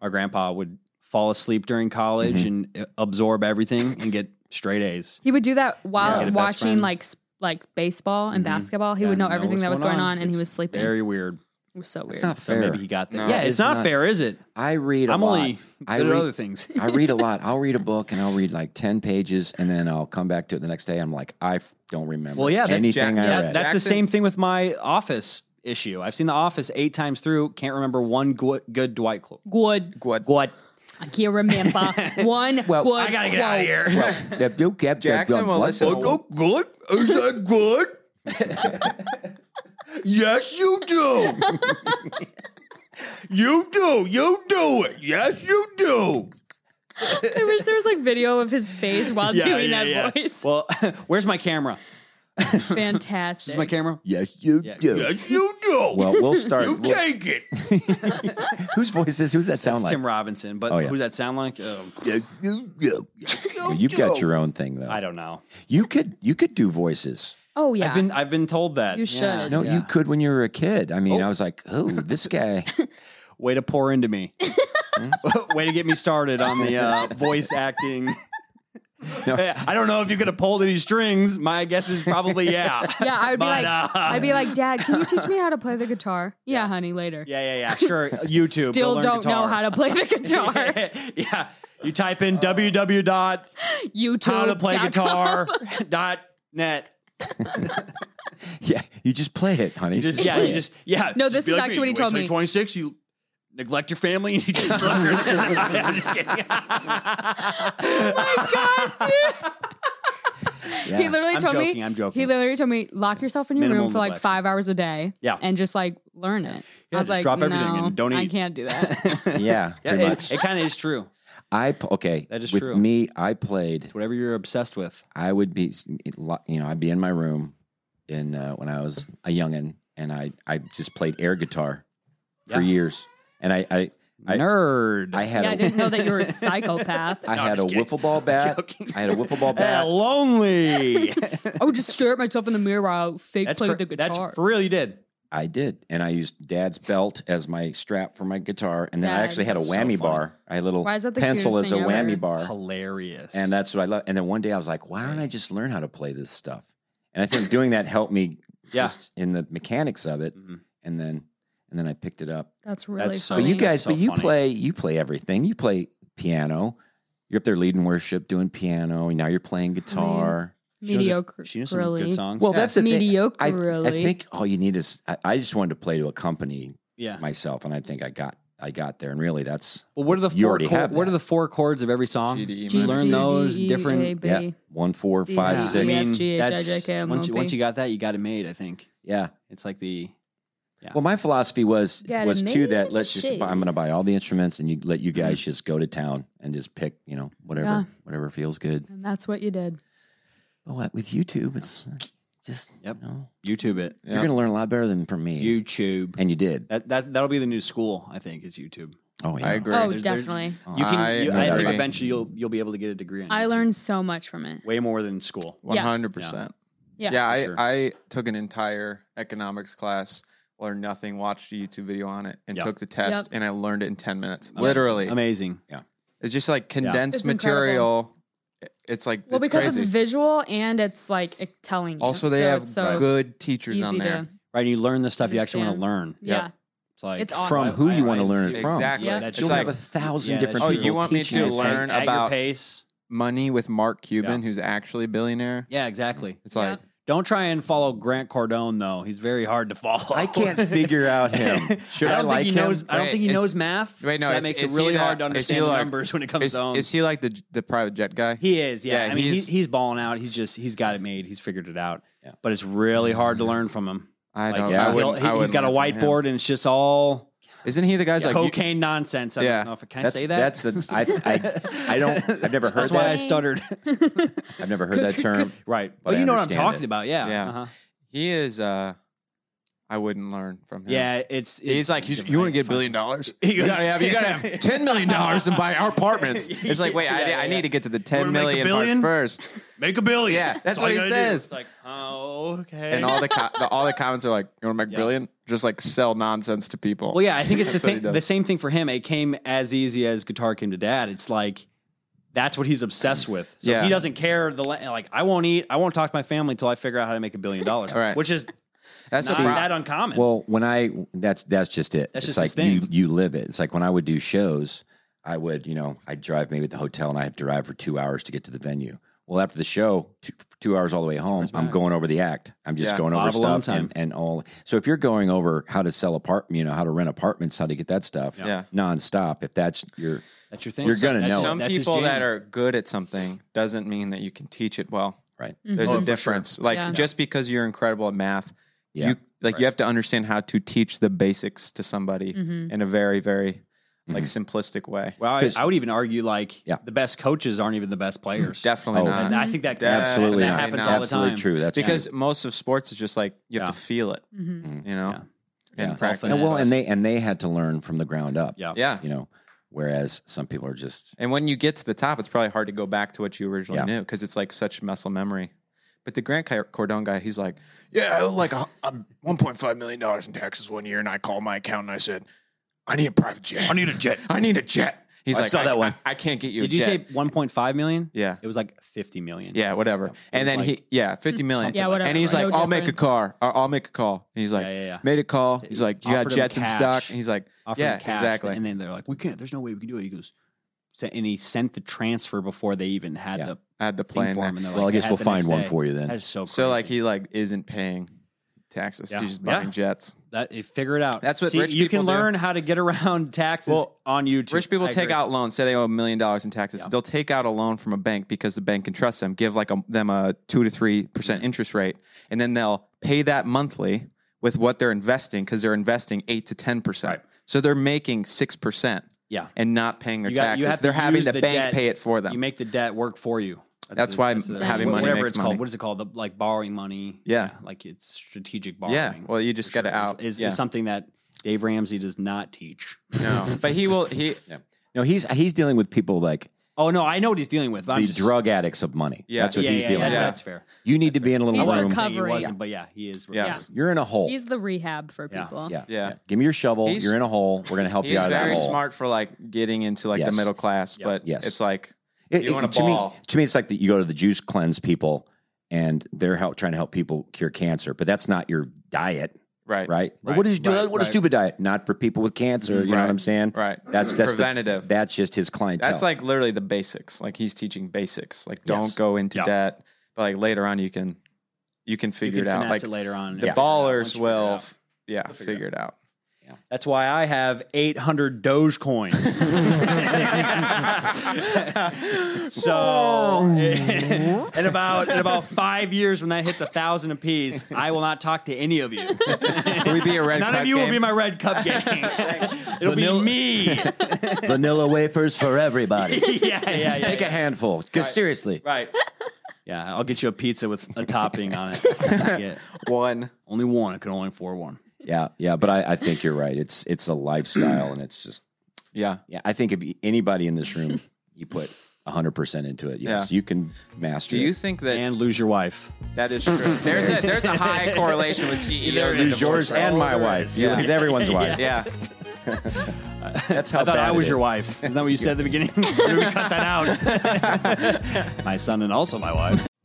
C: Our grandpa would fall asleep during college
B: Mm-hmm.
C: and uh, absorb everything and get straight A's.
D: He would do that
C: Yeah.
D: while
C: Get a best
D: watching
C: friend.
D: like s- like baseball and
C: Mhm.
D: basketball. He would
C: Yeah,
D: know everything
C: what's
D: that was going on, and
C: It's
D: he was sleeping.
C: Very weird.
D: it was so weird.
B: It's not
C: So
B: fair.
C: maybe he got there.
G: No,
C: yeah,
B: it
C: it's
B: is
C: not,
B: not.
C: fair, is it?
B: I read. i
C: I'm only
B: I
C: there are
B: read-
C: other things.
B: I read a lot. I'll read a book and I'll read like 10 pages and then I'll come back to it the next day. I'm like, I f- don't remember
C: Well, yeah, that-
B: anything
G: Jack-
B: I
C: Yeah,
B: read.
C: that's the
G: Jackson-
C: same thing with my office issue. I've seen the office eight times through, can't remember one gw- good Dwight quote.
D: good.
G: Good.
C: What?
D: I can't remember one.
B: Well,
D: good
C: I gotta get out of
D: quote.
C: here.
B: That you kept- Oh,
G: Jackson will
B: what?
G: listen.
B: good? Is that good? Yes, you do. you do. You do it. Yes, you do.
D: I wish there was like video of his face while doing that voice.
C: Well, where's my camera? This
D: Fantastic.
C: is my camera.
B: Yes, you
C: Yeah.
B: do.
J: Yes, you do.
B: Well, we'll start.
J: you
B: we'll-
J: take it.
B: whose voice is? Who's that sound
C: That's
B: like?
C: Tim Robinson. But
B: Oh, yeah.
C: who's that sound like? Um,
B: Yes, you do.
J: You
B: You've got
J: do.
B: your own thing though.
C: I don't know.
B: You could you could do voices.
D: oh yeah,
C: I've been I've been told that.
D: you should.
B: No,
C: Yeah.
B: you could when you were a kid. I mean,
C: Oh.
B: I was like, oh, this guy.
C: Way to pour into me. Way to get me started on the uh, voice acting. Hey, I don't know if you could have pulled any strings. My guess is probably yeah.
D: Yeah, I would be
C: But,
D: like,
C: uh,
D: I'd be like, Dad, can you teach me how to play the guitar? Yeah, honey, later.
C: Yeah, yeah, yeah. Sure. YouTube.
D: Still don't know how to play the guitar.
C: yeah. You type in www dot
D: YouTube.
C: how to play guitar dot net.
B: yeah, you just play it, honey.
C: You just yeah, you just yeah.
D: No,
C: Just
D: this
C: be
D: is actually what he
C: wait
D: told
C: till
D: me.
C: you're 26, you neglect your family and you just love your I'm just kidding.
B: Yeah.
D: He literally
C: I'm
D: told
C: joking,
D: me.
C: I'm joking.
D: He literally told me lock yourself in your
C: Minimal
D: room for like
C: neglect.
D: five hours a day.
C: Yeah.
D: and just like learn it.
C: Yeah,
D: I was
C: just
D: like,
C: drop everything
D: no,
C: and don't
D: I
C: eat."
D: can't do that.
B: yeah,
C: Yeah,
B: pretty
C: it-
B: much.
C: it, kind of is true.
B: I p- okay.
C: That is
B: with
C: true.
B: me. I played.
C: Whatever you're obsessed with.
B: I would be, you know, I'd be in my room, in uh, when I was a youngin, and I I just played air guitar for
C: Yeah.
B: years, and I I I,
C: Nerd.
B: I had
D: yeah, I
B: a,
D: didn't know that you were a psychopath.
B: I had a wiffle ball bat. I had a wiffle ball
C: Eh,
B: bat.
C: lonely.
D: I would just stare at myself in the mirror while I fake
C: that's
D: played
C: for,
D: the
C: that's
D: guitar.
C: for real. You did.
B: I did, and I used Dad's belt as my strap for my guitar, and then I
D: Dad,
B: actually had a
C: that's so
B: whammy
C: funny.
B: bar. I had a little
D: Why is that the
B: pencil as
D: cutest
B: a
D: thing ever?
B: whammy bar.
C: Hilarious.
B: And that's what I love. And then one day I was like, why don't I just learn how to play this stuff? And I think doing that helped me
C: Yeah.
B: just in the mechanics of it.
C: Mhm.
B: And then and then I picked it up.
D: that's really
C: so-
D: funny.
B: but you
C: That's
B: guys,
C: so
B: but you
C: funny.
B: play you play everything. You play piano. You're up there leading worship, doing piano, and now you're playing guitar.
D: mediocre.
C: she knows some good songs.
B: Well,
C: Yeah.
B: that's the
D: Mediocre,
B: thing. I- I,
D: really.
B: think all you need is I, I just wanted to play to accompany
C: yeah.
B: myself, and I think I got I got there. And really, that's
C: Well, what are the
B: You
C: four?
B: already
C: chor-
B: have
C: what
B: that.
C: are the four chords of every song?
G: GDE,
D: G,
C: Learn
D: C,
C: those
D: D, E, A,
C: different.
D: B.
B: yeah, one, four,
D: See,
B: five,
D: yeah.
B: six.
C: I
B: yeah.
D: Yeah.
C: mean,
D: G, H, I, J,
C: that's
D: K, M,
C: once
D: O,
C: you-
D: P.
C: once you got that, you got it made. I think it's like the
B: Well, my philosophy was
D: Got
B: was
D: it
B: too
D: made
B: that let's just
D: shit. Mm-hmm.
B: buy, I'm going to buy all the instruments and you let you guys just go to town and just pick you know whatever
D: Yeah.
B: whatever feels good.
D: And that's what you did.
B: But what with YouTube, it's uh, just
C: Yep.
B: you know,
C: YouTube it.
B: you're going to learn a lot better than from me.
C: YouTube.
B: and you did.
C: That that that'll be the new school. I think is YouTube.
B: Oh yeah,
G: I agree.
D: Oh,
C: there's-
D: definitely.
C: You can.
G: I
C: I, you, I think
G: agree.
C: eventually you'll you'll be able to get a degree. On
D: I
C: YouTube.
D: learned so much from it.
C: way more than school.
D: Yeah.
G: 100%.
D: Yeah.
G: Yeah, I,
C: sure.
G: I took an entire economics class, learned nothing, watched a YouTube video on it, and
C: Yeah.
G: took the test,
D: Yep.
G: and I learned it in 10 minutes.
C: Amazing.
G: Literally.
C: amazing.
G: It's just like condensed
D: It's incredible.
G: material. It's like,
D: Well,
G: it's
D: because
G: crazy.
D: it's visual and it's like it- telling you.
G: also, they
D: So
G: have
D: it's so
G: good teachers
D: easy
G: on there.
D: to.
C: Right, and you learn the stuff you actually want to
D: Understand.
C: learn.
D: Yeah.
C: It's like
D: It's awesome.
B: from
D: I-
B: who
C: I-
B: you want
C: I
B: to learn it
C: see.
B: from.
G: Exactly.
D: Yeah.
C: That's
G: It's
B: You'll
G: like,
B: have a thousand
C: Yeah,
B: different
C: that's
G: oh,
B: people.
G: you want me
B: teaching
G: to
B: you the same-
G: learn
C: at your
G: about
C: pace.
G: money with Mark Cuban,
C: Yeah.
G: who's actually a billionaire.
C: Yeah, exactly.
G: It's like,
C: Don't try and follow Grant Cardone though. He's very hard to follow.
B: I can't figure out him. Should
C: I
B: I,
C: don't
B: like
C: think
B: him?
C: he knows. I don't
G: Wait,
C: think he
G: is-
C: knows math.
G: wait, no,
C: so that
G: is-
C: makes
G: is
C: it
G: he
C: really
G: that-
C: hard to
G: is he
C: understand the
G: like-
C: numbers when it comes
G: is,
C: to own.
G: is he like the the private jet guy?
C: He is, yeah.
G: Yeah,
C: I mean,
G: he's-
C: he's, he's balling out. He's just he's got it made. He's figured it out.
B: Yeah.
C: But it's really hard to learn from him.
G: I
C: Like,
G: don't.
B: yeah,
G: I
C: he'll-
G: wouldn't,
C: he,
G: I
C: has
G: wouldn't
C: got a
G: learn from him.
C: whiteboard, and it's just all
G: Isn't he the guy's like you-
C: cocaine nonsense. I
G: Yeah.
C: don't know if I can I
B: That's,
C: say that.
B: That's the I I, I don't I've never heard
C: That's why I
B: that.
C: stuttered.
B: I've never heard that term.
C: right.
B: But
C: But
B: I
C: you know what I'm
B: understand
C: talking
B: it.
C: about. Yeah.
G: Yeah.
C: Uh-huh.
G: He is. uh I wouldn't learn from him.
C: Yeah. It's, it's
G: He's like, you, you want to get a billion dollars?
C: You
G: You gotta have, you gotta have ten million dollars and buy our apartments. It's like, wait, I,
C: Yeah, yeah,
G: I
C: yeah.
G: need to get to the
C: wanna
G: ten
C: make a
G: million part
C: billion?
G: first.
C: make a billion.
G: Yeah, that's what
C: all you
G: he
C: gotta do.
G: says.
C: It's like, oh, okay.
G: And all the, co- the all the comments are like, you want to make a billion? Just like sell nonsense to people.
C: Well, yeah, I think it's the,
G: That's what he
C: thing,
G: does.
C: the same thing for him. It came as easy as guitar came to dad. It's like that's what he's obsessed with. So
G: Yeah.
C: he doesn't care. The la- like, I won't eat. I won't talk to my family until I figure out how to make a billion dollars.
G: All right.
C: which is
G: That's
C: not
G: the problem.
C: that uncommon.
B: Well, when I that's that's just it.
C: That's
B: it's
C: just his
B: like you
C: thing.
B: you live it. It's like when I would do shows, I would you know I'd drive maybe at the hotel and I had to drive for two hours to get to the venue. Well, after the show, two, two hours all the way home, I'm going over the act. I'm just
G: Yeah,
B: going
C: lot
B: over
C: of alone
B: stuff and, and all. So if you're going over how to sell apart, you know how to rent apartments, how to get that stuff,
G: Yeah.
B: nonstop. If that's your
C: that's your thing.
B: you're gonna
C: That's-
B: know it.
G: Some
C: that's his
G: people
C: jam.
G: that are good at something doesn't mean that you can teach it well.
B: right,
G: There's
C: Oh,
G: a
C: for sure.
G: difference. Like
D: Yeah.
G: just because you're incredible at math,
B: yeah,
G: you Like you have to understand how to teach the basics to somebody in a very, very like simplistic way.
C: Well, I, I would even argue like
B: Yeah.
C: the best coaches aren't even the best players.
G: Definitely
B: Oh,
G: not.
C: And I think that
G: Absolutely
C: that
G: not.
C: happens all the
B: Absolutely
C: time.
B: true. That's
G: because most of sports is just like you have
C: Yeah.
G: to feel it,
D: Mhm.
G: you know.
C: Yeah.
G: And
B: Yeah.
G: practice.
B: true. And well, and they and they had to learn from the ground up.
C: Yeah.
G: yeah.
B: You know, whereas some people are just
G: And when you get to the top, it's probably hard to go back to what you originally knew because it's like such muscle memory. But the Grant Car- Cordone guy, he's like,
L: Yeah, I owe like a, a $1.5 million in taxes one year, and I called my accountant and I said, I need a private jet. I need a jet. I need a jet.
G: he's
C: I
G: like,
C: saw
G: I,
C: that one.
G: I, I can't get you.
C: Did
G: a
C: you
G: jet.
C: say 1.5 million?
G: Yeah.
C: It was like 50 million.
G: Yeah, whatever. And then
C: like-
G: he, yeah, fifty million.
D: Yeah, whatever.
G: And he's
D: No
G: like, I'll make a
D: difference.
G: car. Or I'll make a call. And he's like,
C: Yeah, yeah, yeah.
G: made a call. He's like, you got
C: Offered him
G: jets in
C: cash.
G: stock. And he's like,
C: Offered
G: yeah,
C: him cash,
G: exactly.
C: And then they're like, we can't. There's no way we can do it. He goes, "Sent- and he sent the transfer before they even had
B: Yeah.
C: the
G: I had the
C: plane
G: plane.
C: for
G: there.
C: him. And they're
B: well,
C: like,
B: I guess
C: "Had
B: we'll
C: the next
B: find one
C: day."
B: for you then.
C: That is so crazy.
G: So like, he like isn't paying taxes.
C: Yeah.
G: He's just buying
C: Yeah.
G: jets.
C: that, you figure it out.
G: That's what
C: See,
G: rich
C: you
G: people
C: can
G: do.
C: learn how to get around taxes
G: Well,
C: on YouTube.
G: Rich people
C: I
G: take
C: agree.
G: out loans. Say they owe a million dollars in taxes.
C: Yeah.
G: They'll take out a loan from a bank because the bank can trust them. Give like a, them a two to three percent
C: Mm-hmm.
G: interest rate, and then they'll pay that monthly with what they're investing because they're investing eight to ten percent. So they're making six percent.
C: Yeah.
G: and not paying their
C: You got- you
G: taxes.
C: have to
G: They're having
C: use
G: the,
C: the
G: bank
C: debt.
G: pay it for them.
C: You make the debt work for you.
G: That's
C: the-
G: why
C: the-
G: having
D: money
C: whatever
G: makes
C: it's
G: money.
C: called. What is it called? The, like borrowing money.
G: Yeah.
C: like it's strategic borrowing.
G: yeah, well, you just got to out.
C: Is, is,
G: yeah.
C: is something that Dave Ramsey does not teach.
G: no, but he will. He
B: No, he's he's dealing with people like
C: Oh no, I know what he's dealing with. but I'm
B: the
C: just,
B: drug addicts of money.
G: Yeah.
B: That's what
C: yeah,
B: he's
C: yeah,
B: dealing
C: yeah,
B: with.
C: That's fair.
B: You need to be in a little
D: He's
C: I
B: room.
C: wasn't saying he
D: Recovery.
C: wasn't, but yeah, he is.
G: Yeah.
B: You're in a hole.
D: He's the rehab for
C: Yeah.
D: people.
B: yeah.
G: Yeah.
B: Give me your shovel.
G: He's-
B: you're in a hole. We're gonna help
G: he's
B: you out of that
G: very
B: hole.
G: smart for like getting into like
B: Yes.
G: the middle class, but
B: Yes.
G: it's like
B: It-
G: You
B: it-
G: want a
B: to
G: ball.
B: me, to me, it's like that. You go to the juice cleanse people, and they're help, trying to help people cure cancer, but that's not your diet,
G: right,
B: right? what did you do?
G: right,
B: what
G: right.
B: a stupid diet, not for people with cancer. You know
G: Right,
B: what I'm saying?
G: right.
B: That's that's the-
G: Preventative.
B: that's just his clientele.
G: That's like literally the basics. Like he's teaching basics. Like don't
B: Yes.
G: go into
C: Yeah.
G: debt, but like later on you can you can
C: You
G: figure
C: can
G: it out.
C: finesse
G: Like
C: it later on.
G: the
C: Yeah. Once
G: ballers
C: you figure it
G: will,
C: out.
G: f- yeah, figure, it out.
C: That's why I have 800 Dogecoin. so, in about in about five years, when that hits a thousand apiece, I will not talk to any of you.
G: Can we be a red?
C: None
G: cup
C: of you will
G: game?
C: be my red cup gang. It'll
B: Vanilla-
C: be me. yeah,
B: vanilla wafers for everybody.
C: yeah, yeah.
B: Take a handful. 'cause seriously,
G: right.
C: yeah, I'll get you a pizza with a topping on it. Yeah.
G: One.
C: Only one. I can only afford one.
B: yeah, yeah. But I, I think you're right. It's it's a lifestyle, and it's just
G: Yeah.
B: yeah. I think if you- anybody in this room, you put 100 percent into it. Yes,
G: Yeah.
B: you can master.
G: Do
B: it.
G: you think that
C: And lose your wife.
G: that is true? There's a there's a high correlation with CEOs and
B: Lose yours
G: divorce rates.
B: and my wife. You
G: Yeah.
B: lose everyone's wife.
G: Yeah.
B: That's how
C: I thought
B: bad
C: I
B: it
C: was your
B: is.
C: wife. Isn't that what you said at the beginning? we cut that out. my son and also my wife.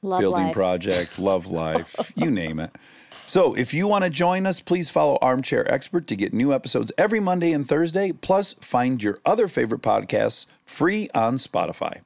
I: Love
L: building
I: life.
L: project, love life, you name it. So, if you want to join us, please follow Armchair Expert to get new episodes every Monday and Thursday. Plus, find your other favorite podcasts free on Spotify.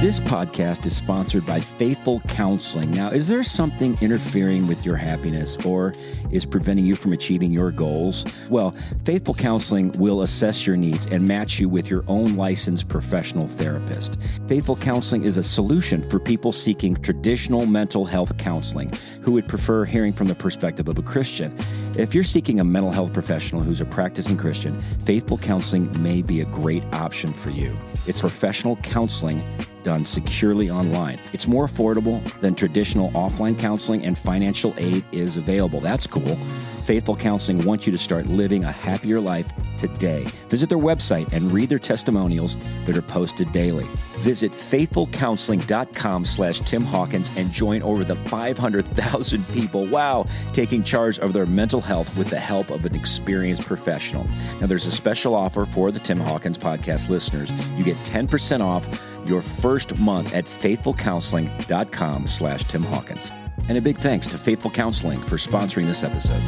M: This podcast is sponsored by Faithful Counseling. Now, is there something interfering with your happiness or is preventing you from achieving your goals? Well, Faithful Counseling will assess your needs and match you with your own licensed professional therapist. Faithful Counseling is a solution for people seeking traditional mental health counseling who would prefer hearing from the perspective of a Christian. If you're seeking a mental health professional who's a practicing Christian, Faithful Counseling may be a great option for you. It's professional counseling done securely online. It's more affordable than traditional offline counseling, and financial aid is available. That's cool. Faithful Counseling wants you to start living a happier life today. Visit their website and read their testimonials that are posted daily. Visit faithfulcounseling.com slash Tim Hawkins and join over the 500,000 people, wow, taking charge of their mental health with the help of an experienced professional. Now, there's a special offer for the Tim Hawkins podcast listeners. You get 10% off your first month at faithfulcounseling.com slash Tim Hawkins.
B: And a big thanks to Faithful Counseling for sponsoring this episode.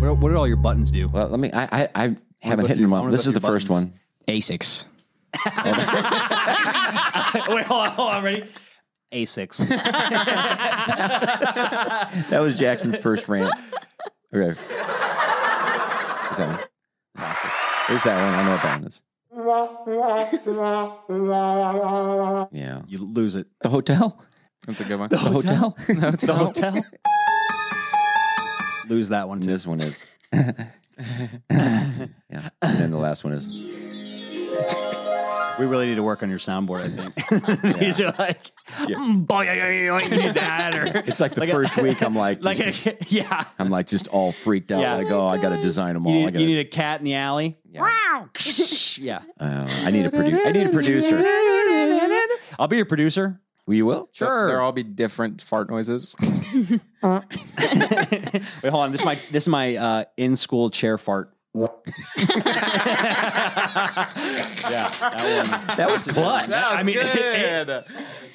C: What, what did all your buttons do?
B: Well, let me. I I, I haven't
C: go
B: hit
C: through-
B: them
C: I
B: up.
C: wanna
B: This
C: go
B: is the
C: through
B: first one.
N: Asics.
C: Wait, hold on, hold on, ready? Asics.
B: That was Jackson's first rant. Okay. There's that one. There's that one. I know what that one is. Yeah.
C: you lose it.
B: The hotel.
G: That's a good one.
B: The hotel.
C: The hotel. lose that one
B: And
C: too.
B: this one is. yeah. And then the last one is.
C: We really need to work on your soundboard. I think these are like, "Mm, boy, I- I- I need that or
B: It's like the
C: Like a-
B: first week. I'm like,
C: like,
B: just-
C: a, yeah.
B: I'm like just all freaked out.
C: Yeah.
B: Like, oh, I got to design them all.
C: You
B: I
C: need,
B: got
C: you need a cat in the alley. Wow. yeah.
B: uh, I need a producer. I need a producer.
C: I'll be your producer.
B: You will.
C: Sure.
G: They'll all be different fart noises.
C: Wait, hold on. This is my this is my uh, in school chair fart. yeah, that one.
B: That was clutch.
C: I mean, it-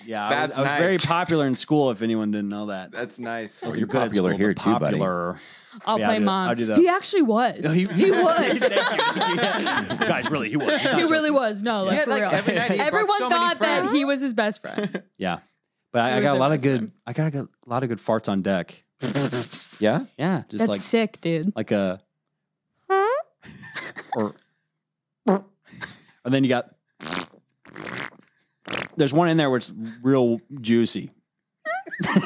C: yeah, I was-
G: That's
C: I was, very
G: nice.
C: popular in school. If anyone didn't know that,
G: That's nice.
C: Oh,
B: You're popular here too, buddy.
C: buddy.
D: I'll
C: Yeah,
D: play
C: I do-
D: mom.
C: I do that.
D: He actually was. he, was.
C: Guys, really, he was.
D: he really was. No, like
G: Yeah,
D: for
G: like,
D: real.
G: every night he brought
D: Everyone
G: so many
D: thought that
G: friends.
D: he was his best friend.
C: Yeah, but I, I
D: was
C: got a
D: their
C: lot of
D: best
C: good.
D: friend.
C: I got a lot of good farts on deck.
B: Yeah.
C: Yeah, just
D: That's
C: like
D: sick, dude.
C: like a or and then you got there's one in there where it's real juicy. we can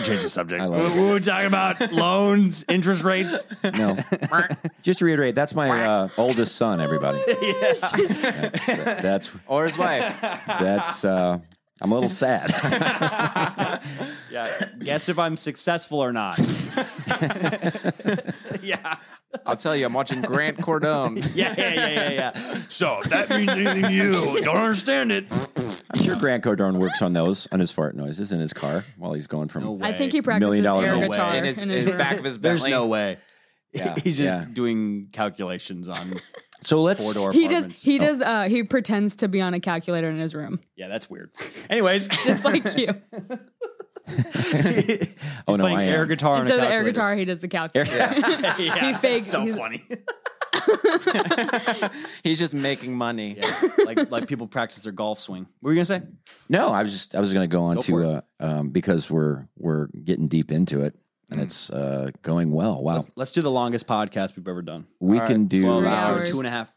C: change the subject.
B: I
C: We
B: love it.
C: we were talking about loans, interest rates.
B: No. Just to reiterate, that's my uh, oldest son. Everybody. That's, uh, that's
G: Or his wife.
B: that's. Uh, I'm a little sad.
C: Yeah. Guess if I'm successful or not. yeah.
G: I'll tell you, I'm watching Grant Cordone.
C: Yeah, yeah, yeah, yeah, yeah. So if that means anything to you, don't understand it.
B: I'm sure Grant Cardone works on those on his fart noises in his car while he's going from.
C: No
D: I think he
B: Million
D: practices
B: dollar
D: air
B: man.
D: guitar
G: in his,
D: in his
G: his
D: room.
G: back of his
C: There's
G: Bentley.
C: no way.
B: Yeah,
C: He's just
B: yeah.
C: doing calculations on
B: So let's.
C: four door
D: He does.
G: Oh.
D: He does. Uh, he pretends to be on a calculator in his room,
C: Yeah, that's weird. Anyways, just
D: just like you.
B: Oh no,
C: playing
B: I am.
C: air guitar on
D: Instead
C: a
D: of the air
C: calculator.
D: guitar, he does the calculator.
C: yeah,
D: he
C: that's
D: fakes-
C: So
D: he's-
C: funny.
G: He's just making money.
C: like like people practice their golf swing. What were you gonna say?
B: No, I was just I was going to go on
C: Go for
B: to uh, um, because we're we're getting deep into it
C: Mm.
B: and it's uh, going well. Wow,
C: Let's, let's do the longest podcast we've ever done.
B: we
G: all
B: can
G: right,
B: do uh,
D: Three
C: After
D: hours.
C: two and a half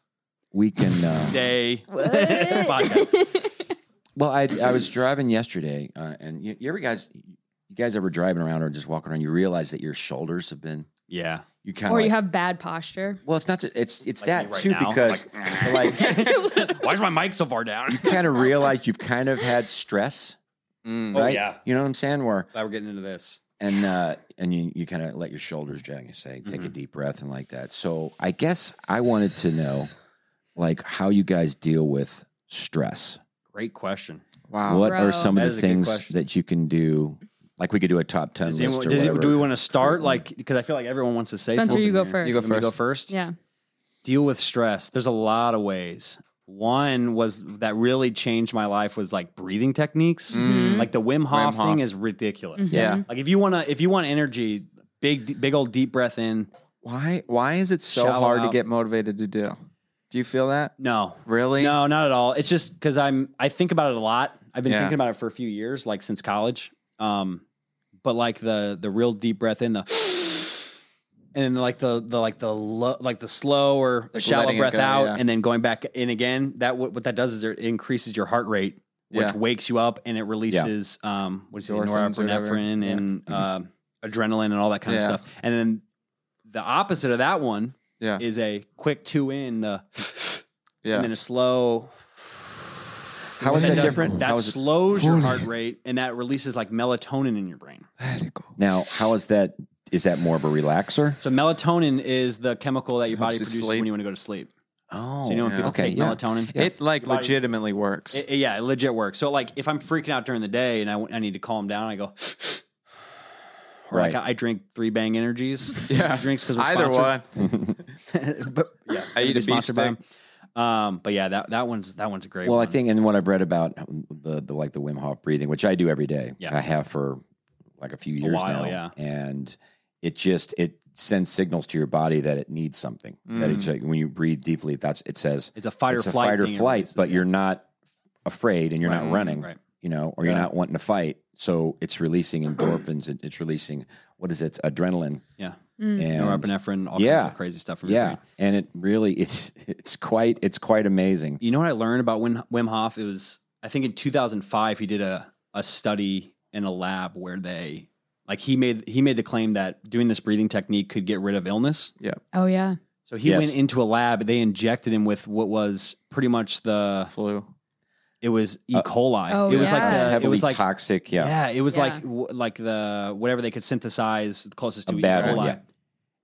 B: we can. Uh,
C: day
D: What?
C: podcast.
B: well, I I was driving yesterday uh, and you, you ever guys you guys ever driving around or just walking around you realize that your shoulders have been
C: Yeah.
B: you kind of
D: or
B: like,
D: you have bad posture.
B: well it's not ju- it's it's
C: Like
B: that
C: me right
B: too
C: now. eh.
B: because like,
C: Why is my mic so far down?
B: you kind of realize you've kind of had stress
G: Mm.
C: Oh
B: right
C: yeah.
B: you know what I'm saying where
C: Glad we're getting into this.
B: and uh, and you, you kind of let your shoulders down. You say, take
C: Mm-hmm.
B: a deep breath and like that. So I guess I wanted to know, like, how you guys deal with stress.
C: Great question.
G: Wow.
B: what are
D: Bro.
B: some of
C: That is
B: the
C: a good
B: things
C: question.
B: that you can do? Like we could do a top ten
C: Does
B: list
C: anyone-
B: or
C: does it-
B: whatever.
C: do we want to start like because I feel like everyone wants to say
D: Spencer,
C: something.
D: you go
C: here.
D: first.
G: You go
C: Let me
G: first.
C: go first.
D: Yeah.
C: deal with stress there's a lot of ways one was that really changed my life was like breathing techniques
G: Mm.
C: like the wim hof,
G: Wim Hof. Mm-hmm.
C: thing is ridiculous
G: Yeah.
C: like if you want to if you want energy big big old deep breath in
G: Why? Why is it so
C: Shallow
G: hard
C: out.
G: to get motivated to do? Do you feel that?
C: no
G: Really?
C: no not at all it's just because i'm i think about it a lot i've been
G: Yeah.
C: thinking about it for a few years like since college um but like the the real deep breath in the and then like the the like the lo, like the slow or
G: Like
C: shallow
G: letting it
C: breath
G: go,
C: out
G: yeah.
C: and then going back in again that what, what that does is it increases your heart rate which
G: Yeah.
C: wakes you up and it releases um what is it
G: Endorphins or whatever.
C: norepinephrine
G: Yeah. Mm-hmm.
C: and uh, adrenaline and all that kind
G: Yeah.
C: of stuff and then the opposite of that one
G: Yeah.
C: is a quick two in the
G: Yeah.
C: and then a slow
B: How is
C: and
B: that
C: does-
B: different?
C: That
B: How is it-
C: slows your heart rate and that releases like melatonin in your brain.
G: Let it go.
B: now, how is that? Is that more of a relaxer?
C: So melatonin is the chemical that your body
G: Helps you
C: produces
G: sleep.
C: when you want to go to sleep.
B: Oh,
C: So you know when
G: yeah.
C: people
B: okay,
C: take
B: yeah.
C: melatonin,
G: It like
C: Your body-
G: legitimately works.
C: It- it- yeah, it legit works. So like if I'm freaking out during the day and I, w- I need to calm down, I go. Or
B: Right.
C: like I, I drink three bang energies.
G: Yeah.
C: drinks because
G: Either
C: sponsored.
G: one.
C: but yeah,
G: I
C: we'd be
G: eat a beef
C: sponsored by
G: stick.
C: them. Um, but yeah, that that one's that one's a great.
B: well,
C: one.
B: I think, and what I've read about um, the, the like the Wim Hof breathing, which I do every day.
C: Yeah.
B: I have for like a few years
C: while,
B: now.
C: yeah.
B: and it just it sends signals to your body that it needs something. That it's
C: Mm.
B: like when you breathe deeply, that's it says
C: it's a fight or
B: it's a
C: flight.
B: fight or
C: thing it
B: flight,
C: releases,
B: but
C: yeah.
B: you're not afraid and you're
C: Right,
B: not running,
C: right.
B: you know, or you're
C: Yeah.
B: not wanting to fight. So it's releasing endorphins. and it's releasing what is it? It's adrenaline.
C: Yeah.
B: And
C: Norepinephrine, all
B: yeah.
C: kinds of crazy stuff from your
B: yeah,
C: brain.
B: and it really it's it's quite it's quite amazing.
C: You know what I learned about Wim, Wim Hof? It was I think in 2005 he did a a study in a lab where they like he made he made the claim that doing this breathing technique could get rid of illness.
G: Yeah.
D: Oh yeah.
C: So he
B: Yes.
C: went into a lab. They injected him with what was pretty much the
G: Flu.
C: it was E.
B: Uh,
C: coli.
D: Oh,
C: it was
D: yeah.
C: like the, it
B: Heavily
C: was like
B: toxic. Yeah.
C: yeah, it was
D: Yeah.
C: like w- like the whatever they could synthesize closest
B: A
C: to E.
B: bad
C: coli.
B: one, yeah.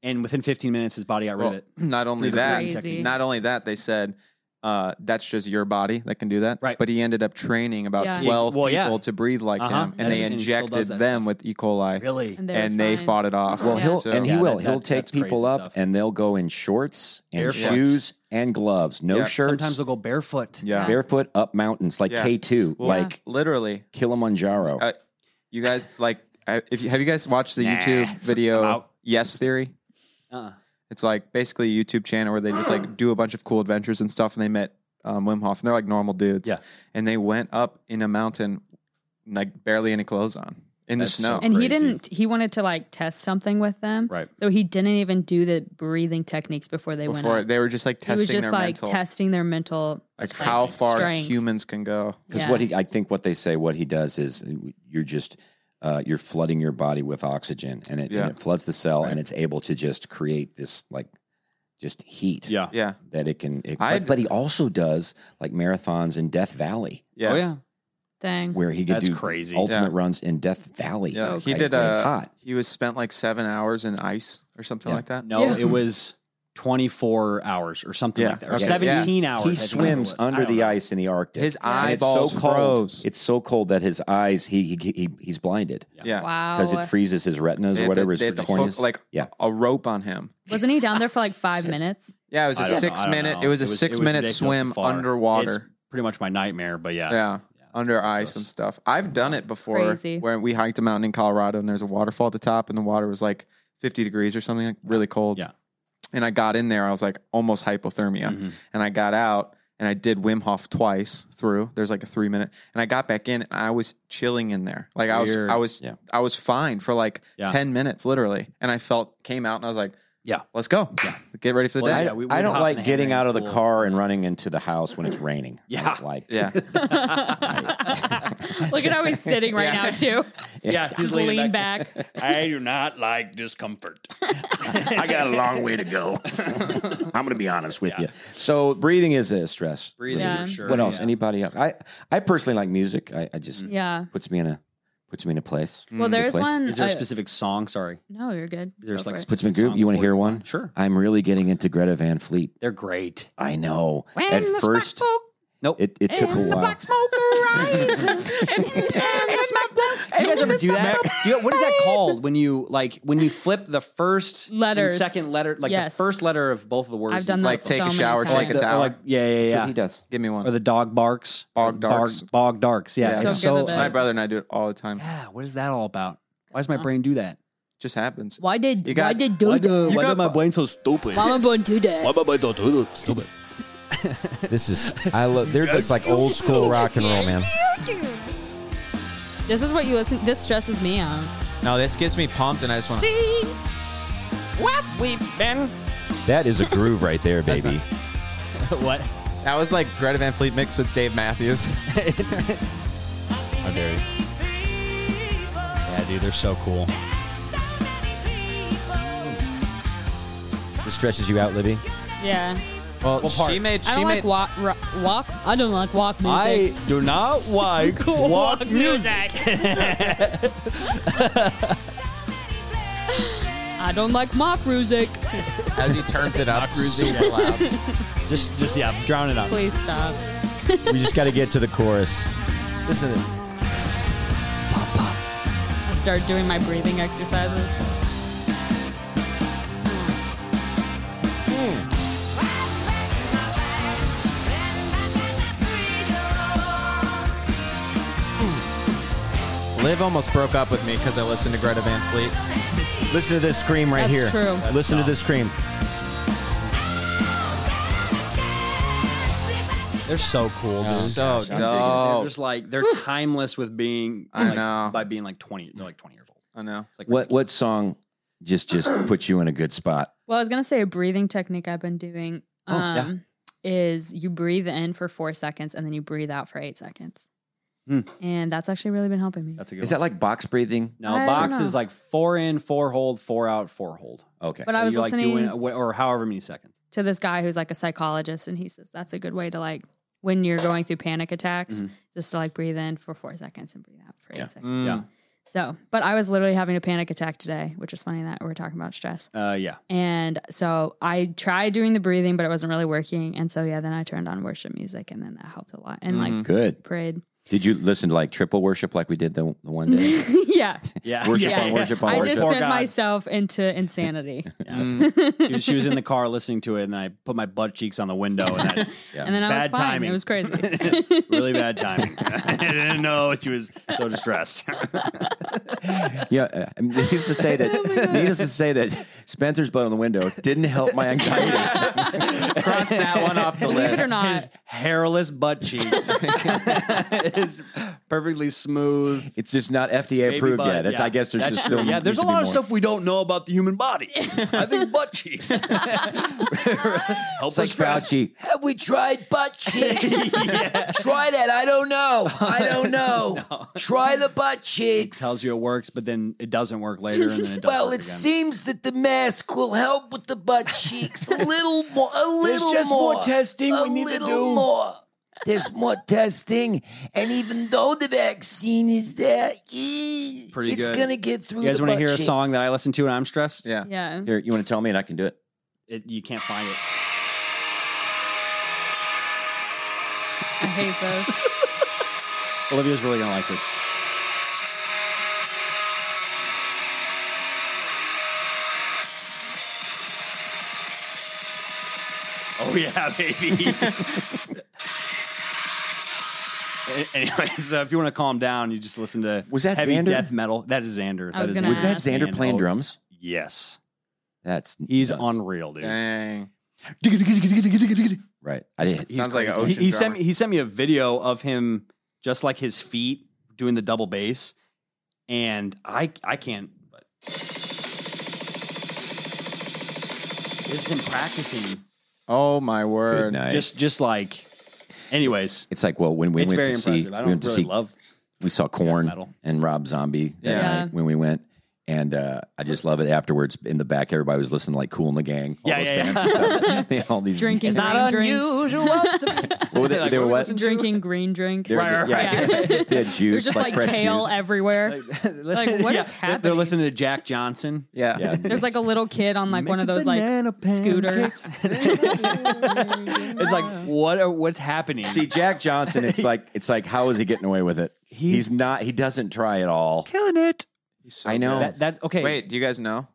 C: And within 15 minutes, his body got rid
G: Well,
C: of it.
G: Not only
C: Through the
G: that,
C: breathing
D: Crazy.
C: technique.
G: not only that, they said uh, that's just your body that can do that.
C: Right.
G: But he ended up training about
D: Yeah.
G: twelve
C: Well, yeah.
G: people to breathe like
C: Uh-huh.
G: him, and
C: That's-
G: they
C: and he still does
G: injected
C: that
G: them with E. coli,
C: Really?
D: And they, were
G: and they
D: fine.
G: fought it off.
B: Well, he'll
G: So-
B: and he
C: Yeah,
B: will.
C: that-
B: he'll
C: that-
B: take
C: that's crazy
B: people up,
C: stuff.
B: and they'll go in shorts and
C: Barefoot.
B: shoes and gloves, no
G: Yeah.
B: shirts,
C: Sometimes they'll go barefoot.
G: yeah.
B: barefoot up mountains like
G: Yeah.
B: K two,
G: Well,
B: like
G: literally,
B: Kilimanjaro.
G: Uh, you guys like. I, if you, have you guys watched the
C: Nah,
G: YouTube video
C: out.
G: Yes Theory?
C: Uh-uh.
G: It's like basically a YouTube channel where they just like do a bunch of cool adventures and stuff. And they met um, Wim Hof, and they're like normal dudes.
C: Yeah.
G: And they went up in a mountain, like barely any clothes on, in
C: That's
G: the
C: so
G: snow.
D: And
C: Crazy.
D: he didn't. He wanted to like test something with them.
C: Right.
D: So he didn't even do the breathing techniques before they
G: before
D: went. Up.
G: they were just like
D: he
G: testing
D: was just
G: their
D: like
G: mental,
D: testing their mental.
G: like how far
D: strength.
G: humans can go.
B: Because
D: Yeah.
B: what he, I think, what they say, what he does is you're just uh, you're flooding your body with oxygen, and it,
G: Yeah.
B: and it floods the cell,
G: Right.
B: and it's able to just create this like just heat
C: Yeah.
G: Yeah,
B: that it can. It,
G: I-
B: but, but he also does like marathons in Death Valley,
G: yeah,
C: Oh, yeah.
D: Dang.
B: where he could
C: That's
B: do
C: crazy.
B: ultimate
G: Yeah.
B: runs in Death Valley.
G: Yeah, he
B: Like,
G: did.
B: when it's
G: Uh,
B: hot.
G: He was spent like seven hours in ice or something
B: Yeah.
G: like that.
C: No,
D: Yeah.
C: it was 24 hours or something
G: Yeah.
C: like that, or
G: Okay.
C: 17 hours.
B: He swims under the ice in the Arctic.
G: His
D: Yeah.
B: And
G: eyeballs
B: it's so cold.
G: froze.
B: It's so cold that his eyes he he, he he's blinded
G: yeah,
C: Oh,
D: Wow.
B: because
C: uh,
B: it freezes his retinas
G: They
B: or
G: had
B: whatever
G: to- they had
B: his
G: to
B: corneas.
G: hook, like
B: yeah,
G: a rope on him.
D: Wasn't he down there for like five minutes?
G: Yeah, it was a six minute. It was a six minute swim underwater.
C: pretty much my nightmare, but yeah.
G: yeah. Under ice
C: ridiculous.
G: and stuff. I've done it before
D: Crazy.
G: where we hiked a mountain in Colorado and there's a waterfall at the top and the water was like 50 degrees or something, like really cold.
C: Yeah.
G: And I got in there, I was like almost hypothermia.
C: Mhm.
G: And I got out and I did Wim Hof twice through. There's like a three minute and I got back in and I was chilling in there. Like I was
C: Weird.
G: I was
B: Yeah.
G: I was fine for like
C: Yeah.
G: 10 minutes literally. And I felt came out and I was like,
C: Yeah.
G: let's go.
C: Yeah.
G: Get ready for the
C: Well,
G: day.
C: yeah, we-
B: I
C: we'd
B: don't
C: hop in
B: like
C: the
B: getting
C: hammock
B: out of the
C: pool.
B: car and running into the house when it's raining. I
C: Yeah.
B: don't like
G: yeah.
D: Look at how he's sitting right now too.
C: Yeah,
D: Just lean back.
C: I do not like discomfort.
B: I got a long way to go. I'm going to be honest with you. So breathing is a stress.
C: Breathing
D: Yeah.
C: for sure.
B: What else?
C: yeah. Mm.
B: Anybody else? I I personally like music. I, I
G: Mm.
B: just
D: Yeah.
B: puts me in a puts me in a place.
D: Well, there's
B: place.
D: one.
C: Is there a
D: uh,
C: specific song? Sorry.
D: no, you're good.
C: There's
D: Go
C: like
D: for it.
B: Puts me in a
C: specific
B: group. You
C: song
B: want to
C: for
B: hear
C: it?
B: one?
C: Sure.
B: I'm really getting into Greta Van Fleet.
C: They're great.
B: I know.
D: When
B: At
D: the
B: first,
D: smoke
C: Nope.
B: it, it took a
D: and the
B: while.
D: black smoke rises, and- and the smoke blows-
C: Do you guys ever do that? Do you- what is that called when you like when you flip the first and
D: Letters.
C: second letter, like
D: Yes.
C: the first letter of both of the words?
D: I've done
C: you
G: Like
D: that
G: take
D: so
G: a
D: many
G: shower,
D: times.
G: take a
C: flip the-
G: towel.
C: like- yeah, yeah, yeah.
B: He does.
G: Give me one.
C: or the dog barks,
G: Bog darks.
C: bog, bog darks. Yeah,
G: Yeah.
C: it's
D: So
C: so
D: good at
G: My
D: Right.
G: brother and I do it all the time.
C: yeah. What is that all about? Why does my
D: Uh.
C: brain do that?
G: just happens.
D: Why did
G: You got-
D: why did do that?
G: why got-
C: my brain so stupid?
D: Why am I born to that?
K: This is I love. They're just like old school rock and roll, man.
D: This is what you listen. This stresses me out.
G: No, this gets me pumped, and I just want to.
K: That is a groove right there, baby.
C: what?
G: That was like Greta Van Fleet mixed with Dave Matthews.
C: How dare you? Yeah, dude, they're so cool.
K: It stresses you out, Libby.
D: Yeah,
G: Well,
C: What part?
G: she made. She
D: I don't
G: made.
D: like walk, ro- walk. I don't like walk music.
C: I do not like
D: Cool
C: walk music.
D: I don't like mock music.
G: as he turns it up super loud.
C: Just, just yeah, drown it out.
D: Please stop.
K: We just got to get to the chorus. Listen, to this.
D: I start doing my breathing exercises.
O: Liv almost broke up with me because I listened to Greta Van Fleet.
P: Listen to this scream right
D: That's
P: here.
D: true. That's
P: Listen to this scream.
C: They're so cool.
G: Oh,
C: Dude.
G: so
C: They're
G: dope.
C: just like they're timeless with being.
G: I
C: like,
G: know.
C: By being like twenty, they're like twenty years old.
G: I know.
C: It's like
B: What what song just just put you in a good spot?
D: Well, I was gonna say a breathing technique I've been doing
B: Oh, yeah.
D: um, is you breathe in for four seconds and then you breathe out for eight seconds,
C: Hmm.
D: and that's actually really been helping me.
C: That's a good.
B: Is
C: one.
B: that like box breathing?
C: No,
D: I don't
C: box is
D: know.
C: like four in, four hold, four out, four hold.
B: Okay.
D: But I was
C: you like
D: listening-
C: doing it wh- or however many seconds.
D: To this guy who's like a psychologist, and he says that's a good way to like when you're going through panic attacks,
B: Mm-hmm.
C: Mhm.
D: just to like breathe in for four seconds and breathe out for eight seconds.
C: Mm.
D: So, but I was literally having a panic attack today, which is funny that we're talking about stress.
C: Yeah. Uh, yeah.
D: And so I tried doing the breathing, but it wasn't really working. And so yeah, then I turned on worship music, and then that helped a lot. And like
B: Good.
D: prayed.
B: Did you listen to like triple worship like we did the, the one day?
D: yeah.
C: Yeah.
B: Worship
C: yeah,
B: on
C: yeah.
B: worship on
D: I
B: worship.
D: just
C: Poor
D: sent
C: God.
D: myself into insanity.
C: She was, she was in the car listening to it, and I put my butt cheeks on the window, and that
D: And then I was
C: Bad
D: fine.
C: timing.
D: It was crazy.
C: really bad timing. I didn't know she was so distressed.
B: Yeah, uh, and needless to say that, needless to say that Spencer's butt on the window didn't help my anxiety.
O: Cross that one off the
D: Believe it or
O: list.
D: not,
C: His hairless butt cheeks is perfectly smooth.
B: It's just not FDA
C: baby
B: approved
C: butt.
B: yet. That's
C: Yeah.
B: I guess there's
C: That's
B: just
C: true.
B: still
C: yeah. There's
B: needs
C: a
B: to be
C: lot of
B: more.
C: stuff we don't know about the human body. I think butt cheeks help
B: It's like
C: us dress.
B: Fauci.
K: Have we tried butt cheeks? Try that. I don't know. I don't know. Try the butt cheeks.
C: tells you it works, but then it doesn't work later, and then it does
K: Well,
C: work
K: it
C: again.
K: seems that the mask will help with the butt cheeks a little more. A little
O: just
K: more.
O: more testing
K: a
O: we need to
K: little
O: do.
K: More. There's more testing, and even though the vaccine is there,
B: e,
K: eh,
C: Pretty
K: it's
C: good.
K: gonna get through.
C: You guys
K: want to
C: hear a song that I listen to when I'm stressed?
G: Yeah.
D: yeah.
B: Here, you want to tell me and I can do it.
C: It, you can't find it.
D: I hate those.
C: Olivia's really gonna like this. Oh yeah, baby. A- anyway, so if you want to calm down, you just listen to
B: Was that
C: heavy
B: Xander?
C: death metal. That is Xander.
D: I was
C: is
D: gonna
B: Was that
D: ask.
B: Xander playing
C: Oh,
B: drums?
C: Yes,
B: That's
C: he's
B: nuts.
C: unreal, dude.
G: Dang.
B: Right. I did.
C: He's
G: Sounds like an
C: crazy.
G: ocean
C: He, he sent
G: drummer.
C: me. He sent me a video of him just like his feet doing the double bass, and I I can't. But this is him practicing.
G: Oh my word.
B: Good night.
C: Just just like. Anyways,
B: It's like well when we
C: it's
B: went
C: very
B: to
C: impressive.
B: see
C: I
B: we
C: don't
B: went
C: really
B: to see
C: love.
B: we saw Corn
C: metal.
B: and Rob Zombie that
G: Yeah.
B: night when we went. And uh, I just love it afterwards. In the back, everybody was listening to like Cool in the Gang. All
C: Yeah,
B: those
C: yeah,
B: bands
C: yeah.
B: and stuff. they all these
D: Drinking
B: and-
D: green drinks.
B: What were they,
C: Like,
B: they were
C: what
B: what?
D: Drinking green drinks.
B: They were- yeah. They had
D: They're
B: juice,
D: just like,
B: fresh
D: kale
B: juice.
D: everywhere. Like, what is
C: they're- They're
D: happening?
C: listening to Jack Johnson.
G: Yeah.
B: Yeah.
D: There's like a little kid on like one of
C: Make a
D: those like
C: banana
D: scooters.
C: It's like what? Are, what's happening?
B: See Jack Johnson, it's like it's like how is he getting away with it? He's, not. He doesn't try at all.
C: killing it.
B: I know.
C: That, that's okay.
G: Wait, do you guys know?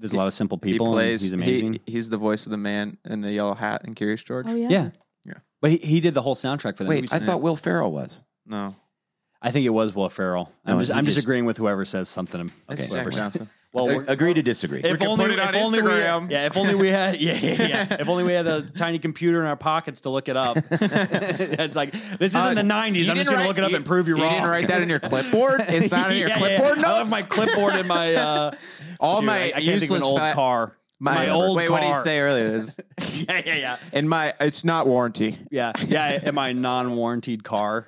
C: there's a lot of simple people.
G: he
C: and
G: plays
C: He's amazing.
G: He, he's the voice of the man in the yellow hat in Curious George.
D: oh yeah.
C: yeah.
G: Yeah.
C: But he, he did the whole soundtrack for that. movie.
B: Wait, I thought Will Ferrell was.
G: No.
C: I think it was Will Ferrell. I'm,
B: No,
C: just,
B: he
C: I'm just
B: just-
C: agreeing with whoever says something.
G: That's
B: Okay.
G: Jack Johnson.
C: Well,
B: A-
C: we're-
B: agree to disagree.
C: if only
O: put it on
C: if only we
O: Instagram.
C: yeah, if only we had yeah, yeah, yeah. if only we had a tiny computer in our pockets to look it up. it's like this isn't
G: Uh,
C: the '90s.
G: You
C: I'm just
G: didn't
C: gonna
G: write-
C: look it up
G: you-
C: and prove you're
G: you
C: wrong.
G: didn't write that in your clipboard? It's not in your
C: Yeah, yeah, yeah.
G: clipboard
C: I
G: notes?
C: have my clipboard in my uh,
G: All
C: dude,
G: my
C: I, I can't think of an
G: useless
C: old
G: fa-
C: car. My, old
G: Wait,
C: car.
G: what did he say earlier? Is
C: yeah, yeah, yeah,
G: in my it's not warranty.
C: yeah, yeah. And my non-warranted car.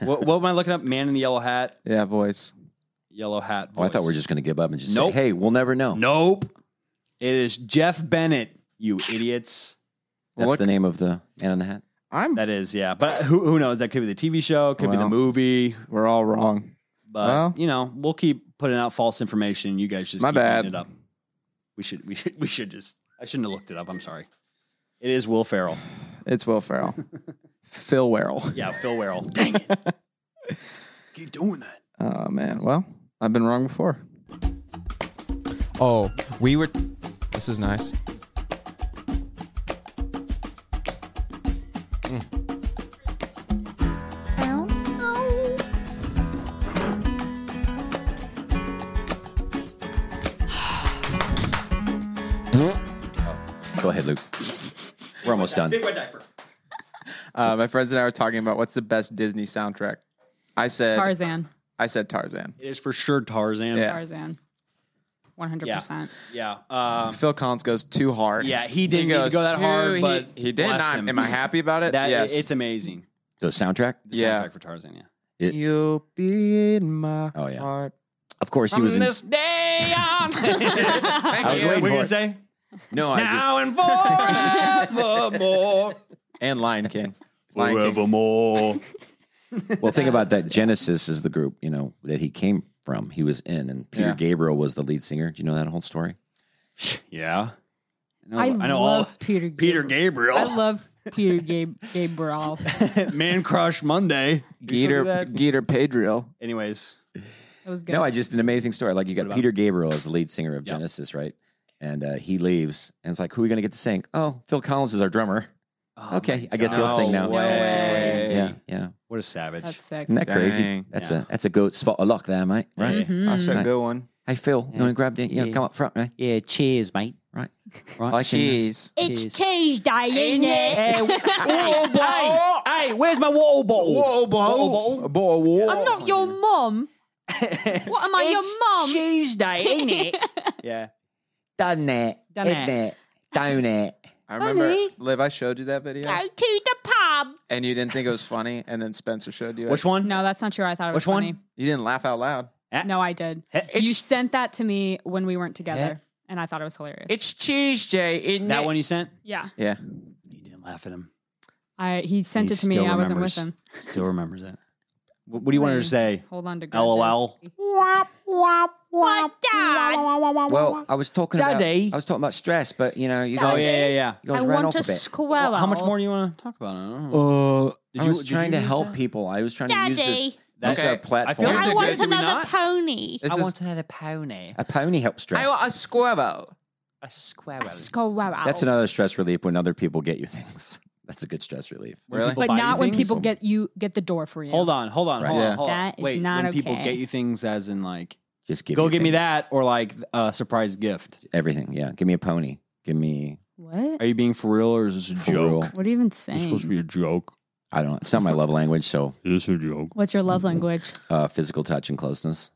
C: what, what am I looking up? Man in the yellow hat.
G: Yeah, voice.
C: Yellow hat.
B: Oh, I thought we
C: voice.
B: were just going to give up and just
C: Nope.
B: say, "Hey, we'll never know."
C: Nope. It is Jeff Bennett. You idiots.
B: That's
G: Look-
B: the name of the man in the hat.
G: I'm
C: That is, yeah. But who who knows? That could be the TV show, could be the
G: Well.
C: movie.
G: we're all wrong.
C: But
G: Well.
C: you know, we'll keep putting out false information. You guys just
G: My
C: keep eating
G: bad.
C: it up. We should we should we should just I shouldn't have looked it up. I'm sorry. It is Will Farrell.
G: It's Will Ferrell. Phil Werrell.
C: Yeah, Phil Farrell. Dang it. Keep doing that.
G: Oh man. Well, I've been wrong before.
O: Oh, we were.
G: This is nice.
B: ahead, Luke. We're almost done.
C: Big white diaper.
G: Uh, my friends and I were talking about what's the best Disney soundtrack. I said
D: Tarzan.
G: I said Tarzan.
C: It is for sure Tarzan.
D: Tarzan. 100%.
C: Yeah. Um,
G: Phil Collins goes too hard.
C: yeah, he didn't need to
G: goes
C: go that
G: too-
C: hard,
G: he-
C: but
G: he, did.
C: bless
G: Not.
C: him.
G: Am I happy about it?
C: That,
G: yes.
C: It's amazing.
B: The soundtrack.
C: The
G: Yeah.
C: soundtrack for Tarzan, yeah.
B: It-
G: You'll be in my
B: Oh, yeah.
G: heart.
B: Of course, he was in.
C: day on.
B: I was waiting
C: What
B: for
C: you
B: it.
C: say?
B: No, I just.
C: Now and forevermore.
G: And Lion King. Lion King.
L: Forevermore.
B: Well, think about that. Genesis is the group you know that he came from. He was in, and Peter
G: Yeah.
B: Gabriel was the lead singer. Do you know that whole story?
C: yeah. know-
D: I,
C: I know all-
D: love Peter
C: Peter
D: Gabriel.
C: Gabriel.
D: I love Peter Gab- Gabriel. That
C: Man Crush Monday.
G: Geeter, Geeter Pedriel.
C: Anyways,
D: was good.
B: No, I just an amazing story. Like you
C: What
B: got
C: about-
B: Peter Gabriel as the lead singer of
C: Yeah.
B: Genesis, right? And uh, he leaves, and it's like, who are we going to get to sing? Oh, Phil Collins is our drummer.
C: Oh
B: okay,
C: my
B: I guess he'll
C: God.
B: sing now.
G: No way.
B: Yeah, yeah.
C: What a savage.
D: That's sick.
B: Isn't that crazy?
G: Dang.
B: That's
C: Yeah.
B: a that's a good spot of luck there, mate. Right?
D: Mhm.
G: That's a
B: Right.
G: good one.
B: Hey, Phil, you want to grab the? You know, come up front, right?
J: Yeah, cheers, mate.
B: Right.
J: Right.
B: I can-
G: Cheese.
J: It's
D: cheese day, isn't it?
J: hey, hey, where's my water bottle?
G: Whoa,
J: Whoa,
G: boy. Boy, whoa.
D: I'm not your mom. What am
J: It's
D: I, your mom?
J: Tuesday, isn't it?
C: Yeah.
B: Done that.
D: Done
B: isn't it? Done it.
G: I remember,
D: Honey.
G: Liv, I showed you that video
D: Go to the pub.
G: and you didn't think it was funny. And then Spencer showed you it.
C: Which one?
D: No, that's not true. I thought it was
C: Which one?
D: funny.
G: You didn't laugh out loud.
D: No, I did.
C: It's-
D: You sent that to me when we weren't together, and I thought it was hilarious.
G: It's Tuesday, isn't
C: That one you sent?
D: yeah,
G: Yeah.
C: You didn't laugh at him.
D: I he sent
C: He
D: it to me.
C: still
D: I wasn't
C: remembers.
D: with him.
C: Still remembers it. What, what do you want her to say?
D: Hold on to grudges.
C: LOL.
D: What, Dad?
B: Well, I was talking
C: Daddy.
B: about I was talking about stress, but you know, you guys,
C: Oh, yeah, yeah, yeah.
B: you
D: I
B: guys ran
D: want
B: off
D: to
B: a bit.
D: squirrel.
C: How much more do you want to talk about? I don't know.
G: Uh,
B: I
C: Did you-
B: was
C: did
B: trying
C: you
B: to
C: use
B: help
C: that?
B: people. I was trying to use this,
C: That's-
B: this uh,
C: Okay. I
B: platform.
C: feel like Here's a I want good- did we another not?
D: pony.
G: this is,
J: another pony.
B: a pony helps stress.
G: a squirrel.
J: A squirrel.
D: Squirrel.
B: That's another stress relief when other people get you things. That's a good stress relief.
C: When people
D: But
C: buy you
D: not when
C: things?
D: people get you get the door for you.
C: Hold on, hold on,
B: Right.
C: hold
G: Yeah.
C: on, hold on.
D: That is
C: Wait,
D: not
C: when people
D: okay.
C: get you things as in like,
B: Just give
C: go
B: me
C: give me
B: things.
C: that or like a surprise gift.
B: everything. Yeah, give me a pony. Give me
D: What?
C: Are you being for real or is this a
B: For
C: joke?
B: real.
D: What are you even
C: It's
D: saying?
C: supposed to be a joke.
B: I don't. It's not my love language. So
C: Is this a joke?
D: What's your love language?
B: uh, physical touch and closeness.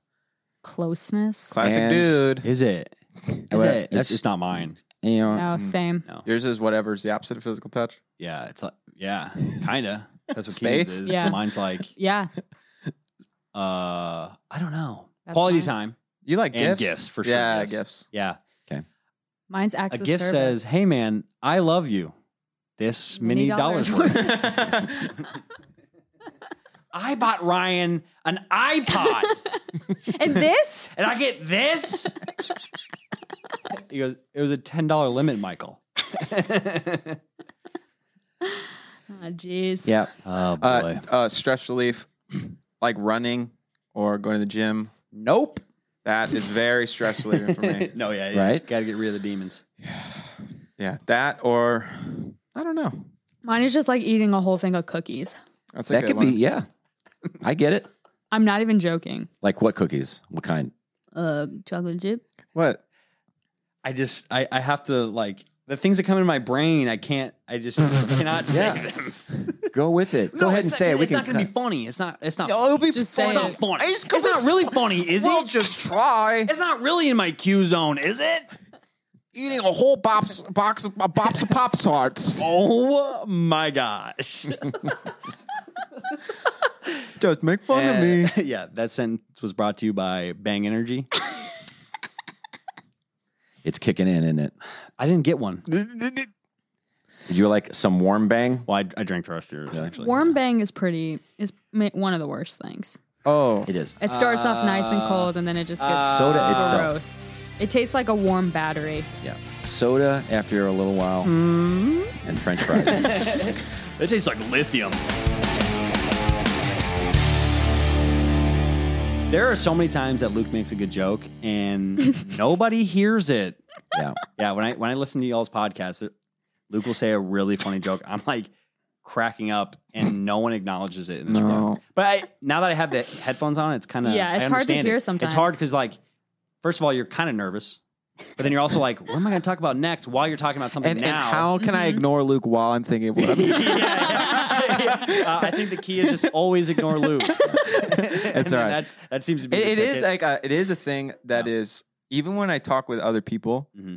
D: Closeness.
G: Classic
B: And-
G: dude.
C: Is it? Is
B: Well,
C: it? That's
B: it's-
C: just not mine.
B: You know,
C: Mm-hmm.
D: No, same.
G: Yours is whatever's the opposite of physical touch.
C: Yeah, it's like yeah, kinda. That's what
G: Space?
C: Keith's is.
D: Yeah.
C: Mine's like
D: Yeah.
C: uh I don't know.
D: That's
C: Quality
D: mine.
C: time.
G: You like
C: And
G: gifts?
C: gifts, for sure,
G: Yeah,
C: yes.
G: gifts.
C: Yeah.
D: Mine's
C: A
D: access.
C: gift
D: service.
C: says, Hey man, I love you. This many, dollars worth. I bought Ryan an iPod
D: and this?
C: and I get this. he goes, It was a ten dollar limit, Michael.
D: Oh, jeez.
B: yeah.
C: Oh boy.
G: Uh, uh, stress relief, like running or going to the gym.
C: nope.
G: That is very stress relieving for me.
C: no, yeah,
B: Right?
C: yeah. Right? Gotta get rid of the demons.
G: Yeah, that or I don't know.
D: Mine is just like eating a whole thing of cookies.
G: That's a
B: That
G: good
B: could
G: one.
B: be. Yeah, I get it.
D: I'm not even joking.
B: Like what cookies? What kind?
D: Uh, chocolate chip.
G: what?
C: I just I, I have to like the things that come in my brain. I can't. I just cannot say
B: Yeah.
C: them.
B: Go with it. Go
C: No,
B: ahead
C: it's
B: and
C: not-
B: say it. We
C: It's
B: can
C: not gonna
B: cut-
C: be funny. It's not. It's not.
G: it'll be
D: Just
C: it's
D: say
C: not
D: it.
C: funny. It's not really funny, is
G: We'll
C: it?
G: just try
C: It's not really in my Q zone, is it?
G: eating a whole box box of a box of pop tarts.
C: Oh my gosh!
G: Just make fun
C: And- yeah, that sentence was brought to you by Bang Energy.
B: It's kicking in, isn't it?
C: I didn't get one.
B: Did you like some warm bang?
C: Well, I, I drank the rest of yours actually.
D: Warm bang is pretty is ma- one of the worst things.
G: Oh,
B: It is.
D: It starts off nice
C: Uh,
D: and cold, and then it just gets
B: Soda itself.
D: gross. It tastes like a warm battery.
B: Yeah. Soda after a little while, and French fries.
C: It tastes like lithium. There are so many times that Luke makes a good joke and nobody hears it.
B: yeah.
C: Yeah, when I when I listen to y'all's podcast, it- Luke will say a really funny joke. I'm like cracking up and no one acknowledges it in this room.
G: no.
C: But I, now that I have the headphones on, it's kind of
D: Yeah, it's hard to hear sometimes.
C: It's hard because like, first of all, you're kind of nervous. But then you're also like, what am I going to talk about next while you're talking about something
G: And, and
C: now?
G: how can I ignore Luke while I'm thinking of what I'm saying?
C: uh, I think the key is just always ignore Luke.
G: It's all right.
C: That's that seems to be the
G: it, it is
C: ticket.
G: like a, it is a thing that is even when I talk with other people,
C: Mm-hmm.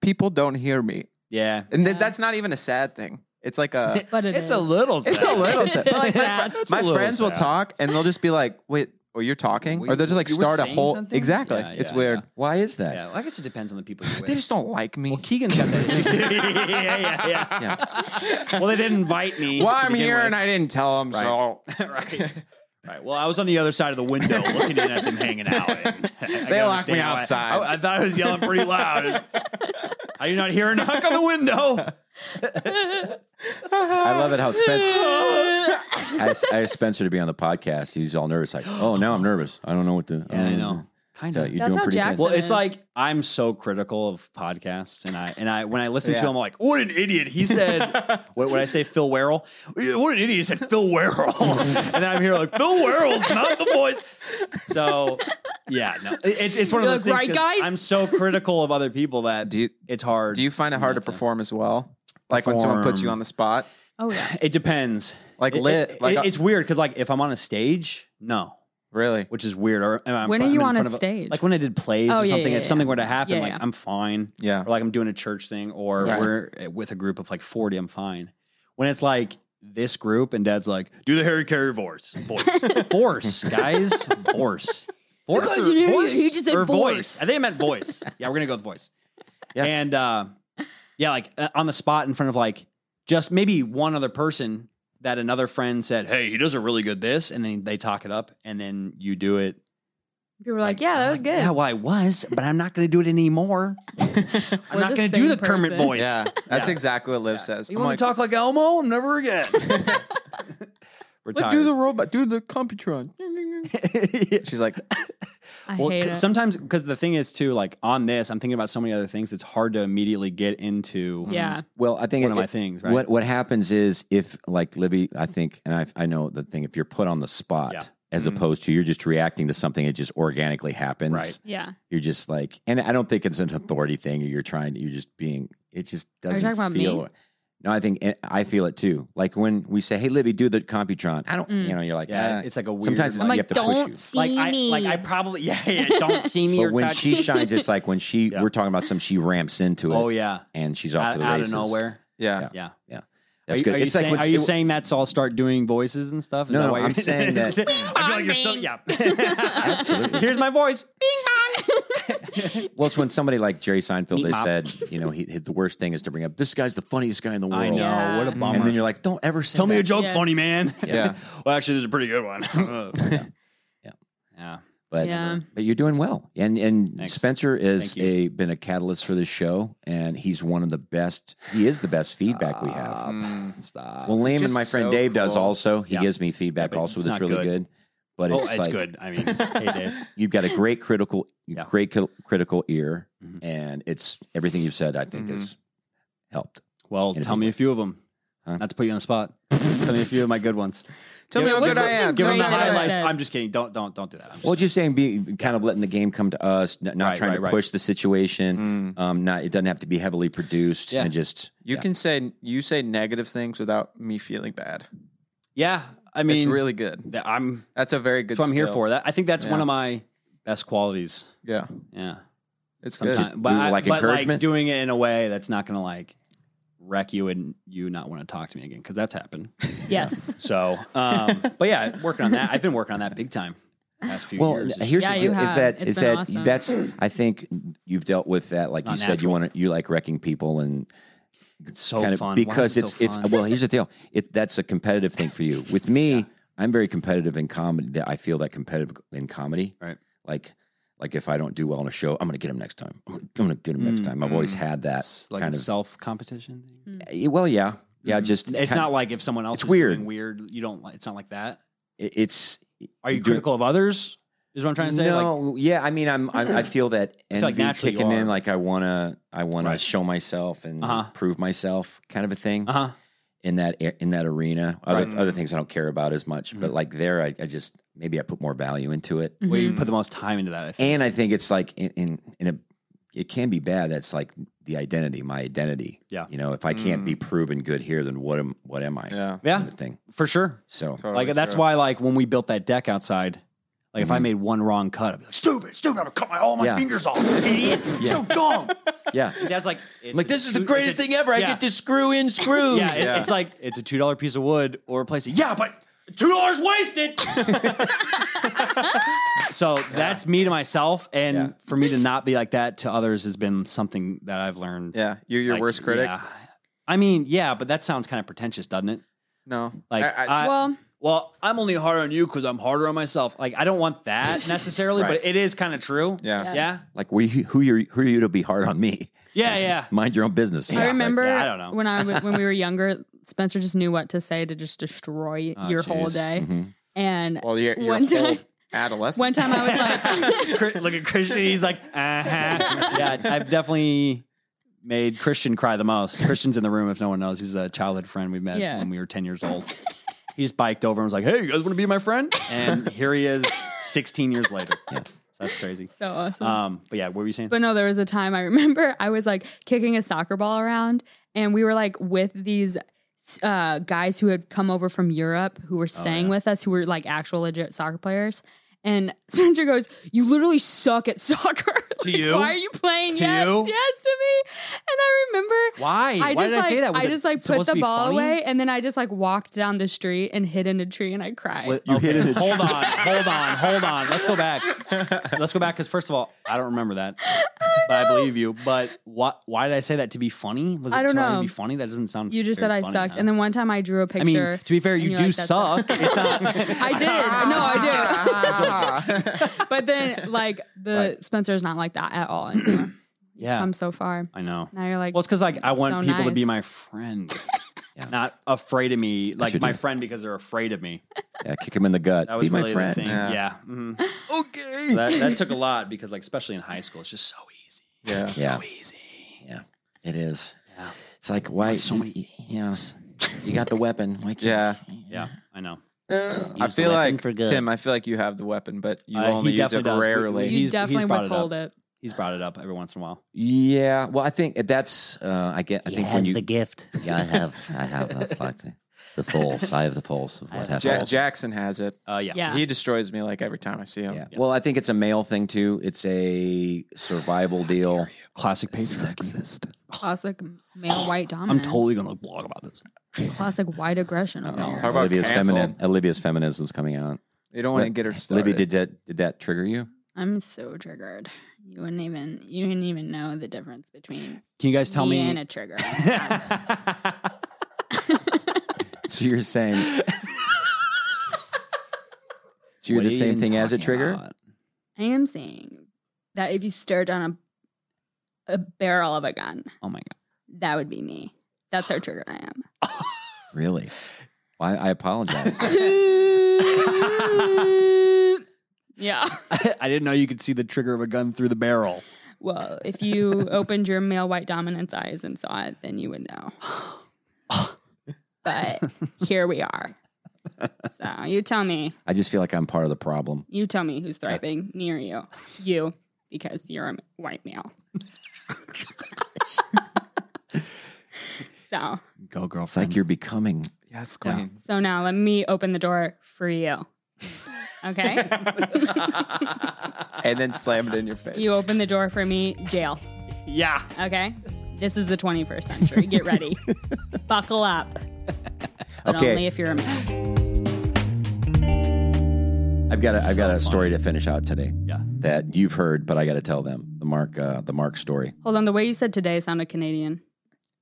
G: people don't hear me.
C: Yeah,
G: and th- that's not even a sad thing. It's like a
D: But it
G: it's
D: is.
G: a little
D: It's
G: sad.
D: a little sad.
G: But like my
D: Sad.
G: fr-
D: That's a
G: my,
D: little
G: friends will
D: sad.
G: talk and they'll just be like, "Wait, oh, you're talking," or they'll just like
C: you were
G: start a
C: saying
G: whole
C: something?
G: exactly.
C: Yeah,
G: it's
C: yeah,
G: weird.
M: Why is that?
C: Yeah, well, I guess it depends on the people.
G: They just don't like me. Well,
C: Keegan's got that issue. yeah, yeah, yeah, Well, they didn't invite me.
G: Well,
C: to
G: I'm
C: begin
G: here
C: with.
G: and I didn't tell them. So
C: right. Right. Well, I was on the other side of the window looking in at them hanging out. and I can
G: They locked
C: understand
G: me
C: why-
G: outside.
C: I, I thought I was yelling pretty loud. Are you not hearing a knock on the window?
B: I love it how Spencer. I, asked- I asked Spencer to be on the podcast. He's all nervous, like, "Oh, now I'm nervous. I don't know what to."
C: Yeah, I
B: don't
C: know. Kind
B: So
C: of.
B: you're That's doing how pretty good. Jackson
C: Well, it's
B: is.
C: like I'm so critical of podcasts, and I and I when I listen to
B: Yeah.
C: him, I'm like, what an idiot. He said, what would I say, Phil Werrell? What an idiot. He said Phil Werrell, and I'm here like Phil Werrell's not the voice. So yeah, no, it, it's one
D: You're
C: of those
D: like,
C: things. 'cause
D: "Right, guys?"
C: I'm so critical of other people that it's hard. Do
G: you find it hard to perform as well? Like when someone puts you on the spot.
D: Oh yeah.
C: It depends.
G: Like
C: It- it-
G: lit- like uh
C: it-
G: a-
C: it's weird because like if I'm on a stage, no.
G: Really?
C: Which is weird. Or, and I'm
D: When are
C: fi- I'm
D: you
C: in
D: on a
C: front of
D: stage?
C: like when I did plays
D: Oh,
C: or
D: yeah,
C: something,
D: yeah,
C: if something
D: yeah.
C: were to happen,
D: Yeah,
C: like
D: yeah.
C: I'm fine.
G: Yeah.
C: Or like I'm doing a church thing or
G: Right.
C: we're eh, with a group of like 40, I'm fine. When it's like this group and dad's like, do the Harry Carey voice. Voice. Force, guys. Force. Force.
D: Because
C: or-
D: you- you-
C: voice
D: you just said
C: or
D: voice.
C: I think I meant voice. Yeah, we're going to go with voice. And uh, yeah, like uh, on the spot in front of like just maybe one other person that another friend said, hey, he does a really good this. And then they talk it up and then you do it.
D: People were like, yeah, that was good.
C: Yeah, well, I was, but I'm not going to do it anymore. I'm not going to do the Kermit voice.
G: Yeah, that's
C: Yeah.
G: exactly what Liv says.
C: You
G: I'm
C: want
G: like,
C: to talk like Elmo? Never again. We're
G: "But do the robot, do the Computron. She's like,
D: I
C: well,
D: hate
C: c-
D: it.
C: sometimes because the thing is too, like on this, I'm thinking about so many other things. It's hard to immediately get into.
D: Yeah.
B: Well, I think
C: one of
B: it-
C: my things. Right?
B: What what happens is if like Libby, I think, and I I know the thing. If you're put on the spot, as
C: Mm-hmm.
B: opposed to you're just reacting to something, it just organically happens.
C: Right.
D: Yeah.
B: You're just like, and I don't think it's an authority thing. Or you're trying. You're just being. It just
D: Are you
B: doesn't
D: talking about
B: feel.
D: me?
B: No, I think and I feel it too. Like when we say, "Hey, Libby, do the Computron." I don't.
D: Mm.
B: You know, you're like, ah.
C: Yeah, uh, it's like a weird.
B: Sometimes it's,
D: I'm
B: you
D: like,
B: have to push
D: don't
B: you.
D: see
C: like I
D: me.
C: like I probably yeah yeah don't see me.
B: But
C: or
B: when
C: touch
B: she
C: me.
B: shines, it's like when she we're talking about some, she ramps into it.
C: Oh, yeah.
B: and she's off
C: out,
B: to the
C: out
B: races.
C: of nowhere.
G: yeah,
C: Yeah.
B: yeah.
C: Are
B: That's
C: you,
B: good.
C: Are you,
B: it's
C: saying,
B: like when
C: are you saying that's all start doing voices and stuff? Is
B: No,
C: that
B: no,
C: why you're
B: I'm saying that-
C: I feel like you're still yeah. Here's my voice.
B: Well, it's when somebody like Jerry Seinfeld,
C: Meat
B: they
C: mop.
B: said, you know, he, he- the worst thing is to bring up this guy's the funniest guy in the world.
C: I know. What a bummer.
B: And then you're like, don't ever say
C: Tell me
B: that.
C: a joke,
D: Yeah.
C: funny man.
B: Yeah.
C: well, actually, this is a pretty good one. Uh, yeah. Yeah.
B: But,
D: Yeah.
B: but you're doing well. And and Spencer is a been a catalyst for this show, and he's one of the best. He is the best feedback we have.
C: Hmm. Stop.
B: Well, Liam and
G: Just
B: my friend
G: so
B: Dave does
G: cool.
B: also. He
C: Yeah.
B: gives me feedback
C: but
B: also
C: it's
B: that's
C: not
B: really good.
C: good.
B: But
C: oh,
B: it's,
C: it's
B: like
C: good. I mean, hey, Dave.
B: you've got a great critical great cri- critical ear and it's everything you've said I think has helped.
C: Well,
B: In a
C: tell
B: big
C: me a few of them. Not to put you on the spot. tell me a few of my good ones.
G: tell me
C: Give-
G: how good
D: what's
G: I
D: it-
G: am.
C: Give them the
D: Great that I
C: highlights.
D: said.
C: I'm just kidding. Don't don't don't do that. I'm just-
B: Well, just saying, be kind of letting the game come to us, n- not
C: Right,
B: trying
C: right,
B: to
C: right.
B: push the situation. Um, not it doesn't have to be heavily produced,
C: Mm. Yeah.
B: and just
G: Mm. You
B: yeah.
G: can say you say negative things without me feeling bad.
C: yeah. I
G: it's
C: mean,
G: really good.
C: th- I'm.
G: That's a very good.
C: That's what I'm here
G: skill.
C: for. That I think that's one
G: Yeah.
C: of my best qualities.
G: Yeah,
C: Yeah.
G: it's good.
C: Sometimes, but
B: do,
C: I-
B: like,
C: but,
B: encouragement?
C: doing it in a way that's not going to like wreck you and you not want to talk to me again because that's happened.
D: Yes.
C: So, um, but yeah, working on that. I've been working on that big time. Past few
B: Well,
C: years.
B: here's
D: Yeah,
B: the
D: you
B: deal, is
D: have.
B: that
D: It's
B: is
D: been
B: that
D: awesome.
B: that's I think you've dealt with that, like you
C: Not
B: said, you want to you like wrecking people and
C: It's so
B: kind of
C: fun Why is
B: because
C: it
B: it's
C: so
B: it's
C: fun?
B: well. Here's the deal: it that's a competitive thing for you. With me, I'm very competitive in comedy. That I feel that competitive in comedy,
C: Right.
B: Like. Like if I don't do well in a show, I'm gonna get him next time. I'm gonna- I'm gonna get him
C: Mm,
B: next time. I've always had that
C: It's like
B: kind
C: a
B: of.
C: self competition thing.
B: eh, Well, yeah, yeah. Just
C: Mm-hmm. It's
B: kind-
C: not like if someone else
B: it's
C: is weird.
B: weird.
C: weird, you don't like it's not like that.
B: it- it's.
C: Are you
B: doing-
C: critical of others? Is what I'm trying to say.
B: No,
C: Like,
B: yeah, I mean, I'm, I'm I feel that
C: feel
B: envy
C: like naturally you
B: kicking in,
C: are.
B: like I wanna, I wanna
C: Right.
B: show myself and
C: Uh-huh.
B: prove myself, kind of a thing.
C: uh huh.
B: In that a- in that arena, other
C: Right. Mm-hmm.
B: other things I don't care about as much, but like there, I, I just maybe I put more value into it,
K: Mm-hmm.
C: Well, you put the most time into that. I think.
B: and I think it's like in in, in a it can be bad. That's like the identity, my identity.
C: Yeah.
B: You know, if I can't
C: Mm.
B: be proven good here, then what am what am I?
G: Yeah.
C: Yeah.
B: Kind of thing.
C: for sure.
B: So
G: Oh,
C: like that's why like when we built that deck outside, like if I
G: Mm-hmm.
B: Mhm.
C: made one wrong cut, I'd be like, stupid, stupid, I'm gonna cut my all my
B: Yeah.
C: fingers off, idiot. So dumb.
B: Yeah.
C: Dad's like, it's
K: like
C: a
K: this is the
C: two-
K: greatest
C: it's a-
K: thing ever. I
C: yeah.
K: get to screw in screws.
C: Yeah, it's, it's like it's a two dollar piece of wood or replace it. Yeah, but two dollars wasted. so that's me to myself, and for me to not be like that to others has been something that I've learned.
G: Yeah, you're your
C: Like,
G: worst critic.
C: yeah. I mean, yeah, but that sounds kind of pretentious, doesn't it?
G: No,
C: Like,
G: I-
C: I,
G: I-
D: Well-
C: well, I'm only hard on you because I'm harder on myself. Like, I don't want that necessarily,
B: Right.
C: but it is kind of true.
G: Yeah.
D: Yeah.
C: yeah,
B: Like we who you who are you to be hard on me?
C: yeah, yeah.
B: Mind your own business.
D: I remember
C: yeah, I don't know.
D: when I w- when we were younger, Spencer just knew what to say to just destroy
C: Oh,
D: your whole
C: jeez.
D: day.
B: Mhm.
D: And
G: Well, you're, you're
D: one time,
G: adolescent.
D: one time I was like,
C: Chri- Look at Christian. He's like, uh huh. Yeah, I've definitely made Christian cry the most. Christian's in the room if no one knows. He's a childhood friend we met
D: Yeah.
C: when we were 10 years old. He just biked over and was like, hey, you guys want to be my friend? And here he is 16 years later. Yeah. So that's crazy.
D: so awesome.
C: Um, but yeah, what were you saying?
D: But no, there was a time I remember I was like kicking a soccer ball around, and we were like with these uh, guys who had come over from Europe who
C: Oh,
D: were staying with us, who were like actual legit soccer players. And Spencer goes, "You literally suck at soccer.
C: To
D: Like,
C: you?
D: Why are you playing?
C: To
D: yes,
C: you?
D: yes, to me." And I remember
C: Why? Why
D: I just
C: did
D: like
C: I say that? Was
D: I
C: it
D: just like put
C: supposed to
D: the
C: be
D: ball
C: funny?
D: away, and then I just like walked down the street and hid in a tree, and I cried.
C: What-
B: You
C: okay,
B: hit it.
C: Hold on, hold on, hold on. Let's go back. Let's go back because first of all, I don't remember that, but I believe you. But why? Why did I say that to be funny? Was it
D: I don't
C: trying
D: know.
C: to be funny? That doesn't sound.
D: You just said
C: very
D: I
C: funny,
D: sucked,
C: huh?
D: and then one time I drew a picture.
C: I mean, to be fair,
D: and
C: you
D: you're
C: do
D: like, "That's not-
C: suck. It's not.
D: I did. No, I did. but then, like, the Spencer's not like that at all anymore.
C: Yeah.
D: Come so far.
C: I know.
D: Now you're like,
C: Well, it's because like I want
D: so
C: people to be
D: nice.
C: my friend, not afraid of me. Like
B: you
C: my
B: do.
C: friend because they're afraid of me.
B: Yeah, kick him in the gut.
C: That
B: be
C: was
B: my
C: really
B: friend.
C: the thing.
G: Yeah.
C: Yeah. mhm. So that, that took a lot because like especially in high school, it's just so easy.
G: yeah.
B: Yeah.
C: So easy.
B: Yeah. It is. It's like why so many Yeah. You got the weapon. Why can't
G: Yeah.
C: Yeah, I know.
G: I
C: Use the
G: feel
C: weapon
G: like
C: for good.
G: Tim. I feel like you have the weapon, but you
C: Uh, he
G: only use it
C: definitely does. We-
G: rarely.
D: you
C: he's- he's
D: definitely
C: brought it
D: withhold it.
C: He's brought it up every once in a while.
B: Yeah. Well, I think that's. Uh, I get. I think when you.
K: gift.
B: yeah, I have. I have. That's like the, the pulse. I have the pulse of what happens.
G: Ja- Jackson has it.
C: Uh, yeah.
D: Yeah.
G: He destroys me like every time I see him.
B: Yeah. Well, I think it's a male thing too. It's a survival deal.
C: Classic patriarchy.
D: Classic male white
C: I'm
D: dominance.
C: totally gonna blog about this.
D: Classic white aggression. over
B: Oh,
D: here.
G: Talk about
B: Olivia's
G: canceled.
B: feminine. Olivia's feminism's coming out.
G: They don't want to get her started.
B: Olivia, did that? Did that trigger you?
D: I'm so triggered. You wouldn't even you didn't even know the difference between
C: Can you guys tell
D: me
C: me?
D: and a trigger.
B: So you're saying. so you're
C: What are
B: the
C: you
B: same
C: even
B: thing as a
C: talking
B: trigger.
C: about?
D: I am saying that if you stared down a a barrel of a gun,
C: Oh my god.
D: that would be me. That's how triggered I am.
B: Really? Well, I, I apologize.
D: Yeah.
C: I didn't know you could see the trigger of a gun through the barrel.
D: Well, if you opened your male white dominance eyes and saw it, then you would know. But here we are. So you tell me.
B: I just feel like I'm part of the problem.
D: You tell me who's thriving near you. You, because you're a white male. so,
C: Go,
B: It's like
C: girlfriend.
B: you're becoming.
G: Yes, queen.
D: so now let me open the door for you. Okay?
G: And then slam it in your face.
D: You open the door for me, jail.
C: yeah.
D: Okay? This is the 21st century. Get ready. Buckle up. But
B: Okay.
D: only if you're a man.
B: I've got a, I've got a story to finish out today.
C: Yeah.
B: That you've heard, but I got to tell them the Mark uh, the Mark story.
D: Hold on, the way you said today sounded Canadian.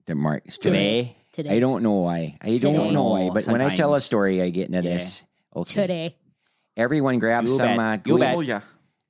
B: The Mark story.
D: Today. Today.
B: I don't know why. I
D: Today.
B: don't know why. But when I tell a
C: Sometimes.
B: story, I get into this. Okay.
D: Today.
B: Everyone grab
C: You
B: some.
C: bet.
B: Uh,
C: You
B: gooey-
C: bet.
G: Oh yeah.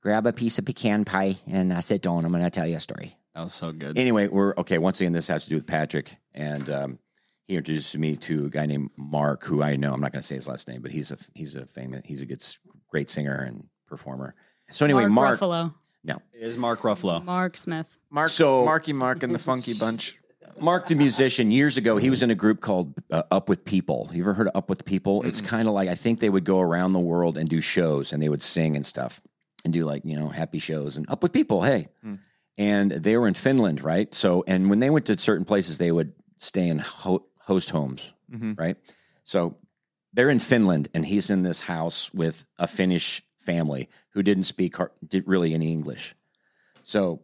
B: Grab a piece of pecan pie and uh, sit down. I'm going to tell you a story.
C: That was so good.
B: Anyway, we're okay. Once again, this has to do with Patrick, and um, he introduced me to a guy named Mark, who I know. I'm not going to say his last name, but he's a he's a famous he's a good s- great singer and performer. So anyway, Mark.
D: Ruffalo.
B: no,
C: It is Mark Ruffalo.
D: Mark Smith.
G: Mark.
B: So-
G: Marky Mark and the Funky Bunch.
B: Mark the musician years ago, he was in a group called uh, Up with People. You ever heard of Up with People? It's kind of like I think they would go around the world and do shows and they would sing and stuff and do like, you know, happy shows and Up with People, hey. and they were in Finland, right? So, and when they went to certain places, they would stay in ho- host homes,
G: Mhm.
B: right? So they're in Finland, and he's in this house with a Finnish family who didn't speak har- did really any English. So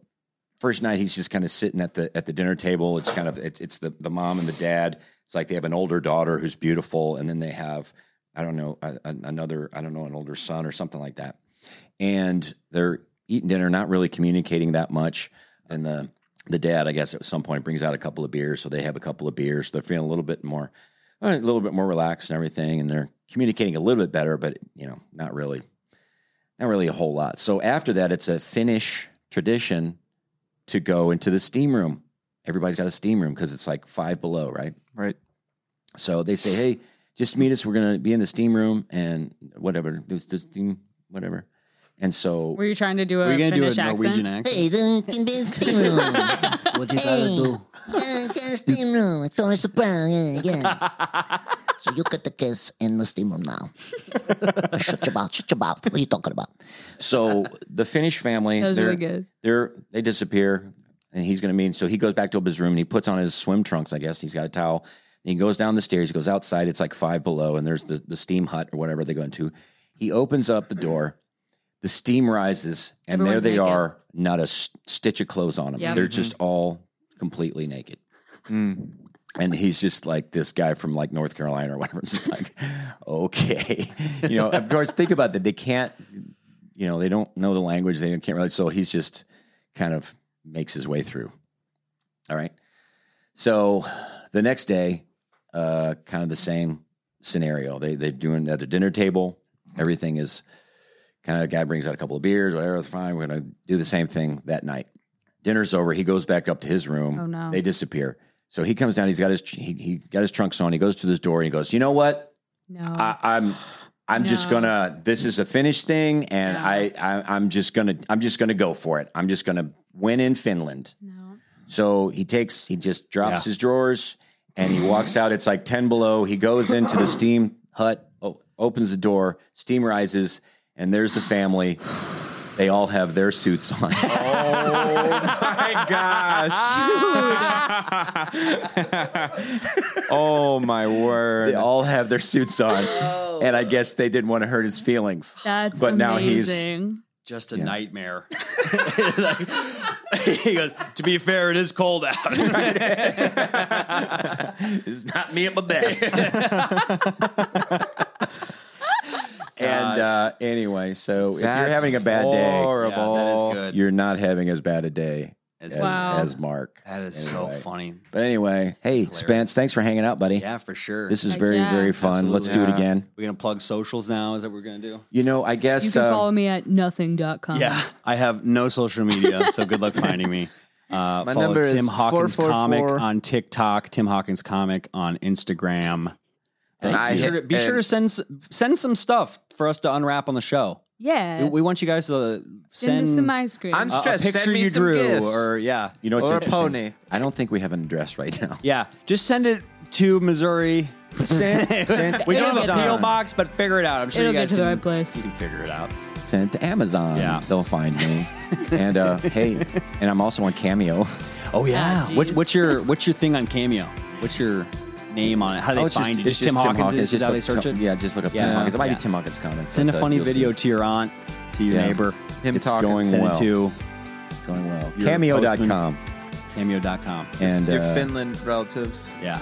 B: first night, he's just kind of sitting at the at the dinner table. It's kind of it's it's the the mom and the dad. It's like they have an older daughter who's beautiful, and then they have I don't know a, a- another I don't know an older son or something like that and they're eating dinner, not really communicating that much. And the the dad, I guess, at some point brings out a couple of beers, so they have a couple of beers. They're feeling a little bit more, a little bit more relaxed and everything, and they're communicating a little bit better, but you know, not really, not really a whole lot. So after that, it's a Finnish tradition to go into the steam room. Everybody's got a steam room because it's like five below, right?
G: Right.
B: So they say, "Hey, just meet us. We're gonna be in the steam room and whatever. This, this steam, whatever." And so
D: Were you trying to do a
B: Were you gonna do a
D: Finnish
B: Norwegian
D: accent?
B: accent?
I: Hey, don't convince the room.
Q: What you gotta do?
D: Uh,
I: Don't convince the room. It's always a problem. Yeah, yeah. so you get the kiss in the steam room now. shut your mouth. Shut your mouth. What are you talking about?
B: So the Finnish family,
I: That was
B: they're,
I: really good.
B: they're they disappear, and he's going to meet. So he goes back to his room and he puts on his swim trunks. I guess he's got a towel. And he goes down the stairs. He goes outside. It's like five below, and there's the the steam hut or whatever they go into. He opens up the door. The steam rises, and
R: Everyone's
B: there they
R: naked.
B: are. Not a s- stitch of clothes on them.
R: Yep.
B: They're
R: Mhm.
B: just all completely naked. And he's just like this guy from like North Carolina or whatever. It's just like, okay, you know. Of course, think about that. They can't you know, they don't know the language, they can't really. So he's just kind of makes his way through. All right. So the next day, uh, kind of the same scenario. They they're doing at the dinner table. Everything is kind of the guy brings out a couple of beers, whatever. It's fine. We're gonna do the same thing that night. Dinner's over. He goes back up to his room.
R: Oh, no.
B: They disappear. So he comes down. He's got his he, he got his trunks on. He goes to this door and he goes, you know what?
D: No.
B: I, I'm I'm just gonna this is a finished thing and I, I I'm just gonna I'm just gonna go for it. I'm just gonna win in Finland. So he takes he just drops
R: Yeah.
B: his drawers and he walks out. It's like ten below. He goes into the steam hut, o- opens the door, steam rises, and there's the family. They all have their suits on.
G: my gosh.
B: oh my word! They all have their suits on, and I guess they didn't want to hurt his feelings.
D: That's
B: but
D: amazing.
B: now he's
C: Just a nightmare. he goes, to be fair, it is cold out.
B: it's not me at my best. And uh, anyway, so if
C: That's
B: you're having a bad day,
C: horrible. Yeah, that is good.
B: You're not having as bad a day as,
C: Wow.
B: as Mark.
C: That is so
B: Anyway.
C: funny.
B: But anyway, hey Spence, thanks for hanging out, buddy.
C: Yeah, for sure.
B: This is very very fun. Let's do it again.
C: We're going to plug socials now. Is that what we're going to do?
B: You know, I guess
D: You can
C: uh,
D: follow me at nothing.com.
C: Yeah, I have no social media, so good luck finding me. Uh,
G: My
C: follow
G: number is
C: Tim Hawkins Comic
G: 444.
C: on TikTok, Tim Hawkins Comic on Instagram.
G: And
C: Uh,
G: I
C: be sure,
G: hit-
C: to, be sure to send s- send some stuff for us to unwrap on the show.
D: Yeah.
C: We, we want you guys to
D: Send
C: send,
D: us some ice cream. I'm
C: a- a
D: stressed.
C: picture
D: Send me
C: you
D: some
C: drew,
D: gifts.
C: or yeah,
B: You know what's
C: or
B: interesting? I don't think we have an address right now.
C: Yeah, just send it to Missouri.
B: Send- send
C: we don't have a
B: Amazon.
C: PO box, but figure it out. I'm sure
D: It'll
C: you
D: get
C: guys
D: to the
C: can-
D: right place.
C: You can figure it out.
B: Send it to Amazon. Yeah. They'll find me. and uh, hey, and I'm also on Cameo.
C: Oh yeah.
B: Ah,
C: what,
B: geez.
C: what's your what's your thing on Cameo? What's your name on it? How do they
B: Oh, it's
C: find
B: just-
C: you?
B: it's
C: Just, Tim Hawkins. Is
B: Just
C: that how they
B: look-
C: search it?
B: Yeah, just look up Tim
C: Yeah.
B: Hawkins. It might
C: Yeah.
B: be Tim Hawkins comics.
C: Send a
B: but, uh,
C: funny
B: you'll see
C: video
B: it.
C: to your aunt, to your
B: Yeah.
C: neighbor.
B: Him
C: it's
B: talking.
C: Going
B: Send it
C: well.
B: to-
C: to
B: It's going well.
C: your
B: Cameo.com.
C: postman- Cameo.com.
B: And, Your uh,
G: Finland relatives.
C: Yeah.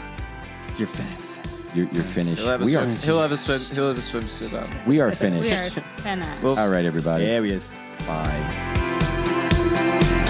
C: Your fin.
B: You're, you're finished.
G: He'll have a,
B: We
G: swim,
B: are,
G: he'll have a swim. He'll have a swimsuit up.
B: we are finished.
D: We are finished.
B: All right, everybody.
C: Yeah, we is.
B: Bye.